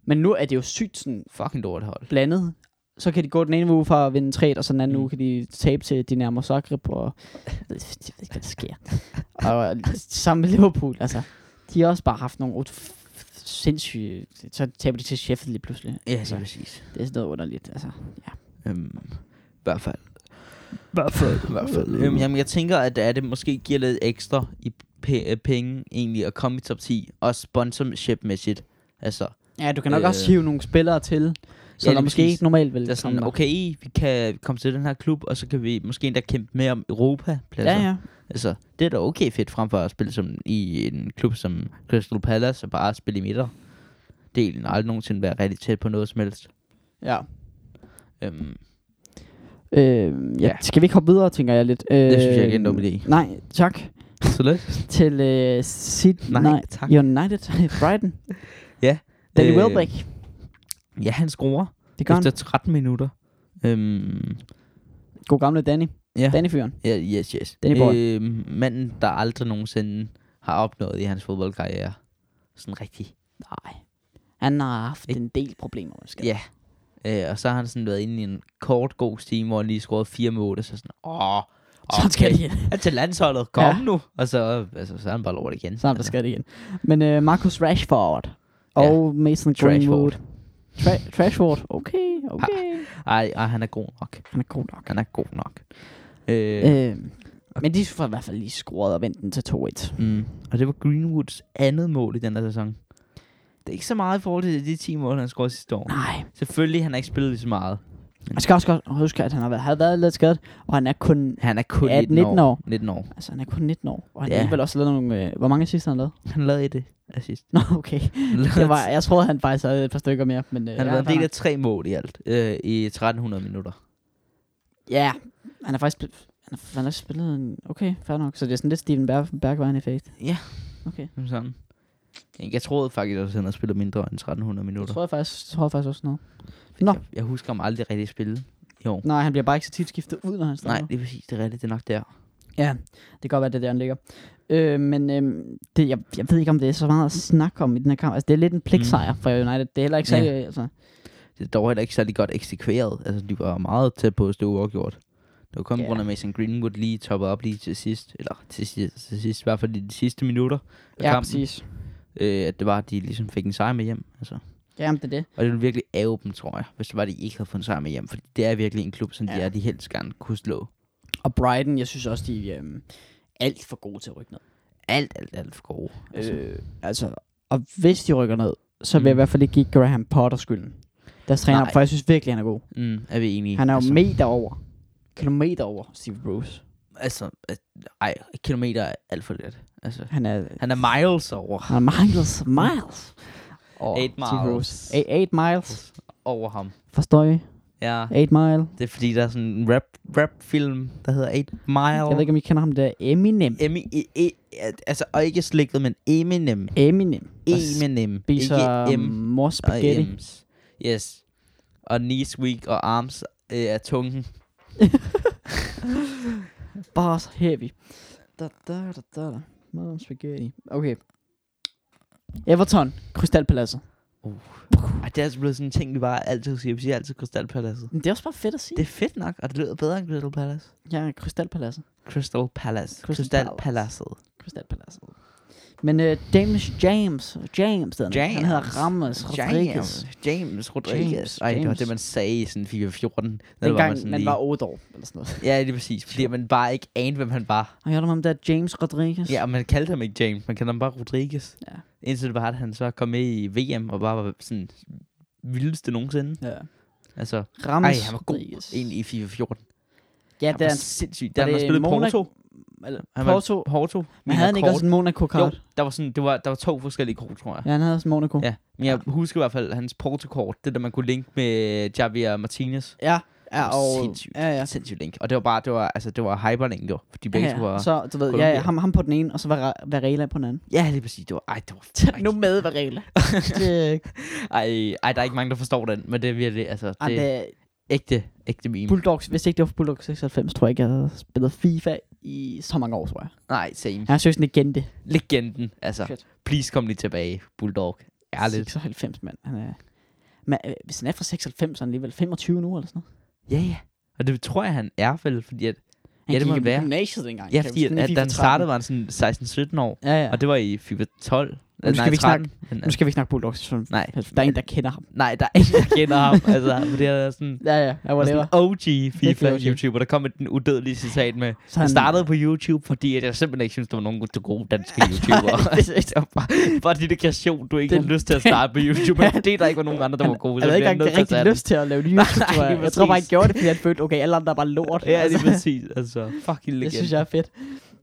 Speaker 1: Men nu er det jo sygt sådan
Speaker 2: Fucking dårligt hold.
Speaker 1: blandet. Så kan de gå den ene uge fra at vinde 3-1, og så den anden
Speaker 2: Mm.
Speaker 1: mm. uge kan de tabe til de nærmere Zagreb, og jeg ved, jeg ved ikke, hvad der sker. og sammen med Liverpool, altså. De har også bare haft nogle ut- sindssyge... Så taber de til Sheffield lige pludselig.
Speaker 2: Ja,
Speaker 1: altså,
Speaker 2: så præcis.
Speaker 1: det er sådan noget underligt, altså. Ja.
Speaker 2: Øhm, I hvert fald. I hvert fald. I hvert fald. Øhm, jamen, jeg tænker, at, at det måske giver lidt ekstra i p- øh, penge egentlig at komme i top 10, og sponsorship-mæssigt. Altså,
Speaker 1: Ja, du kan nok øh, også
Speaker 2: Øh.
Speaker 1: hive nogle spillere til, så ja,
Speaker 2: Ja, lige
Speaker 1: der måske
Speaker 2: præcis.
Speaker 1: ikke normalt vil
Speaker 2: det er sådan,
Speaker 1: komme.
Speaker 2: okay, vi kan komme til den her klub, og så kan vi måske endda kæmpe mere om Europa-pladser.
Speaker 1: Ja, ja.
Speaker 2: Altså, det er da okay fedt, frem for at spille som i en klub som Crystal Palace, og bare spille i midter. Det har egentlig aldrig nogensinde været rigtig tæt på noget som helst.
Speaker 1: ja.
Speaker 2: Øhm,
Speaker 1: Øh, ja.
Speaker 2: Ja.
Speaker 1: Skal vi ikke hoppe videre, tænker jeg lidt. Øh,
Speaker 2: Det synes jeg ikke er en dum idé.
Speaker 1: Nej, tak.
Speaker 2: så lidt.
Speaker 1: Til øh, Sid
Speaker 2: Nej,
Speaker 1: nej, nej,
Speaker 2: tak.
Speaker 1: United Brighton.
Speaker 2: Ja,
Speaker 1: Danny
Speaker 2: øh,
Speaker 1: øh, Welbeck.
Speaker 2: Ja, han scorer
Speaker 1: Det gør han.
Speaker 2: efter 13 minutter. Øhm,
Speaker 1: God gamle Danny.
Speaker 2: ja.
Speaker 1: Danny-fyren.
Speaker 2: ja, yes, yes.
Speaker 1: Danny Boy.
Speaker 2: Øhm, manden, der aldrig nogensinde har opnået i hans fodboldkarriere. Sådan rigtig.
Speaker 1: Nej. Han har haft
Speaker 2: Ikke-
Speaker 1: en del problemer, måske.
Speaker 2: Ja. Øh, og så har han sådan været inde i en kort, god steam, hvor han lige scorede fire mål, og så sådan, åh, okay.
Speaker 1: Sådan skal det igen.
Speaker 2: Ja, til landsholdet, kom ja.
Speaker 1: Ja.
Speaker 2: nu. Og så, altså, så er han bare lort igen.
Speaker 1: Sådan, der
Speaker 2: altså.
Speaker 1: skal det igen. Men øh, Marcus Rashford. Og Mason Greenwood.
Speaker 2: Trashford.
Speaker 1: Tra- Trashford. Okay, okay.
Speaker 2: Ej, ej, han er god nok.
Speaker 1: Ah, Han er god nok.
Speaker 2: Han er god nok. Øh, øh.
Speaker 1: Øh, men de får i hvert fald lige scoret og vendt den til 2-1.
Speaker 2: Mm, og det var Greenwoods andet mål i den her sæson. Det er ikke så meget i forhold til de 10 mål, han scorede sidste år.
Speaker 1: Nej.
Speaker 2: Selvfølgelig, han har ikke spillet lige så meget.
Speaker 1: Man skal også godt huske, at han har været, havde været lidt skadet, og han er kun...
Speaker 2: Han er kun
Speaker 1: 18,
Speaker 2: 19
Speaker 1: 19
Speaker 2: år.
Speaker 1: år.
Speaker 2: 19 år.
Speaker 1: Altså, han er kun 19 år, og han
Speaker 2: Ja.
Speaker 1: har alligevel også lavet nogle... Øh, hvor mange assist har han lavet?
Speaker 2: Han lavede et øh, assist.
Speaker 1: Nå, okay.
Speaker 2: Han lavede,
Speaker 1: Jeg, var, jeg troede, han faktisk havde et par stykker mere, men... Øh,
Speaker 2: han
Speaker 1: ja,
Speaker 2: har været en del
Speaker 1: han-
Speaker 2: af tre mål i alt øh, i 1300 minutter.
Speaker 1: Ja, han har faktisk... spil- Han har, han har spillet en... Okay, fair nok. Så det er sådan lidt Steven Berg, Bergwijn-effekt.
Speaker 2: Som Sådan. Jeg jeg troede faktisk også, at han havde spillet mindre end 1300
Speaker 1: Det
Speaker 2: minutter.
Speaker 1: tror jeg faktisk, tror jeg faktisk også noget. Nå,
Speaker 2: Jeg, jeg husker ham aldrig rigtig spille i år.
Speaker 1: nej, han bliver bare ikke så tit skiftet ud, når han starter.
Speaker 2: Nej, det er præcis. Det er rigtigt. Det er nok der.
Speaker 1: Ja, det kan godt være, det er der, han ligger. Øh, men øh, det, jeg, jeg ved ikke, om det er så meget at snakke om i den her kamp. Altså, det er lidt en pligtsejr mm. for United. Det er heller ikke
Speaker 2: Ja.
Speaker 1: særlig... Ja. Altså,
Speaker 2: Det er dog heller ikke særlig godt eksekveret. Altså, de var meget tæt på at stå uafgjort. Det var kun på
Speaker 1: Ja.
Speaker 2: grund af Mason Greenwood lige toppet op lige til sidst. Eller til sidst, til sidst i hvert fald i de sidste minutter af
Speaker 1: ja,
Speaker 2: kampen.
Speaker 1: præcis.
Speaker 2: Øh, at det var, at de ligesom fik en sejr med hjem. Altså.
Speaker 1: Ja, men det er det.
Speaker 2: Og det ville virkelig ære dem, tror jeg, hvis det var, at de ikke havde fået en sejr med hjem. Fordi det er virkelig en klub, som ja. de er, de helst gerne kunne slå.
Speaker 1: Og Brighton, jeg synes også, de er øh, alt for gode til at rykke ned.
Speaker 2: Alt, alt, alt for gode. Altså.
Speaker 1: Øh, altså, og hvis de rykker ned, så vil jeg
Speaker 2: Mm.
Speaker 1: i hvert fald ikke give Graham Potter skylden. Deres træner,
Speaker 2: Nej.
Speaker 1: for jeg synes virkelig, han er god.
Speaker 2: Mm, er vi enige?
Speaker 1: Han er jo
Speaker 2: altså,
Speaker 1: altså. meter over. Kilometer over Steve Bruce.
Speaker 2: Altså, at, ej, et kilometer er alt for lidt. Altså,
Speaker 1: Han er,
Speaker 2: han er miles over,
Speaker 1: han er miles. Miles. Og
Speaker 2: Eight miles.
Speaker 1: Bruce. 8 miles.
Speaker 2: over ham.
Speaker 1: Forstår I?
Speaker 2: Ja,
Speaker 1: 8 mile.
Speaker 2: det er fordi, der er sådan en rap, rap-film, der hedder 8 Mile.
Speaker 1: Jeg ved ikke, om I kender ham der. Eminem.
Speaker 2: Emi, e, e, altså, og ikke slægtet, men Eminem.
Speaker 1: Eminem. E- der
Speaker 2: Eminem.
Speaker 1: Spiser
Speaker 2: ikke M
Speaker 1: mors
Speaker 2: og
Speaker 1: spaghetti.
Speaker 2: M's. Yes. Og knees weak og arms øh, er tungen.
Speaker 1: Bars heavy. Da, da, da, da, da. Mom spaghetti. Okay. Everton. Krystalpaladset.
Speaker 2: Og det er altså blevet sådan en ting, vi bare altid siger. Vi siger altid Krystalpaladset.
Speaker 1: Men det er også bare fedt at sige.
Speaker 2: Det er fedt nok, og det lyder bedre end Crystal Palace.
Speaker 1: Ja, Krystalpaladset.
Speaker 2: Crystal Palace.
Speaker 1: Crystal
Speaker 2: Krystalpaladset.
Speaker 1: Krystalpaladset. Men øh, James James, James, James,
Speaker 2: James.
Speaker 1: han hedder Ramos Rodriguez.
Speaker 2: James. James Rodriguez.
Speaker 1: James,
Speaker 2: Ej, det var
Speaker 1: James.
Speaker 2: det, man sagde i sådan 414.
Speaker 1: Dengang man, man var 8 år, eller sådan noget.
Speaker 2: Ja, det er præcis. Fordi man bare ikke anede, hvem han var.
Speaker 1: Og jeg hørte om ham der James Rodriguez.
Speaker 2: Ja, og man kaldte ham ikke James. Man kaldte ham bare Rodriguez.
Speaker 1: Ja.
Speaker 2: Indtil det var, at han så kom med i VM og bare var sådan vildeste nogensinde.
Speaker 1: ja.
Speaker 2: Altså,
Speaker 1: Ramos
Speaker 2: ej, han var god
Speaker 1: Rodriguez.
Speaker 2: egentlig i FIFA 14.
Speaker 1: Ja,
Speaker 2: han
Speaker 1: det er
Speaker 2: var
Speaker 1: han.
Speaker 2: sindssygt.
Speaker 1: var
Speaker 2: Da han
Speaker 1: det
Speaker 2: spillede
Speaker 1: Monaco-
Speaker 2: Porto.
Speaker 1: Eller,
Speaker 2: Han var-
Speaker 1: Porto.
Speaker 2: Porto.
Speaker 1: Men havde han ikke også en Monaco-kort?
Speaker 2: Jo, der var, sådan, det var, der var to forskellige kort, tror jeg.
Speaker 1: Ja, han havde også en Monaco.
Speaker 2: Ja. Men jeg husker i hvert fald hans Porto-kort. Det der, man kunne linke med Javier Martinez.
Speaker 1: Ja, ja og...
Speaker 2: Sindssygt.
Speaker 1: Ja, ja.
Speaker 2: Sindssygt link. Og det var bare, det var, altså, det var hyperlink, jo. De
Speaker 1: Ja,
Speaker 2: begge to
Speaker 1: ja.
Speaker 2: var...
Speaker 1: Så, du ved, ja, ja,
Speaker 2: Colombia.
Speaker 1: ham, ham på den ene, og så var Ra- Varela på den anden.
Speaker 2: Ja, lige præcis. Det var, ej, det var ej,
Speaker 1: Nu med Varela.
Speaker 2: ej, ej, der er ikke mange, der forstår den, men det er virkelig, altså, det,
Speaker 1: Ej, det,
Speaker 2: er ægte, ægte meme.
Speaker 1: Bulldogs, hvis ikke det var for Bulldogs 96, tror jeg ikke, jeg havde spillet FIFA i så mange år, tror jeg.
Speaker 2: Nej, same.
Speaker 1: Han er seriøst en legende.
Speaker 2: Legenden, altså.
Speaker 1: Shit.
Speaker 2: Please kom lige tilbage, Bulldog. Ærligt.
Speaker 1: 96, mand. Han er... Men, øh, hvis han er fra 96, så er han alligevel 25 nu, eller sådan noget.
Speaker 2: Ja, ja. Og det tror jeg, han er vel, fordi at...
Speaker 1: Han
Speaker 2: ja, det må
Speaker 1: gik
Speaker 2: han
Speaker 1: i
Speaker 2: være.
Speaker 1: gymnasiet dengang.
Speaker 2: Ja,
Speaker 1: kan jeg
Speaker 2: fordi
Speaker 1: huske.
Speaker 2: at,
Speaker 1: Den er
Speaker 2: at da han
Speaker 1: 13.
Speaker 2: startede, var han sådan 16-17 år.
Speaker 1: Ja, ja.
Speaker 2: Og det var i FIFA 12.
Speaker 1: Nu skal vi ikke
Speaker 2: Men,
Speaker 1: Nu
Speaker 2: altså,
Speaker 1: skal vi ikke snakke Bulldogs. så
Speaker 2: nej,
Speaker 1: Der er en, der kender ham.
Speaker 2: nej, der er ingen, der kender ham. Altså, fordi han er sådan...
Speaker 1: Ja, ja. Jeg var
Speaker 2: Han er
Speaker 1: lever.
Speaker 2: sådan en OG
Speaker 1: Virkelig OG.
Speaker 2: FIFA-YouTuber, der kom med den udødelige citat med,
Speaker 1: Så
Speaker 2: han
Speaker 1: han-
Speaker 2: startede på YouTube, fordi at jeg simpelthen ikke synes, der var nogen gode- gode danske YouTubere. Altså, det var bare, bare din aggression, du ikke
Speaker 1: Den-
Speaker 2: har lyst til at starte på YouTube, men fordi der ikke var nogen andre, der var gode.
Speaker 1: Han havde ikke
Speaker 2: bliver jeg nødt
Speaker 1: engang rigtig
Speaker 2: til at tage den.
Speaker 1: lyst til at lave YouTube, tror
Speaker 2: Nej,
Speaker 1: jeg. Jeg tror bare, han
Speaker 2: præcis.
Speaker 1: gjorde det, fordi han følte, okay, alle andre er bare lort.
Speaker 2: Ja,
Speaker 1: Altså,
Speaker 2: lige præcis. Altså, fucking legend.
Speaker 1: det synes jeg er fedt.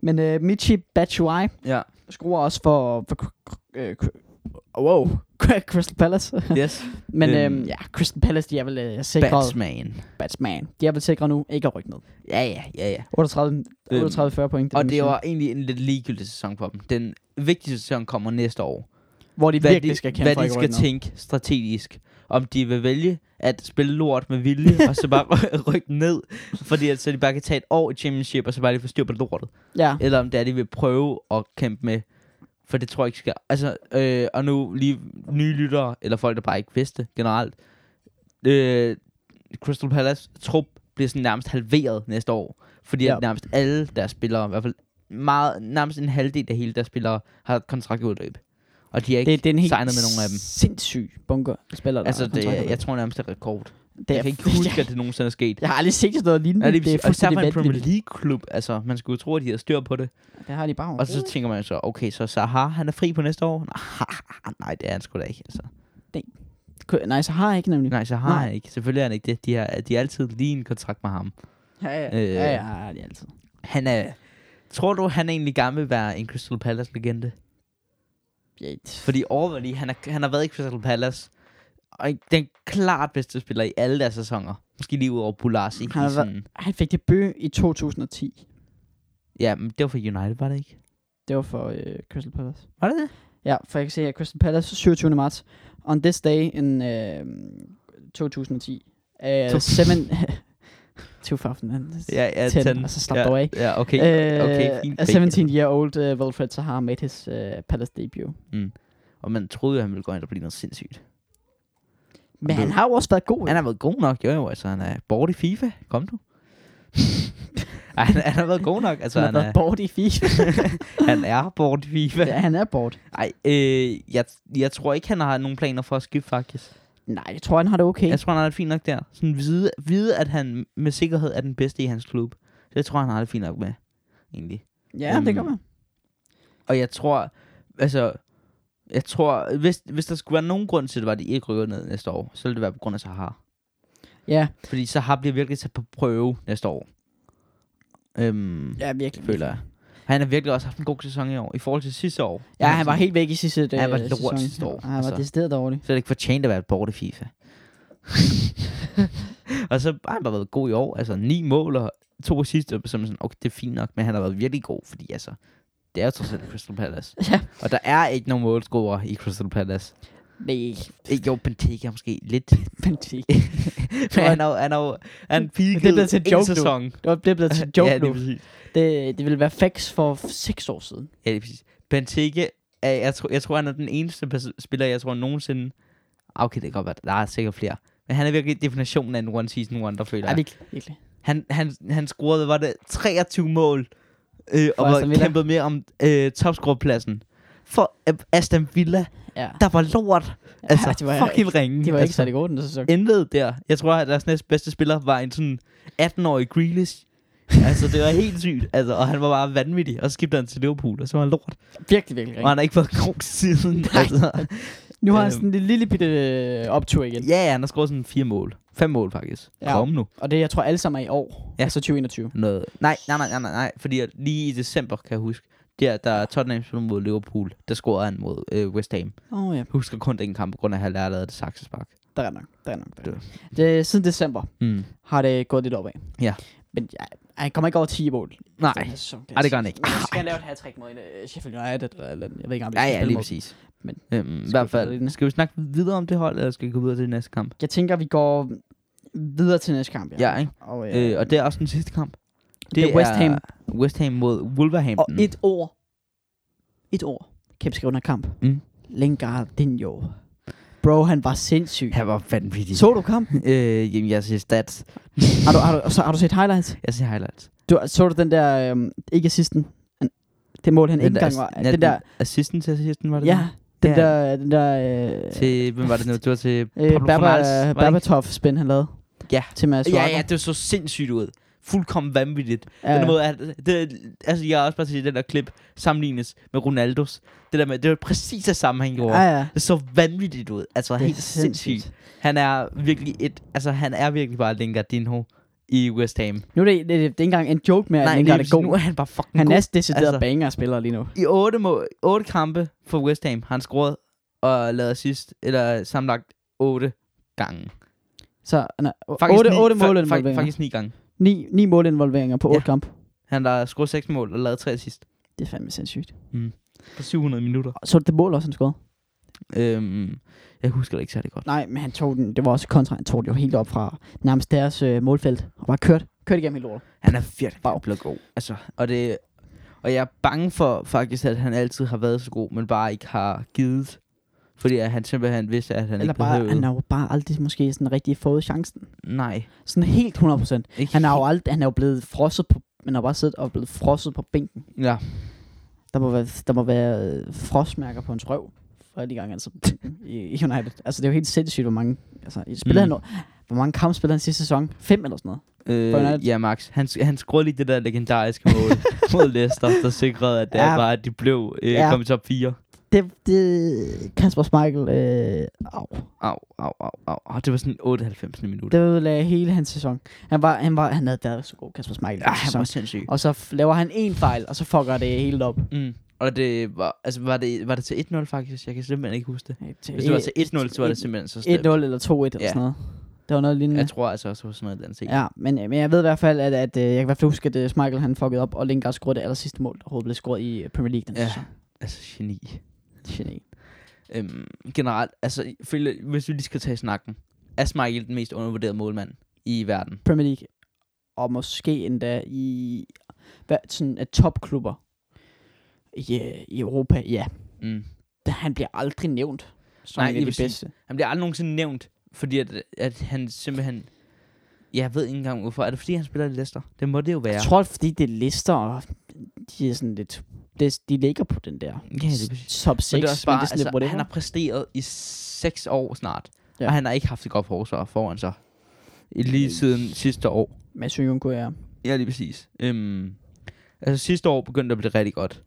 Speaker 1: Men uh, Michi Batshuayi
Speaker 2: Ja,
Speaker 1: skruer også for, for k- k- øh, k- wow, Crystal Palace.
Speaker 2: yes.
Speaker 1: Men
Speaker 2: Øhm.
Speaker 1: øhm, ja, Crystal Palace, de er vel øh, sikret...
Speaker 2: Batsman.
Speaker 1: Batsman. De er vel sikret nu ikke at rykke ned.
Speaker 2: Ja, ja, ja, ja.
Speaker 1: 38
Speaker 2: Øhm,
Speaker 1: 38-40 point.
Speaker 2: Og det
Speaker 1: er ligesom-
Speaker 2: var egentlig en lidt ligegyldig sæson for dem. Den vigtigste sæson kommer næste år.
Speaker 1: hvor de
Speaker 2: Hvad
Speaker 1: virkelig
Speaker 2: de,
Speaker 1: skal kæmpe
Speaker 2: hvad
Speaker 1: for
Speaker 2: de
Speaker 1: ikke at
Speaker 2: skal
Speaker 1: rykke ned.
Speaker 2: tænke strategisk. Om de vil vælge at spille lort med vilje, og så bare rykke ned. Fordi at, så de bare kan tage et år i championship, og så bare lige få styr på lortet.
Speaker 1: Ja,
Speaker 2: Eller om det er, de vil prøve at kæmpe med. For det tror jeg ikke skal... Altså, øh, og nu lige nye lyttere, eller folk, der bare ikke vidste generelt. Øh, Crystal Palace trup bliver sådan nærmest halveret næste år. Fordi ja.
Speaker 1: Ja.
Speaker 2: at nærmest alle deres spillere, i hvert fald meget, nærmest en halvdel af hele deres spillere, har et kontraktudløb. Og Og de er ikke
Speaker 1: Det, det er en helt
Speaker 2: signet med nogen af dem.
Speaker 1: sindssyg bunker spillere, der
Speaker 2: Altså,
Speaker 1: har
Speaker 2: det,
Speaker 1: kontrakter med.
Speaker 2: jeg tror nærmest, det er rekord.
Speaker 1: det
Speaker 2: Jeg kan ikke huske, at
Speaker 1: jeg,
Speaker 2: det nogensinde er sket.
Speaker 1: jeg har aldrig set sådan noget lignende.
Speaker 2: Ja, lige,
Speaker 1: det, det er fuldstændig
Speaker 2: fuldstændig vanvittigt. Premier
Speaker 1: vanvittigt.
Speaker 2: League-klub, altså, man skulle jo tro, at de havde styr på det.
Speaker 1: Det har de bare
Speaker 2: Og så tænker man så, okay, så Sahar, han er fri på næste år? Nej, nej, det er han sgu da ikke, altså.
Speaker 1: overhovedet. Nej, så har jeg ikke nemlig.
Speaker 2: Nej, så har
Speaker 1: Nej.
Speaker 2: han ikke. Selvfølgelig er han ikke det. De har, de har altid lige en kontrakt med ham.
Speaker 1: Ja, ja,
Speaker 2: Øh.
Speaker 1: ja, ja, det er altid.
Speaker 2: Han er... Tror du, han egentlig gerne vil være en Crystal Palace-legende?
Speaker 1: Ja,
Speaker 2: Fordi overvej lige, han, er, han har været i Crystal Palace, og ikke den klart bedste spiller i alle deres sæsoner. Måske lige ud over Bulasi.
Speaker 1: Han har været- han fik debut i 2010.
Speaker 2: Ja, men det var for United, var det ikke?
Speaker 1: Det var for øh, Crystal Palace.
Speaker 2: Var det det?
Speaker 1: Ja, for jeg kan se her, Crystal Palace 27. marts. On this day in øh, 2010. Uh,
Speaker 2: To-
Speaker 1: seven... 2010.
Speaker 2: Ja, ja,
Speaker 1: 10,
Speaker 2: ten.
Speaker 1: og så altså, slap
Speaker 2: ja,
Speaker 1: du af.
Speaker 2: Ja, okay.
Speaker 1: Uh,
Speaker 2: okay, fint.
Speaker 1: a
Speaker 2: fake.
Speaker 1: 17-year-old uh, Wilfred Sahar made his uh, Palace debut.
Speaker 2: Og man troede jo, han ville gå ind og blive noget sindssygt.
Speaker 1: Men han har jo også været god.
Speaker 2: Han har været god nok, jo jo, altså han er bort i FIFA. Kom du. Ej, han, han har været god nok, altså
Speaker 1: han har
Speaker 2: han,
Speaker 1: været
Speaker 2: er,
Speaker 1: bort i FIFA.
Speaker 2: han er bort i FIFA.
Speaker 1: ja, han er bort.
Speaker 2: Nej, øh, jeg, jeg tror ikke, han har nogen planer for at skifte, faktisk.
Speaker 1: Nej, jeg tror, han har det okay.
Speaker 2: Jeg tror, han har det fint nok der. Sådan vide, vide, at han med sikkerhed er den bedste i hans klub. Så jeg tror, han har det fint nok med, egentlig.
Speaker 1: ja, det gør
Speaker 2: Øhm,
Speaker 1: man.
Speaker 2: Og jeg tror, altså... Jeg tror, hvis, hvis der skulle være nogen grund til, at det var, at de ikke rykker ned næste år, så ville det være på grund af Sahar.
Speaker 1: Ja,
Speaker 2: Fordi Sahar bliver virkelig sat på prøve næste år. Øhm,
Speaker 1: ja, virkelig.
Speaker 2: føler jeg. Han har virkelig også haft en god sæson i år, i forhold til sidste år.
Speaker 1: Ja, han var helt væk i sidste
Speaker 2: Han var
Speaker 1: øh,
Speaker 2: lort
Speaker 1: sæson.
Speaker 2: sidste år,
Speaker 1: Ja, Han var
Speaker 2: altså.
Speaker 1: decideret dårlig.
Speaker 2: Så er det ikke fortjent at være borte i FIFA. og så har han bare været god i år. Altså ni mål og to assists, og så er man sådan, okay, det er fint nok, men han har været virkelig god, fordi altså, det er jo trods alt Crystal Palace.
Speaker 1: Ja.
Speaker 2: Og der er ikke nogen målscorer i Crystal Palace.
Speaker 1: Nej,
Speaker 2: Ikke jo, Benteke er måske lidt.
Speaker 1: Benteke.
Speaker 2: men han er jo, han er jo, han peakede
Speaker 1: blevet til en
Speaker 2: en
Speaker 1: joke nu.
Speaker 2: sæson.
Speaker 1: Det var- det er blevet til en joke
Speaker 2: ja, det
Speaker 1: nu.
Speaker 2: er præcis.
Speaker 1: Det, det ville være fax for 6 år siden.
Speaker 2: Ja, det er præcis. Benteke, er, jeg, tror, jeg tror, han er den eneste pers- spiller, jeg tror nogensinde... Ah, Okay, det kan godt være, der er sikkert flere. Men han er virkelig definitionen af en one season wonder, føler
Speaker 1: Ja,
Speaker 2: jeg.
Speaker 1: virkelig. virkelig.
Speaker 2: Han, han, han scorede, var det 23 mål, øh, og
Speaker 1: Aston
Speaker 2: var
Speaker 1: Villa.
Speaker 2: kæmpet mere om øh, topscorepladsen. For øh, Aston Villa,
Speaker 1: Ja.
Speaker 2: der var lort. Altså,
Speaker 1: Ja,
Speaker 2: ja,
Speaker 1: det var-
Speaker 2: fucking ringe.
Speaker 1: De var
Speaker 2: altså,
Speaker 1: ikke særlig gode den sæson.
Speaker 2: Intet der. Jeg tror, at deres næstbedste spiller var en sådan 18-årig Grealish. altså, det var helt sygt. Altså, og han var bare vanvittig. Og så skiftede han til Liverpool, og så var han lort.
Speaker 1: Virkelig, virkelig
Speaker 2: Og
Speaker 1: ringe.
Speaker 2: han har ikke været god siden. altså.
Speaker 1: Nu har han
Speaker 2: øhm,
Speaker 1: sådan en lille bitte øh, optur igen.
Speaker 2: Ja, ja, han har scoret sådan fire mål. Fem mål, faktisk.
Speaker 1: Ja.
Speaker 2: Ja. Kom nu.
Speaker 1: Og det, jeg tror, alle sammen er i år.
Speaker 2: Ja.
Speaker 1: Altså 2021.
Speaker 2: noget. Nej, nej, nej, nej, nej, nej, fordi at lige i december, kan jeg huske, der, der Tottenham spillede mod Liverpool, der scorede han mod øh, West Ham.
Speaker 1: Åh oh, ja,
Speaker 2: Jeg husker kun den kamp, på grund af, at han lærte det saksespark.
Speaker 1: der er nok. Der er nok. Der er nok. Det, siden december
Speaker 2: Mm.
Speaker 1: har det gået lidt opad.
Speaker 2: Ja.
Speaker 1: Men ja, han kommer ikke over 10 mål.
Speaker 2: Nej,
Speaker 1: Den her sæson.
Speaker 2: Ej, det gør han ikke.
Speaker 1: Men så skal han lave et hat-trick mod en, øh, Sheffield United eller, eller andet. Jeg ved ikke, om det
Speaker 2: ja,
Speaker 1: er
Speaker 2: ja, lige præcis.
Speaker 1: Men-
Speaker 2: Men, øhm, I
Speaker 1: Skal vi
Speaker 2: hvert
Speaker 1: gå videre i den?
Speaker 2: fald, skal vi snakke videre om det hold, eller skal vi gå videre til det næste kamp?
Speaker 1: Jeg tænker, vi går videre til næste kamp.
Speaker 2: Ja, ikke?
Speaker 1: Og, øh,
Speaker 2: Øh, og det er også den sidste kamp.
Speaker 1: Det er West Ham.
Speaker 2: West Ham mod
Speaker 1: og
Speaker 2: Wolverhampton.
Speaker 1: et ord. Et ord. Kæmpe skrive under kamp.
Speaker 2: Mm.
Speaker 1: Lingardinho. Bro, han var sindssyg.
Speaker 2: Han var vanvittig.
Speaker 1: Så du kampen?
Speaker 2: Øh, jamen, jeg ser stats.
Speaker 1: har, du, har, du, så, har du set highlights?
Speaker 2: Jeg ser highlights.
Speaker 1: Du, så du den der, øhm, ikke assisten? Han- Det mål, han ikke
Speaker 2: Den der
Speaker 1: engang
Speaker 2: ass-
Speaker 1: var.
Speaker 2: ja,
Speaker 1: Den der,
Speaker 2: Assisten til assisten, var det
Speaker 1: ja, den
Speaker 2: Ja.
Speaker 1: der, den der, øh,
Speaker 2: Til, hvem var det nu? Det var til
Speaker 1: øh,
Speaker 2: Pablo Fornals, var det
Speaker 1: Baba,
Speaker 2: ikke?
Speaker 1: Babatov-spin, han lavede.
Speaker 2: Ja.
Speaker 1: Til Mads
Speaker 2: Ja, ja, det så sindssygt ud. Fuldkommen vanvittigt. Ja. Den måde, at det, altså, jeg har også bare set den der klip sammenlignes med Ronaldos. Det der med, det var præcis det samme, han gjorde.
Speaker 1: ja,
Speaker 2: Ja.
Speaker 1: Ah, ja.
Speaker 2: Det så vanvittigt ud. Altså,
Speaker 1: Det er
Speaker 2: helt sindssygt.
Speaker 1: sindssygt.
Speaker 2: Han er virkelig et, altså, han er virkelig bare Lingardinho i West Ham.
Speaker 1: Nu er det, det, det er ikke engang en joke med, at han ikke er
Speaker 2: lige
Speaker 1: det
Speaker 2: præcis. nu er
Speaker 1: god.
Speaker 2: han bare fucking
Speaker 1: Han
Speaker 2: god.
Speaker 1: er decideret altså.
Speaker 2: Altså.
Speaker 1: banger-spiller lige nu.
Speaker 2: I otte, må, otte kampe for West Ham har han scoret og lavet sidst, eller sammenlagt otte gange.
Speaker 1: Så han er 8,
Speaker 2: ni-
Speaker 1: 8
Speaker 2: fa- fa-
Speaker 1: målinvolveringer.
Speaker 2: Faktisk ni gange.
Speaker 1: 9, 9 målinvolveringer på 8
Speaker 2: Ja.
Speaker 1: kamp.
Speaker 2: Han har scoret seks mål og lavet tre sidst
Speaker 1: Det er fandme sindssygt.
Speaker 2: på 700 minutter.
Speaker 1: Og Så er det det mål også, han scorede.
Speaker 2: Øhm, jeg husker det ikke særlig godt.
Speaker 1: Nej, men han tog den. Det var også kontra. Han tog det jo helt op fra nærmest deres øh, målfelt. Og bare kørt. Kørt igennem hele lortet.
Speaker 2: Han er virkelig bare blevet god. Altså, og, det, og jeg er bange for faktisk, at han altid har været så god, men bare ikke har givet. Fordi at han simpelthen vidste, at han
Speaker 1: Eller
Speaker 2: ikke
Speaker 1: bare,
Speaker 2: behøvede.
Speaker 1: han har jo bare aldrig måske sådan rigtig fået chancen.
Speaker 2: Nej.
Speaker 1: Sådan helt 100%.
Speaker 2: Ikke
Speaker 1: Han har jo aldrig, han er jo blevet frosset på, han har bare siddet og blevet frosset på bænken.
Speaker 2: helt- Ja,
Speaker 1: Der må være, der må være øh, frostmærker på hans røv. flere de gange altså, i, i United. Altså, det er jo helt sindssygt, hvor mange... Altså, spillede
Speaker 2: Mm.
Speaker 1: mm. han, no- hvor mange kampe spillede han sidste sæson? Fem eller sådan noget. For United.
Speaker 2: Øh, ja, Max. Han, han skruede lige det der legendariske mål mod Leicester, der sikrede, at det
Speaker 1: Ja.
Speaker 2: ja. var, at de blev øh,
Speaker 1: Ja.
Speaker 2: ja. kom i top 4.
Speaker 1: Det, det Kasper Schmeichel, øh, au,
Speaker 2: Au, au, au, au. Oh, det var sådan 98. minut.
Speaker 1: det ødelagde hele hans sæson. Han var, han var, han havde været så god, Kasper Schmeichel. i
Speaker 2: Ah,
Speaker 1: hans
Speaker 2: han
Speaker 1: sæson.
Speaker 2: var sindssyg.
Speaker 1: Og så f- laver han en fejl, og så fucker det helt op.
Speaker 2: Mm. Og det var, altså, var, det, var det til 1-0 faktisk? Jeg kan simpelthen ikke huske det. Hvis det var til 1-0, så var det simpelthen så slemt.
Speaker 1: 1-0 eller 2-1 eller
Speaker 2: Ja.
Speaker 1: sådan noget. Det var noget lignende.
Speaker 2: Jeg tror altså også, det var sådan noget, den set.
Speaker 1: Ja, men, men jeg ved i hvert fald, at, at øh, jeg kan i hvert fald huske, at øh, Schmeichel han fuckede op, og Lingard scorede det aller sidste mål, der overhovedet blev scoret i øh, Premier League den
Speaker 2: Ja.
Speaker 1: sæson.
Speaker 2: Altså, geni.
Speaker 1: Geni.
Speaker 2: Øhm, generelt, altså, følge, hvis vi lige skal tage snakken. Er Michael den mest undervurderede målmand i verden?
Speaker 1: Premier League, og måske endda i hvad, sådan at topklubber i, øh, i Europa, ja.
Speaker 2: Mm.
Speaker 1: Da han bliver aldrig nævnt som
Speaker 2: Nej,
Speaker 1: en
Speaker 2: jeg
Speaker 1: af de
Speaker 2: vil sige-
Speaker 1: bedste.
Speaker 2: Han bliver aldrig nogensinde nævnt, fordi at, at han simpelthen... Jeg ved ikke engang hvorfor. Er det fordi, han spiller i Leicester? Det må det jo være.
Speaker 1: Jeg tror, fordi det er lister, og de er sådan lidt... Det, de ligger på den der
Speaker 2: Ja, det er præcis.
Speaker 1: top 6,
Speaker 2: Men
Speaker 1: men
Speaker 2: det er også bare,
Speaker 1: det er sådan lidt,
Speaker 2: altså,
Speaker 1: whatever.
Speaker 2: han har præsteret i 6 år snart,
Speaker 1: Ja.
Speaker 2: ja. og han har ikke haft et godt forsvar foran sig. Lige siden sidste år.
Speaker 1: Mads Junko er...
Speaker 2: Ja, lige præcis. Øhm, altså sidste år begyndte det at blive rigtig godt.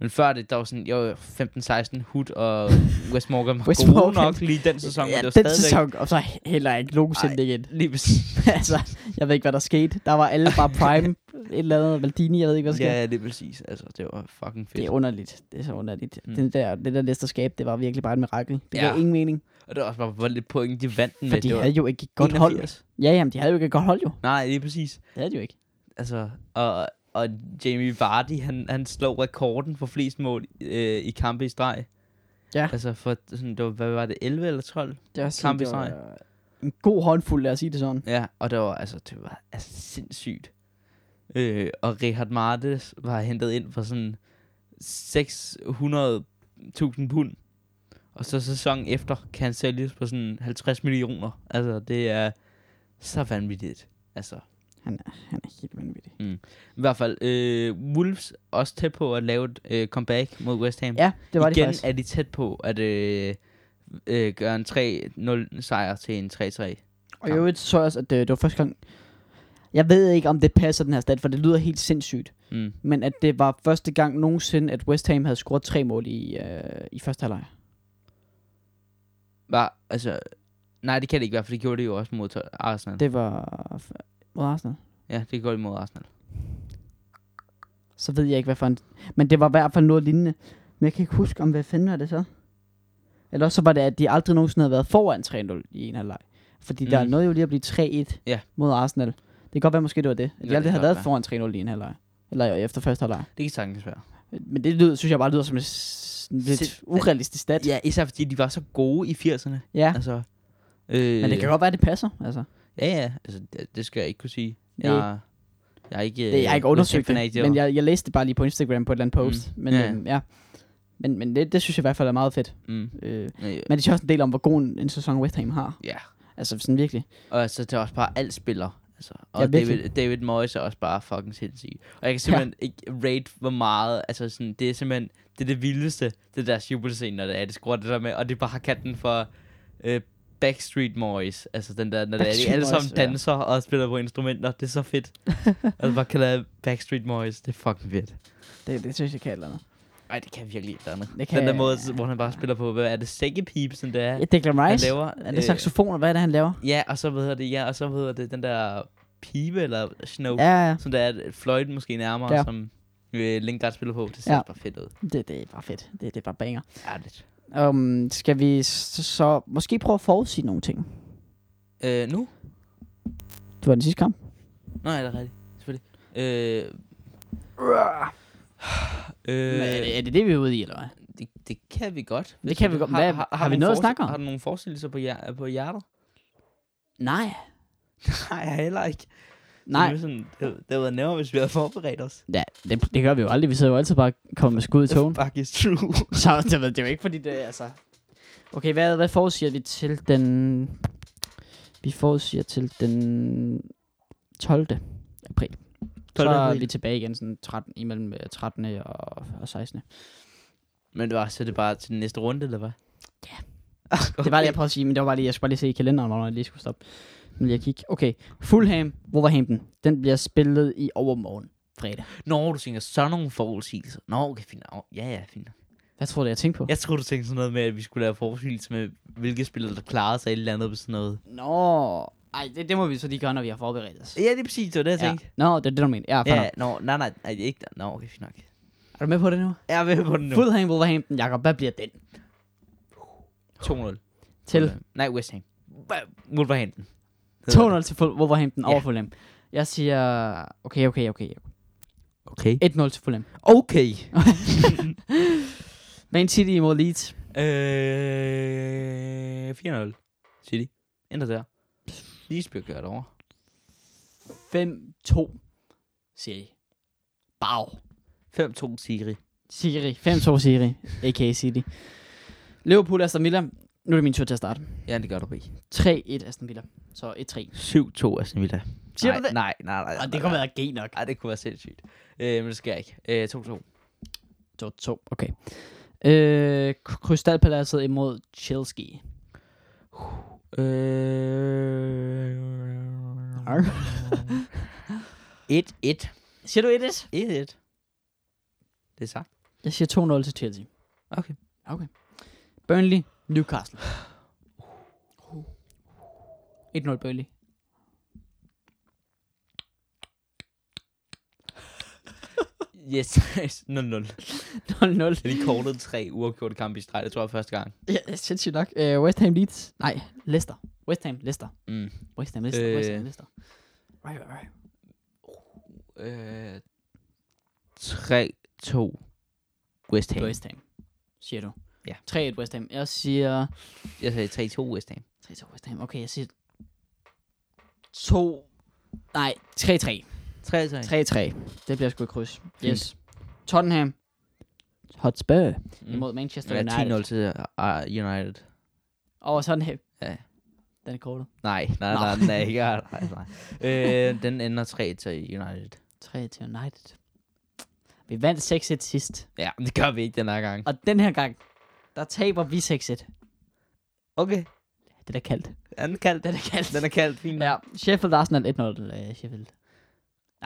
Speaker 2: Men før det, der var sådan, jo, 15-16, Hood og West Morgan var
Speaker 1: West
Speaker 2: gode
Speaker 1: Morgan.
Speaker 2: nok lige den sæson,
Speaker 1: ja,
Speaker 2: men
Speaker 1: den
Speaker 2: det var stadigvæk...
Speaker 1: sæson, og så heller ikke nogensinde igen.
Speaker 2: Lige præcis.
Speaker 1: altså, jeg ved ikke, hvad der skete. Der var alle bare prime, et eller andet, Valdini, jeg ved ikke, hvad der skete.
Speaker 2: ja, det er præcis. Altså, det var fucking fedt.
Speaker 1: Det er underligt. Det er så underligt.
Speaker 2: Mm.
Speaker 1: Mm. Den der, det der læsterskab, det var virkelig bare et mirakel. Det
Speaker 2: Ja.
Speaker 1: ja. gav ingen mening.
Speaker 2: Og det var også bare, hvor lidt point de vandt den
Speaker 1: For
Speaker 2: med.
Speaker 1: de
Speaker 2: det var
Speaker 1: havde jo ikke et godt hold.
Speaker 2: 81.
Speaker 1: Ja, jamen, de havde jo ikke et godt hold, jo.
Speaker 2: Nej, lige præcis.
Speaker 1: Det havde de jo ikke.
Speaker 2: Altså, og, og Jamie Vardy, han, han slog rekorden for flest mål øh, i kampe i streg.
Speaker 1: Ja.
Speaker 2: Altså, for, sådan, det var, hvad var det, 11 eller 12?
Speaker 1: Det var,
Speaker 2: Kamp i
Speaker 1: det var en god håndfuld, lad os sige det sådan.
Speaker 2: Ja, og det var, altså, det var altså, sindssygt. Øh, og Richard Martes var hentet ind for sådan 600.000 pund. Og så sæsonen efter kan han sælges på sådan 50 millioner. Altså, det er så vanvittigt. Altså,
Speaker 1: Han er helt vanvittig.
Speaker 2: i hvert fald, øh, Wolves også tæt på at lave et øh, comeback mod West Ham.
Speaker 1: Ja, det var det
Speaker 2: Igen
Speaker 1: faktisk.
Speaker 2: er de tæt på at øh, øh, gøre en 3-0 sejr til en 3-3.
Speaker 1: Og i øvrigt så jeg også, at øh, det, det var første gang... Jeg ved ikke, om det passer den her stat, for det lyder helt sindssygt.
Speaker 2: Mm.
Speaker 1: Men at det var første gang nogensinde, at West Ham havde scoret tre mål i, øh, i første halvleg.
Speaker 2: Var, altså, nej, det kan det ikke være, for det gjorde det jo også mod to- Arsenal. Det.
Speaker 1: Det var f- mod Arsenal.
Speaker 2: Ja, det gjorde det mod Arsenal.
Speaker 1: Så ved jeg ikke, hvad for en... Men det var i hvert fald noget lignende. Men jeg kan ikke huske, om hvad fanden var det så? Eller også så var det, at de aldrig nogensinde havde været foran 3-0 i en halvleg. Fordi mm. der
Speaker 2: Mm.
Speaker 1: nåede jo lige at blive 3-1
Speaker 2: Ja.
Speaker 1: mod Arsenal. Det kan godt være, måske det var det. At
Speaker 2: Ja,
Speaker 1: de
Speaker 2: det
Speaker 1: aldrig
Speaker 2: kan
Speaker 1: havde
Speaker 2: godt
Speaker 1: været foran 3-0 i en halvleg. Eller jo, efter første halvleg.
Speaker 2: Det kan sagtens være.
Speaker 1: Men det lyder, synes jeg bare lyder som en s- lidt
Speaker 2: Sind-
Speaker 1: urealistisk stat.
Speaker 2: Ja, især fordi de var så gode i 80'erne.
Speaker 1: ja.
Speaker 2: Altså, øh,
Speaker 1: Men det kan godt være, at det passer. Altså.
Speaker 2: Ja, ja, altså, det, det skal jeg ikke kunne sige.
Speaker 1: Nej.
Speaker 2: Jeg, jeg er ikke...
Speaker 1: Det, jeg har ikke
Speaker 2: øh,
Speaker 1: undersøgt det,
Speaker 2: West Ham-fanatiker.
Speaker 1: men jeg, jeg læste det bare lige på Instagram på et eller andet post.
Speaker 2: Mm.
Speaker 1: Men,
Speaker 2: Ja.
Speaker 1: ja. Øhm, ja. men, men det, det synes jeg i hvert fald er meget fedt.
Speaker 2: Mm.
Speaker 1: Øh,
Speaker 2: Øh,
Speaker 1: Men det siger også en del om, hvor god en en sæson West Ham har.
Speaker 2: Ja.
Speaker 1: Altså sådan virkelig.
Speaker 2: Og så det er også bare alt spiller. Altså. Og
Speaker 1: Ja,
Speaker 2: ja,
Speaker 1: virkelig.
Speaker 2: David, David Moyes er også bare fucking sindssyg. Og jeg kan simpelthen ja. ikke rate, hvor meget... Altså sådan, det er simpelthen... Det er det vildeste, det der jubelscene, når det er, det skruer det der med. Og det er bare katten for øh, Backstreet Moyes. Altså den der, når det er, de
Speaker 1: Backstreet
Speaker 2: alle sammen
Speaker 1: Boys, ja.
Speaker 2: danser og spiller på instrumenter. Det er så fedt. altså bare kalde det Backstreet Moyes. Det er fucking fedt.
Speaker 1: Det, det synes jeg kan et eller andet.
Speaker 2: Nej, det kan virkelig ikke andet.
Speaker 1: Det
Speaker 2: Kan... Den der
Speaker 1: kan-
Speaker 2: måde, hvor han bare spiller på, hvad er det, sækkepip, sådan det er.
Speaker 1: Ja, Declan
Speaker 2: Han
Speaker 1: Rice.
Speaker 2: laver,
Speaker 1: er
Speaker 2: øh,
Speaker 1: det saxofon, eller hvad er det, han laver?
Speaker 2: Ja, og så hedder det, ja, og så hedder det den der pibe eller snow, ja.
Speaker 1: Ja, ja.
Speaker 2: som der er fløjten måske nærmere,
Speaker 1: Ja.
Speaker 2: ja. som øh, Lingard spiller på. Det ser ja.
Speaker 1: Ja.
Speaker 2: bare fedt ud.
Speaker 1: Det, det er bare fedt. Det, det er bare banger.
Speaker 2: Ærligt.
Speaker 1: Um, skal vi så, så måske prøve at forudsige nogle ting?
Speaker 2: Øh, nu?
Speaker 1: Det var den sidste kamp.
Speaker 2: Nå, ja, det er rigtigt. Selvfølgelig. Øh,
Speaker 1: Men
Speaker 2: øh,
Speaker 1: er, det, er det det, vi er ude i, eller hvad?
Speaker 2: det, det kan vi godt.
Speaker 1: Det kan vi godt. Hvad- har vi
Speaker 2: du
Speaker 1: noget at
Speaker 2: forestille-
Speaker 1: snakke om?
Speaker 2: Har du nogle forestillelser på, hjer- på hjertet?
Speaker 1: Nej.
Speaker 2: Nej, heller ikke.
Speaker 1: Nej.
Speaker 2: Det, er sådan, det, det havde været nemmere, hvis vi havde forberedt os.
Speaker 1: Ja, det, det gør vi jo aldrig. Vi sidder jo altid bare og kommer med skud i togen.
Speaker 2: Fuck is true.
Speaker 1: Så det, ved- det er jo ikke fordi, det er altså... Okay, hvad, hvad forudsiger vi til den... Vi forudsiger til den 12. april. 12. Så
Speaker 2: 12.
Speaker 1: er
Speaker 2: april.
Speaker 1: vi tilbage igen sådan 13, imellem øh, 13. og, og 16.
Speaker 2: altså, Men det var, så er det bare til den næste runde, eller hvad?
Speaker 1: Okay. Det var det, jeg prøvede at sige, men det var bare lige, jeg skulle bare lige se i kalenderen, hvornår jeg lige skulle stoppe. Nu lige at kigge. Okay, Fulham, Wolverhampton. Den bliver spillet i overmorgen fredag.
Speaker 2: Nå, du tænker sådan nogle forudsigelser. Nå, okay, fint. Nå, ja, ja, fint.
Speaker 1: Hvad tror du, jeg tænkte på?
Speaker 2: Jeg tror du tænkte sådan noget med, at vi skulle lave forudsigelser med, hvilke spillere, der klarede sig et eller andet på sådan noget.
Speaker 1: Nå, ej, det, det må vi så lige gøre, når vi har forberedt os.
Speaker 2: Ja, det er præcis, det var det, jeg
Speaker 1: Ja.
Speaker 2: tænkte.
Speaker 1: Nå, det er det, du mener. Ja,
Speaker 2: Ja,
Speaker 1: ja.
Speaker 2: nå, nej, nej, nej, det er ikke. Nå, okay, fint nok.
Speaker 1: Er du med på det nu?
Speaker 2: Jeg er med på den nu.
Speaker 1: Fulham, Wolverhampton. Jakob, hvad bliver den
Speaker 2: 2-0.
Speaker 1: til?
Speaker 2: Øh, Nej, West Ham. Hva- Wolverhampton.
Speaker 1: 2-0 til Ful- Wolverhampton
Speaker 2: Ja.
Speaker 1: over Fulham. Jeg siger, okay, okay, okay.
Speaker 2: Okay.
Speaker 1: 1-0 til Fulham.
Speaker 2: Okay.
Speaker 1: Man City imod Leeds.
Speaker 2: Øh, 4-0. City. Ender der. Lisbjerg gør det over.
Speaker 1: 5-2. Siri. Bag.
Speaker 2: 5-2 Siri.
Speaker 1: Siri. 5-2 Siri. A.k.a. City. Liverpool, Aston Villa. Nu er det min tur til at starte.
Speaker 2: Ja, det gør du, B.
Speaker 1: 3-1 Aston Villa. Så 1-3.
Speaker 2: 7-2 Aston Villa.
Speaker 1: Siger
Speaker 2: nej,
Speaker 1: du det?
Speaker 2: Nej, nej, nej. nej,
Speaker 1: Og det
Speaker 2: nej.
Speaker 1: kunne være G nok.
Speaker 2: Ej, det kunne være sindssygt. Øh, men det skal jeg ikke. Øh, 2-2.
Speaker 1: 2-2. Okay. Øh, Krystalpaladset imod Chelsea.
Speaker 2: Øh...
Speaker 1: Arr.
Speaker 2: 1-1.
Speaker 1: Siger du 1-1?
Speaker 2: 1-1. Det er sagt.
Speaker 1: Jeg siger 2-0 til Chelsea.
Speaker 2: Okay.
Speaker 1: Okay. Burnley, Newcastle. Uh. 1-0 Burnley.
Speaker 2: Yes, 0-0.
Speaker 1: 0-0.
Speaker 2: Det er lige kortet tre uafgjorte kampe i streg. Det tror jeg er første gang.
Speaker 1: Ja, det er sindssygt nok. Uh, West Ham Leeds. Nej, Leicester. West Ham, Leicester.
Speaker 2: Mm.
Speaker 1: West Ham, Leicester. Øh. West
Speaker 2: Øh.
Speaker 1: Ham, Leicester. Right, right, right.
Speaker 2: Øh, 3-2. West Ham.
Speaker 1: West Ham, siger du.
Speaker 2: Ja.
Speaker 1: 3-1 West Ham. Jeg siger...
Speaker 2: Jeg sagde 3-2 West Ham.
Speaker 1: 3-2 West Ham. Okay, jeg siger... 2... Nej, 3-3.
Speaker 2: 3-3.
Speaker 1: 3-3. Det bliver sgu et kryds. Yes. Tottenham. Hotspur. Mm. Imod Manchester
Speaker 2: Ja,
Speaker 1: United.
Speaker 2: 10-0 til uh, United.
Speaker 1: Over Tottenham.
Speaker 2: Ja.
Speaker 1: Den er kortet.
Speaker 2: Nej, nej, nej, nej, nej, ikke. nej, nej. øh, den ender 3 til United.
Speaker 1: 3 til United. Vi vandt 6-1 sidst.
Speaker 2: Ja, men det gør vi ikke den her gang.
Speaker 1: Og den her gang, der taber vi 6-1.
Speaker 2: Okay,
Speaker 1: Det er da kaldt.
Speaker 2: den er kaldt.
Speaker 1: Den er kaldt.
Speaker 2: Den er kaldt, fint.
Speaker 1: Ja, Sheffield Arsenal 1-0. Øh, Sheffield.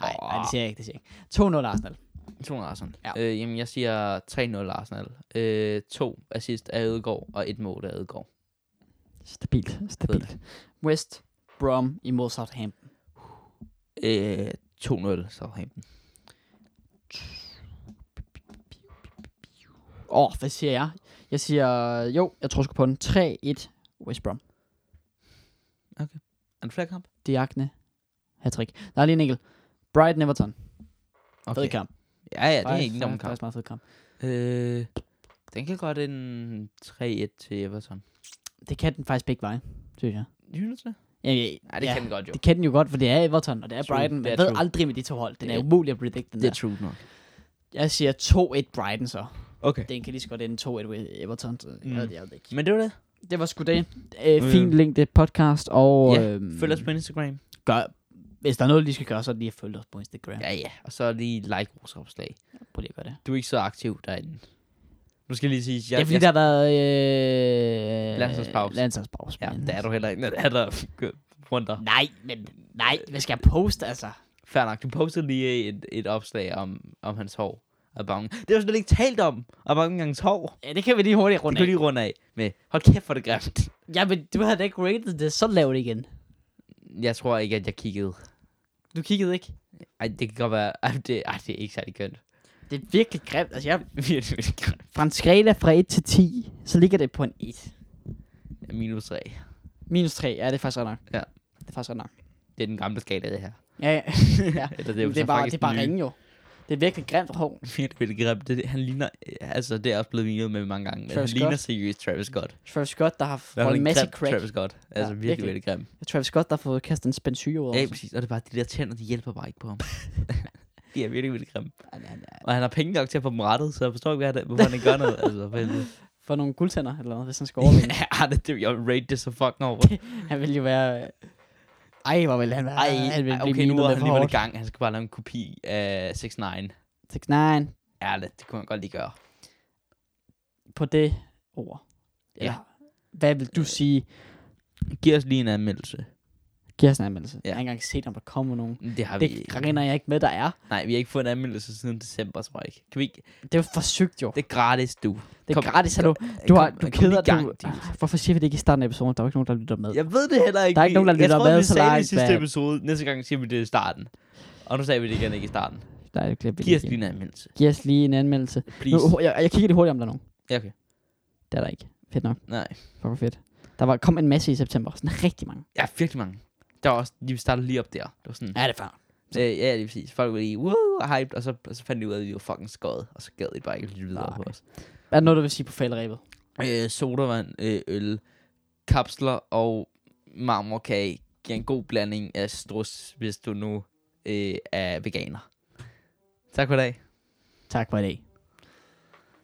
Speaker 1: Nej, oh. nej, det siger jeg ikke, det siger jeg ikke. 2-0 Arsenal.
Speaker 2: 2 Arsenal.
Speaker 1: Ja.
Speaker 2: Ja. Øh, jamen, jeg siger 3-0 Arsenal. Øh, to assist af Ødegaard, og et mål af Ødegaard.
Speaker 1: Stabilt, stabilt. West Brom imod Southampton.
Speaker 2: Øh, 2-0 Southampton.
Speaker 1: Åh, oh, hvad siger jeg? Jeg siger, jo, jeg tror sgu på den. 3-1 West Brom.
Speaker 2: Er det flere kamp?
Speaker 1: Diagne. Hattrick. Der er lige en enkelt. Brighton Everton. Okay. Fed kamp.
Speaker 2: Ja, ja, det er
Speaker 1: Faktisk-
Speaker 2: ikke nogen kamp.
Speaker 1: faktisk meget fed kamp.
Speaker 2: Øh, den kan godt en 3-1 til Everton.
Speaker 1: Det kan den faktisk begge veje, synes jeg.
Speaker 2: Synes det?
Speaker 1: Ja, ja,
Speaker 2: Nej, det
Speaker 1: ja.
Speaker 2: kan den godt jo.
Speaker 1: Det kan den jo godt, for det er Everton, og det er
Speaker 2: True,
Speaker 1: Brighton. Man
Speaker 2: det er
Speaker 1: ved
Speaker 2: true.
Speaker 1: aldrig med de to hold. Den er
Speaker 2: Det er-
Speaker 1: umulig at predict, den
Speaker 2: Det er
Speaker 1: der.
Speaker 2: true nok.
Speaker 1: Jeg siger 2-1 Brighton så.
Speaker 2: Okay.
Speaker 1: Den kan lige så godt ende 2-1 ved Everton. Så mm.
Speaker 2: Mm.
Speaker 1: jeg, ved det, jeg ved det ikke.
Speaker 2: Men det var det.
Speaker 1: Det var sgu det. Øh,
Speaker 2: Øh.
Speaker 1: fin længde podcast, og
Speaker 2: Ja,
Speaker 1: øhm,
Speaker 2: Følg os på Instagram.
Speaker 1: gør, hvis der er noget, de skal gøre, så er det lige at følge os på Instagram. Ja.
Speaker 2: Ja, ja. Og så lige like vores opslag.
Speaker 1: Prøv lige at gøre det.
Speaker 2: Du er ikke så aktiv derinde. Nu skal jeg lige sige,
Speaker 1: Ja, det er fordi,
Speaker 2: jeg,
Speaker 1: der har været... Øh,
Speaker 2: Landsholdspause.
Speaker 1: Landsholdspause.
Speaker 2: Ja,
Speaker 1: men-
Speaker 2: der er du heller ikke. Der er der rundt dig.
Speaker 1: Nej, men nej, hvad skal jeg poste, altså?
Speaker 2: Fair nok. Du postede lige et, et opslag om, om hans hår. Og bange. Det har vi slet ikke talt om. Og mange gange hår.
Speaker 1: Ja, det kan vi lige hurtigt
Speaker 2: Det
Speaker 1: runde
Speaker 2: kan
Speaker 1: af.
Speaker 2: vi lige runde af med, hold kæft for det grimt.
Speaker 1: Ja, men du havde da ikke rated det så lavt igen.
Speaker 2: Jeg tror ikke, at jeg kiggede.
Speaker 1: Du kiggede ikke.
Speaker 2: Ej, det kan godt være. Ej, det, ej, det er ikke særlig kønt.
Speaker 1: Det er virkelig grimt. Altså, jeg,
Speaker 2: Virkelig, virkelig grimt.
Speaker 1: fra en skala fra 1 til 10, så ligger det på en 1.
Speaker 2: Minus 3.
Speaker 1: Minus 3, ja, det er faktisk ret nok.
Speaker 2: Ja.
Speaker 1: Det er faktisk ret nok.
Speaker 2: Det er den gamle skala, det her.
Speaker 1: Ja, ja. ja.
Speaker 2: Eller
Speaker 1: Det er, det
Speaker 2: så
Speaker 1: er bare,
Speaker 2: faktisk
Speaker 1: det er bare
Speaker 2: den nye.
Speaker 1: ringe jo. Det er virkelig grimt hår.
Speaker 2: Virkelig, virkelig grimt. Det, han ligner... Altså, det er også blevet vinet med mange gange. Men han
Speaker 1: Travis
Speaker 2: ligner
Speaker 1: Scott.
Speaker 2: seriøst Travis Scott.
Speaker 1: Travis Scott, der har
Speaker 2: Der er
Speaker 1: fået en
Speaker 2: en
Speaker 1: masse
Speaker 2: grim
Speaker 1: crack.
Speaker 2: Travis Scott. Altså,
Speaker 1: Ja,
Speaker 2: virkelig,
Speaker 1: virkelig.
Speaker 2: virkelig, virkelig grim.
Speaker 1: Travis Scott, der har fået kastet en spændt syge over.
Speaker 2: Ja,
Speaker 1: os.
Speaker 2: præcis. Og det er bare de der tænder, de hjælper bare ikke på ham. de er virkelig, virkelig grimme.
Speaker 1: Ej, nej, nej.
Speaker 2: Og han har penge nok til at få dem rettet, så jeg forstår ikke, hvad det- hvorfor han ikke gør noget. Altså, for helvede.
Speaker 1: For nogle guldtænder, eller noget, hvis han skal overvinde.
Speaker 2: ja, det, det, jeg vil rate det så fucking over.
Speaker 1: han ville jo være... øh, Ej, hvor ville han være...
Speaker 2: Ej,
Speaker 1: han ville
Speaker 2: ej, okay,
Speaker 1: blive
Speaker 2: nu
Speaker 1: mimet
Speaker 2: er
Speaker 1: med
Speaker 2: han
Speaker 1: for
Speaker 2: alligevel
Speaker 1: hårdt.
Speaker 2: i gang. Han skal bare lave en kopi af 6 9
Speaker 1: Teknejen
Speaker 2: Ærligt, det kunne man godt lige gøre.
Speaker 1: på det ord. Eller, Hvad vil
Speaker 2: Øh.
Speaker 1: du sige?
Speaker 2: Giv os lige en anmeldelse.
Speaker 1: Giv os en anmeldelse.
Speaker 2: Ja.
Speaker 1: Jeg har ikke engang set, om der kommer nogen.
Speaker 2: Det har vi
Speaker 1: Det regner jeg ikke med, der er.
Speaker 2: Nej, vi har ikke fået en anmeldelse siden december, tror jeg ikke. Kan vi ikke?
Speaker 1: Det er jo forsøgt jo.
Speaker 2: Det er gratis, du.
Speaker 1: Det er
Speaker 2: Kom-
Speaker 1: gratis, at
Speaker 2: kom-
Speaker 1: du, du, har,
Speaker 2: kom-
Speaker 1: du
Speaker 2: kom
Speaker 1: keder
Speaker 2: i gang,
Speaker 1: du,
Speaker 2: Ditte.
Speaker 1: Ah, Hvorfor siger vi det ikke i starten af episoden? Der er jo ikke nogen, der lytter med.
Speaker 2: Jeg ved det heller ikke.
Speaker 1: Der er ikke nogen, der
Speaker 2: Jeg
Speaker 1: lytter
Speaker 2: troede,
Speaker 1: med
Speaker 2: vi
Speaker 1: så
Speaker 2: sagde det i
Speaker 1: langt
Speaker 2: sidste
Speaker 1: bag.
Speaker 2: episode. Næste gang siger vi det i starten. Og nu sagde vi det igen ikke i starten.
Speaker 1: Der er jo klip.
Speaker 2: Giv os lige en anmeldelse.
Speaker 1: Giv os lige en anmeldelse.
Speaker 2: Please.
Speaker 1: Nu, jeg, jeg kigger lige hurtigt, om der er nogen.
Speaker 2: Ja, okay.
Speaker 1: Det er der ikke. Fedt nok.
Speaker 2: Nej.
Speaker 1: Fuck, hvor fedt. Der var, kom en masse i september. Sådan rigtig mange.
Speaker 2: Ja, virkelig mange. Der var også, de startede lige op der. Det var sådan,
Speaker 1: Ja, det er fair.
Speaker 2: øh, ja, lige præcis. Folk var lige, woo, og hyped, og så, og så fandt de ud af, at vi var fucking skåret, og så gad de bare ikke lytte videre
Speaker 1: Nej.
Speaker 2: på os.
Speaker 1: Er der noget, du vil sige på falderæbet?
Speaker 2: Øh, sodavand, øh, øl, kapsler og marmorkage giver en god blanding af strus, hvis du nu øh, er veganer. Tak for i dag.
Speaker 1: Tak for i dag.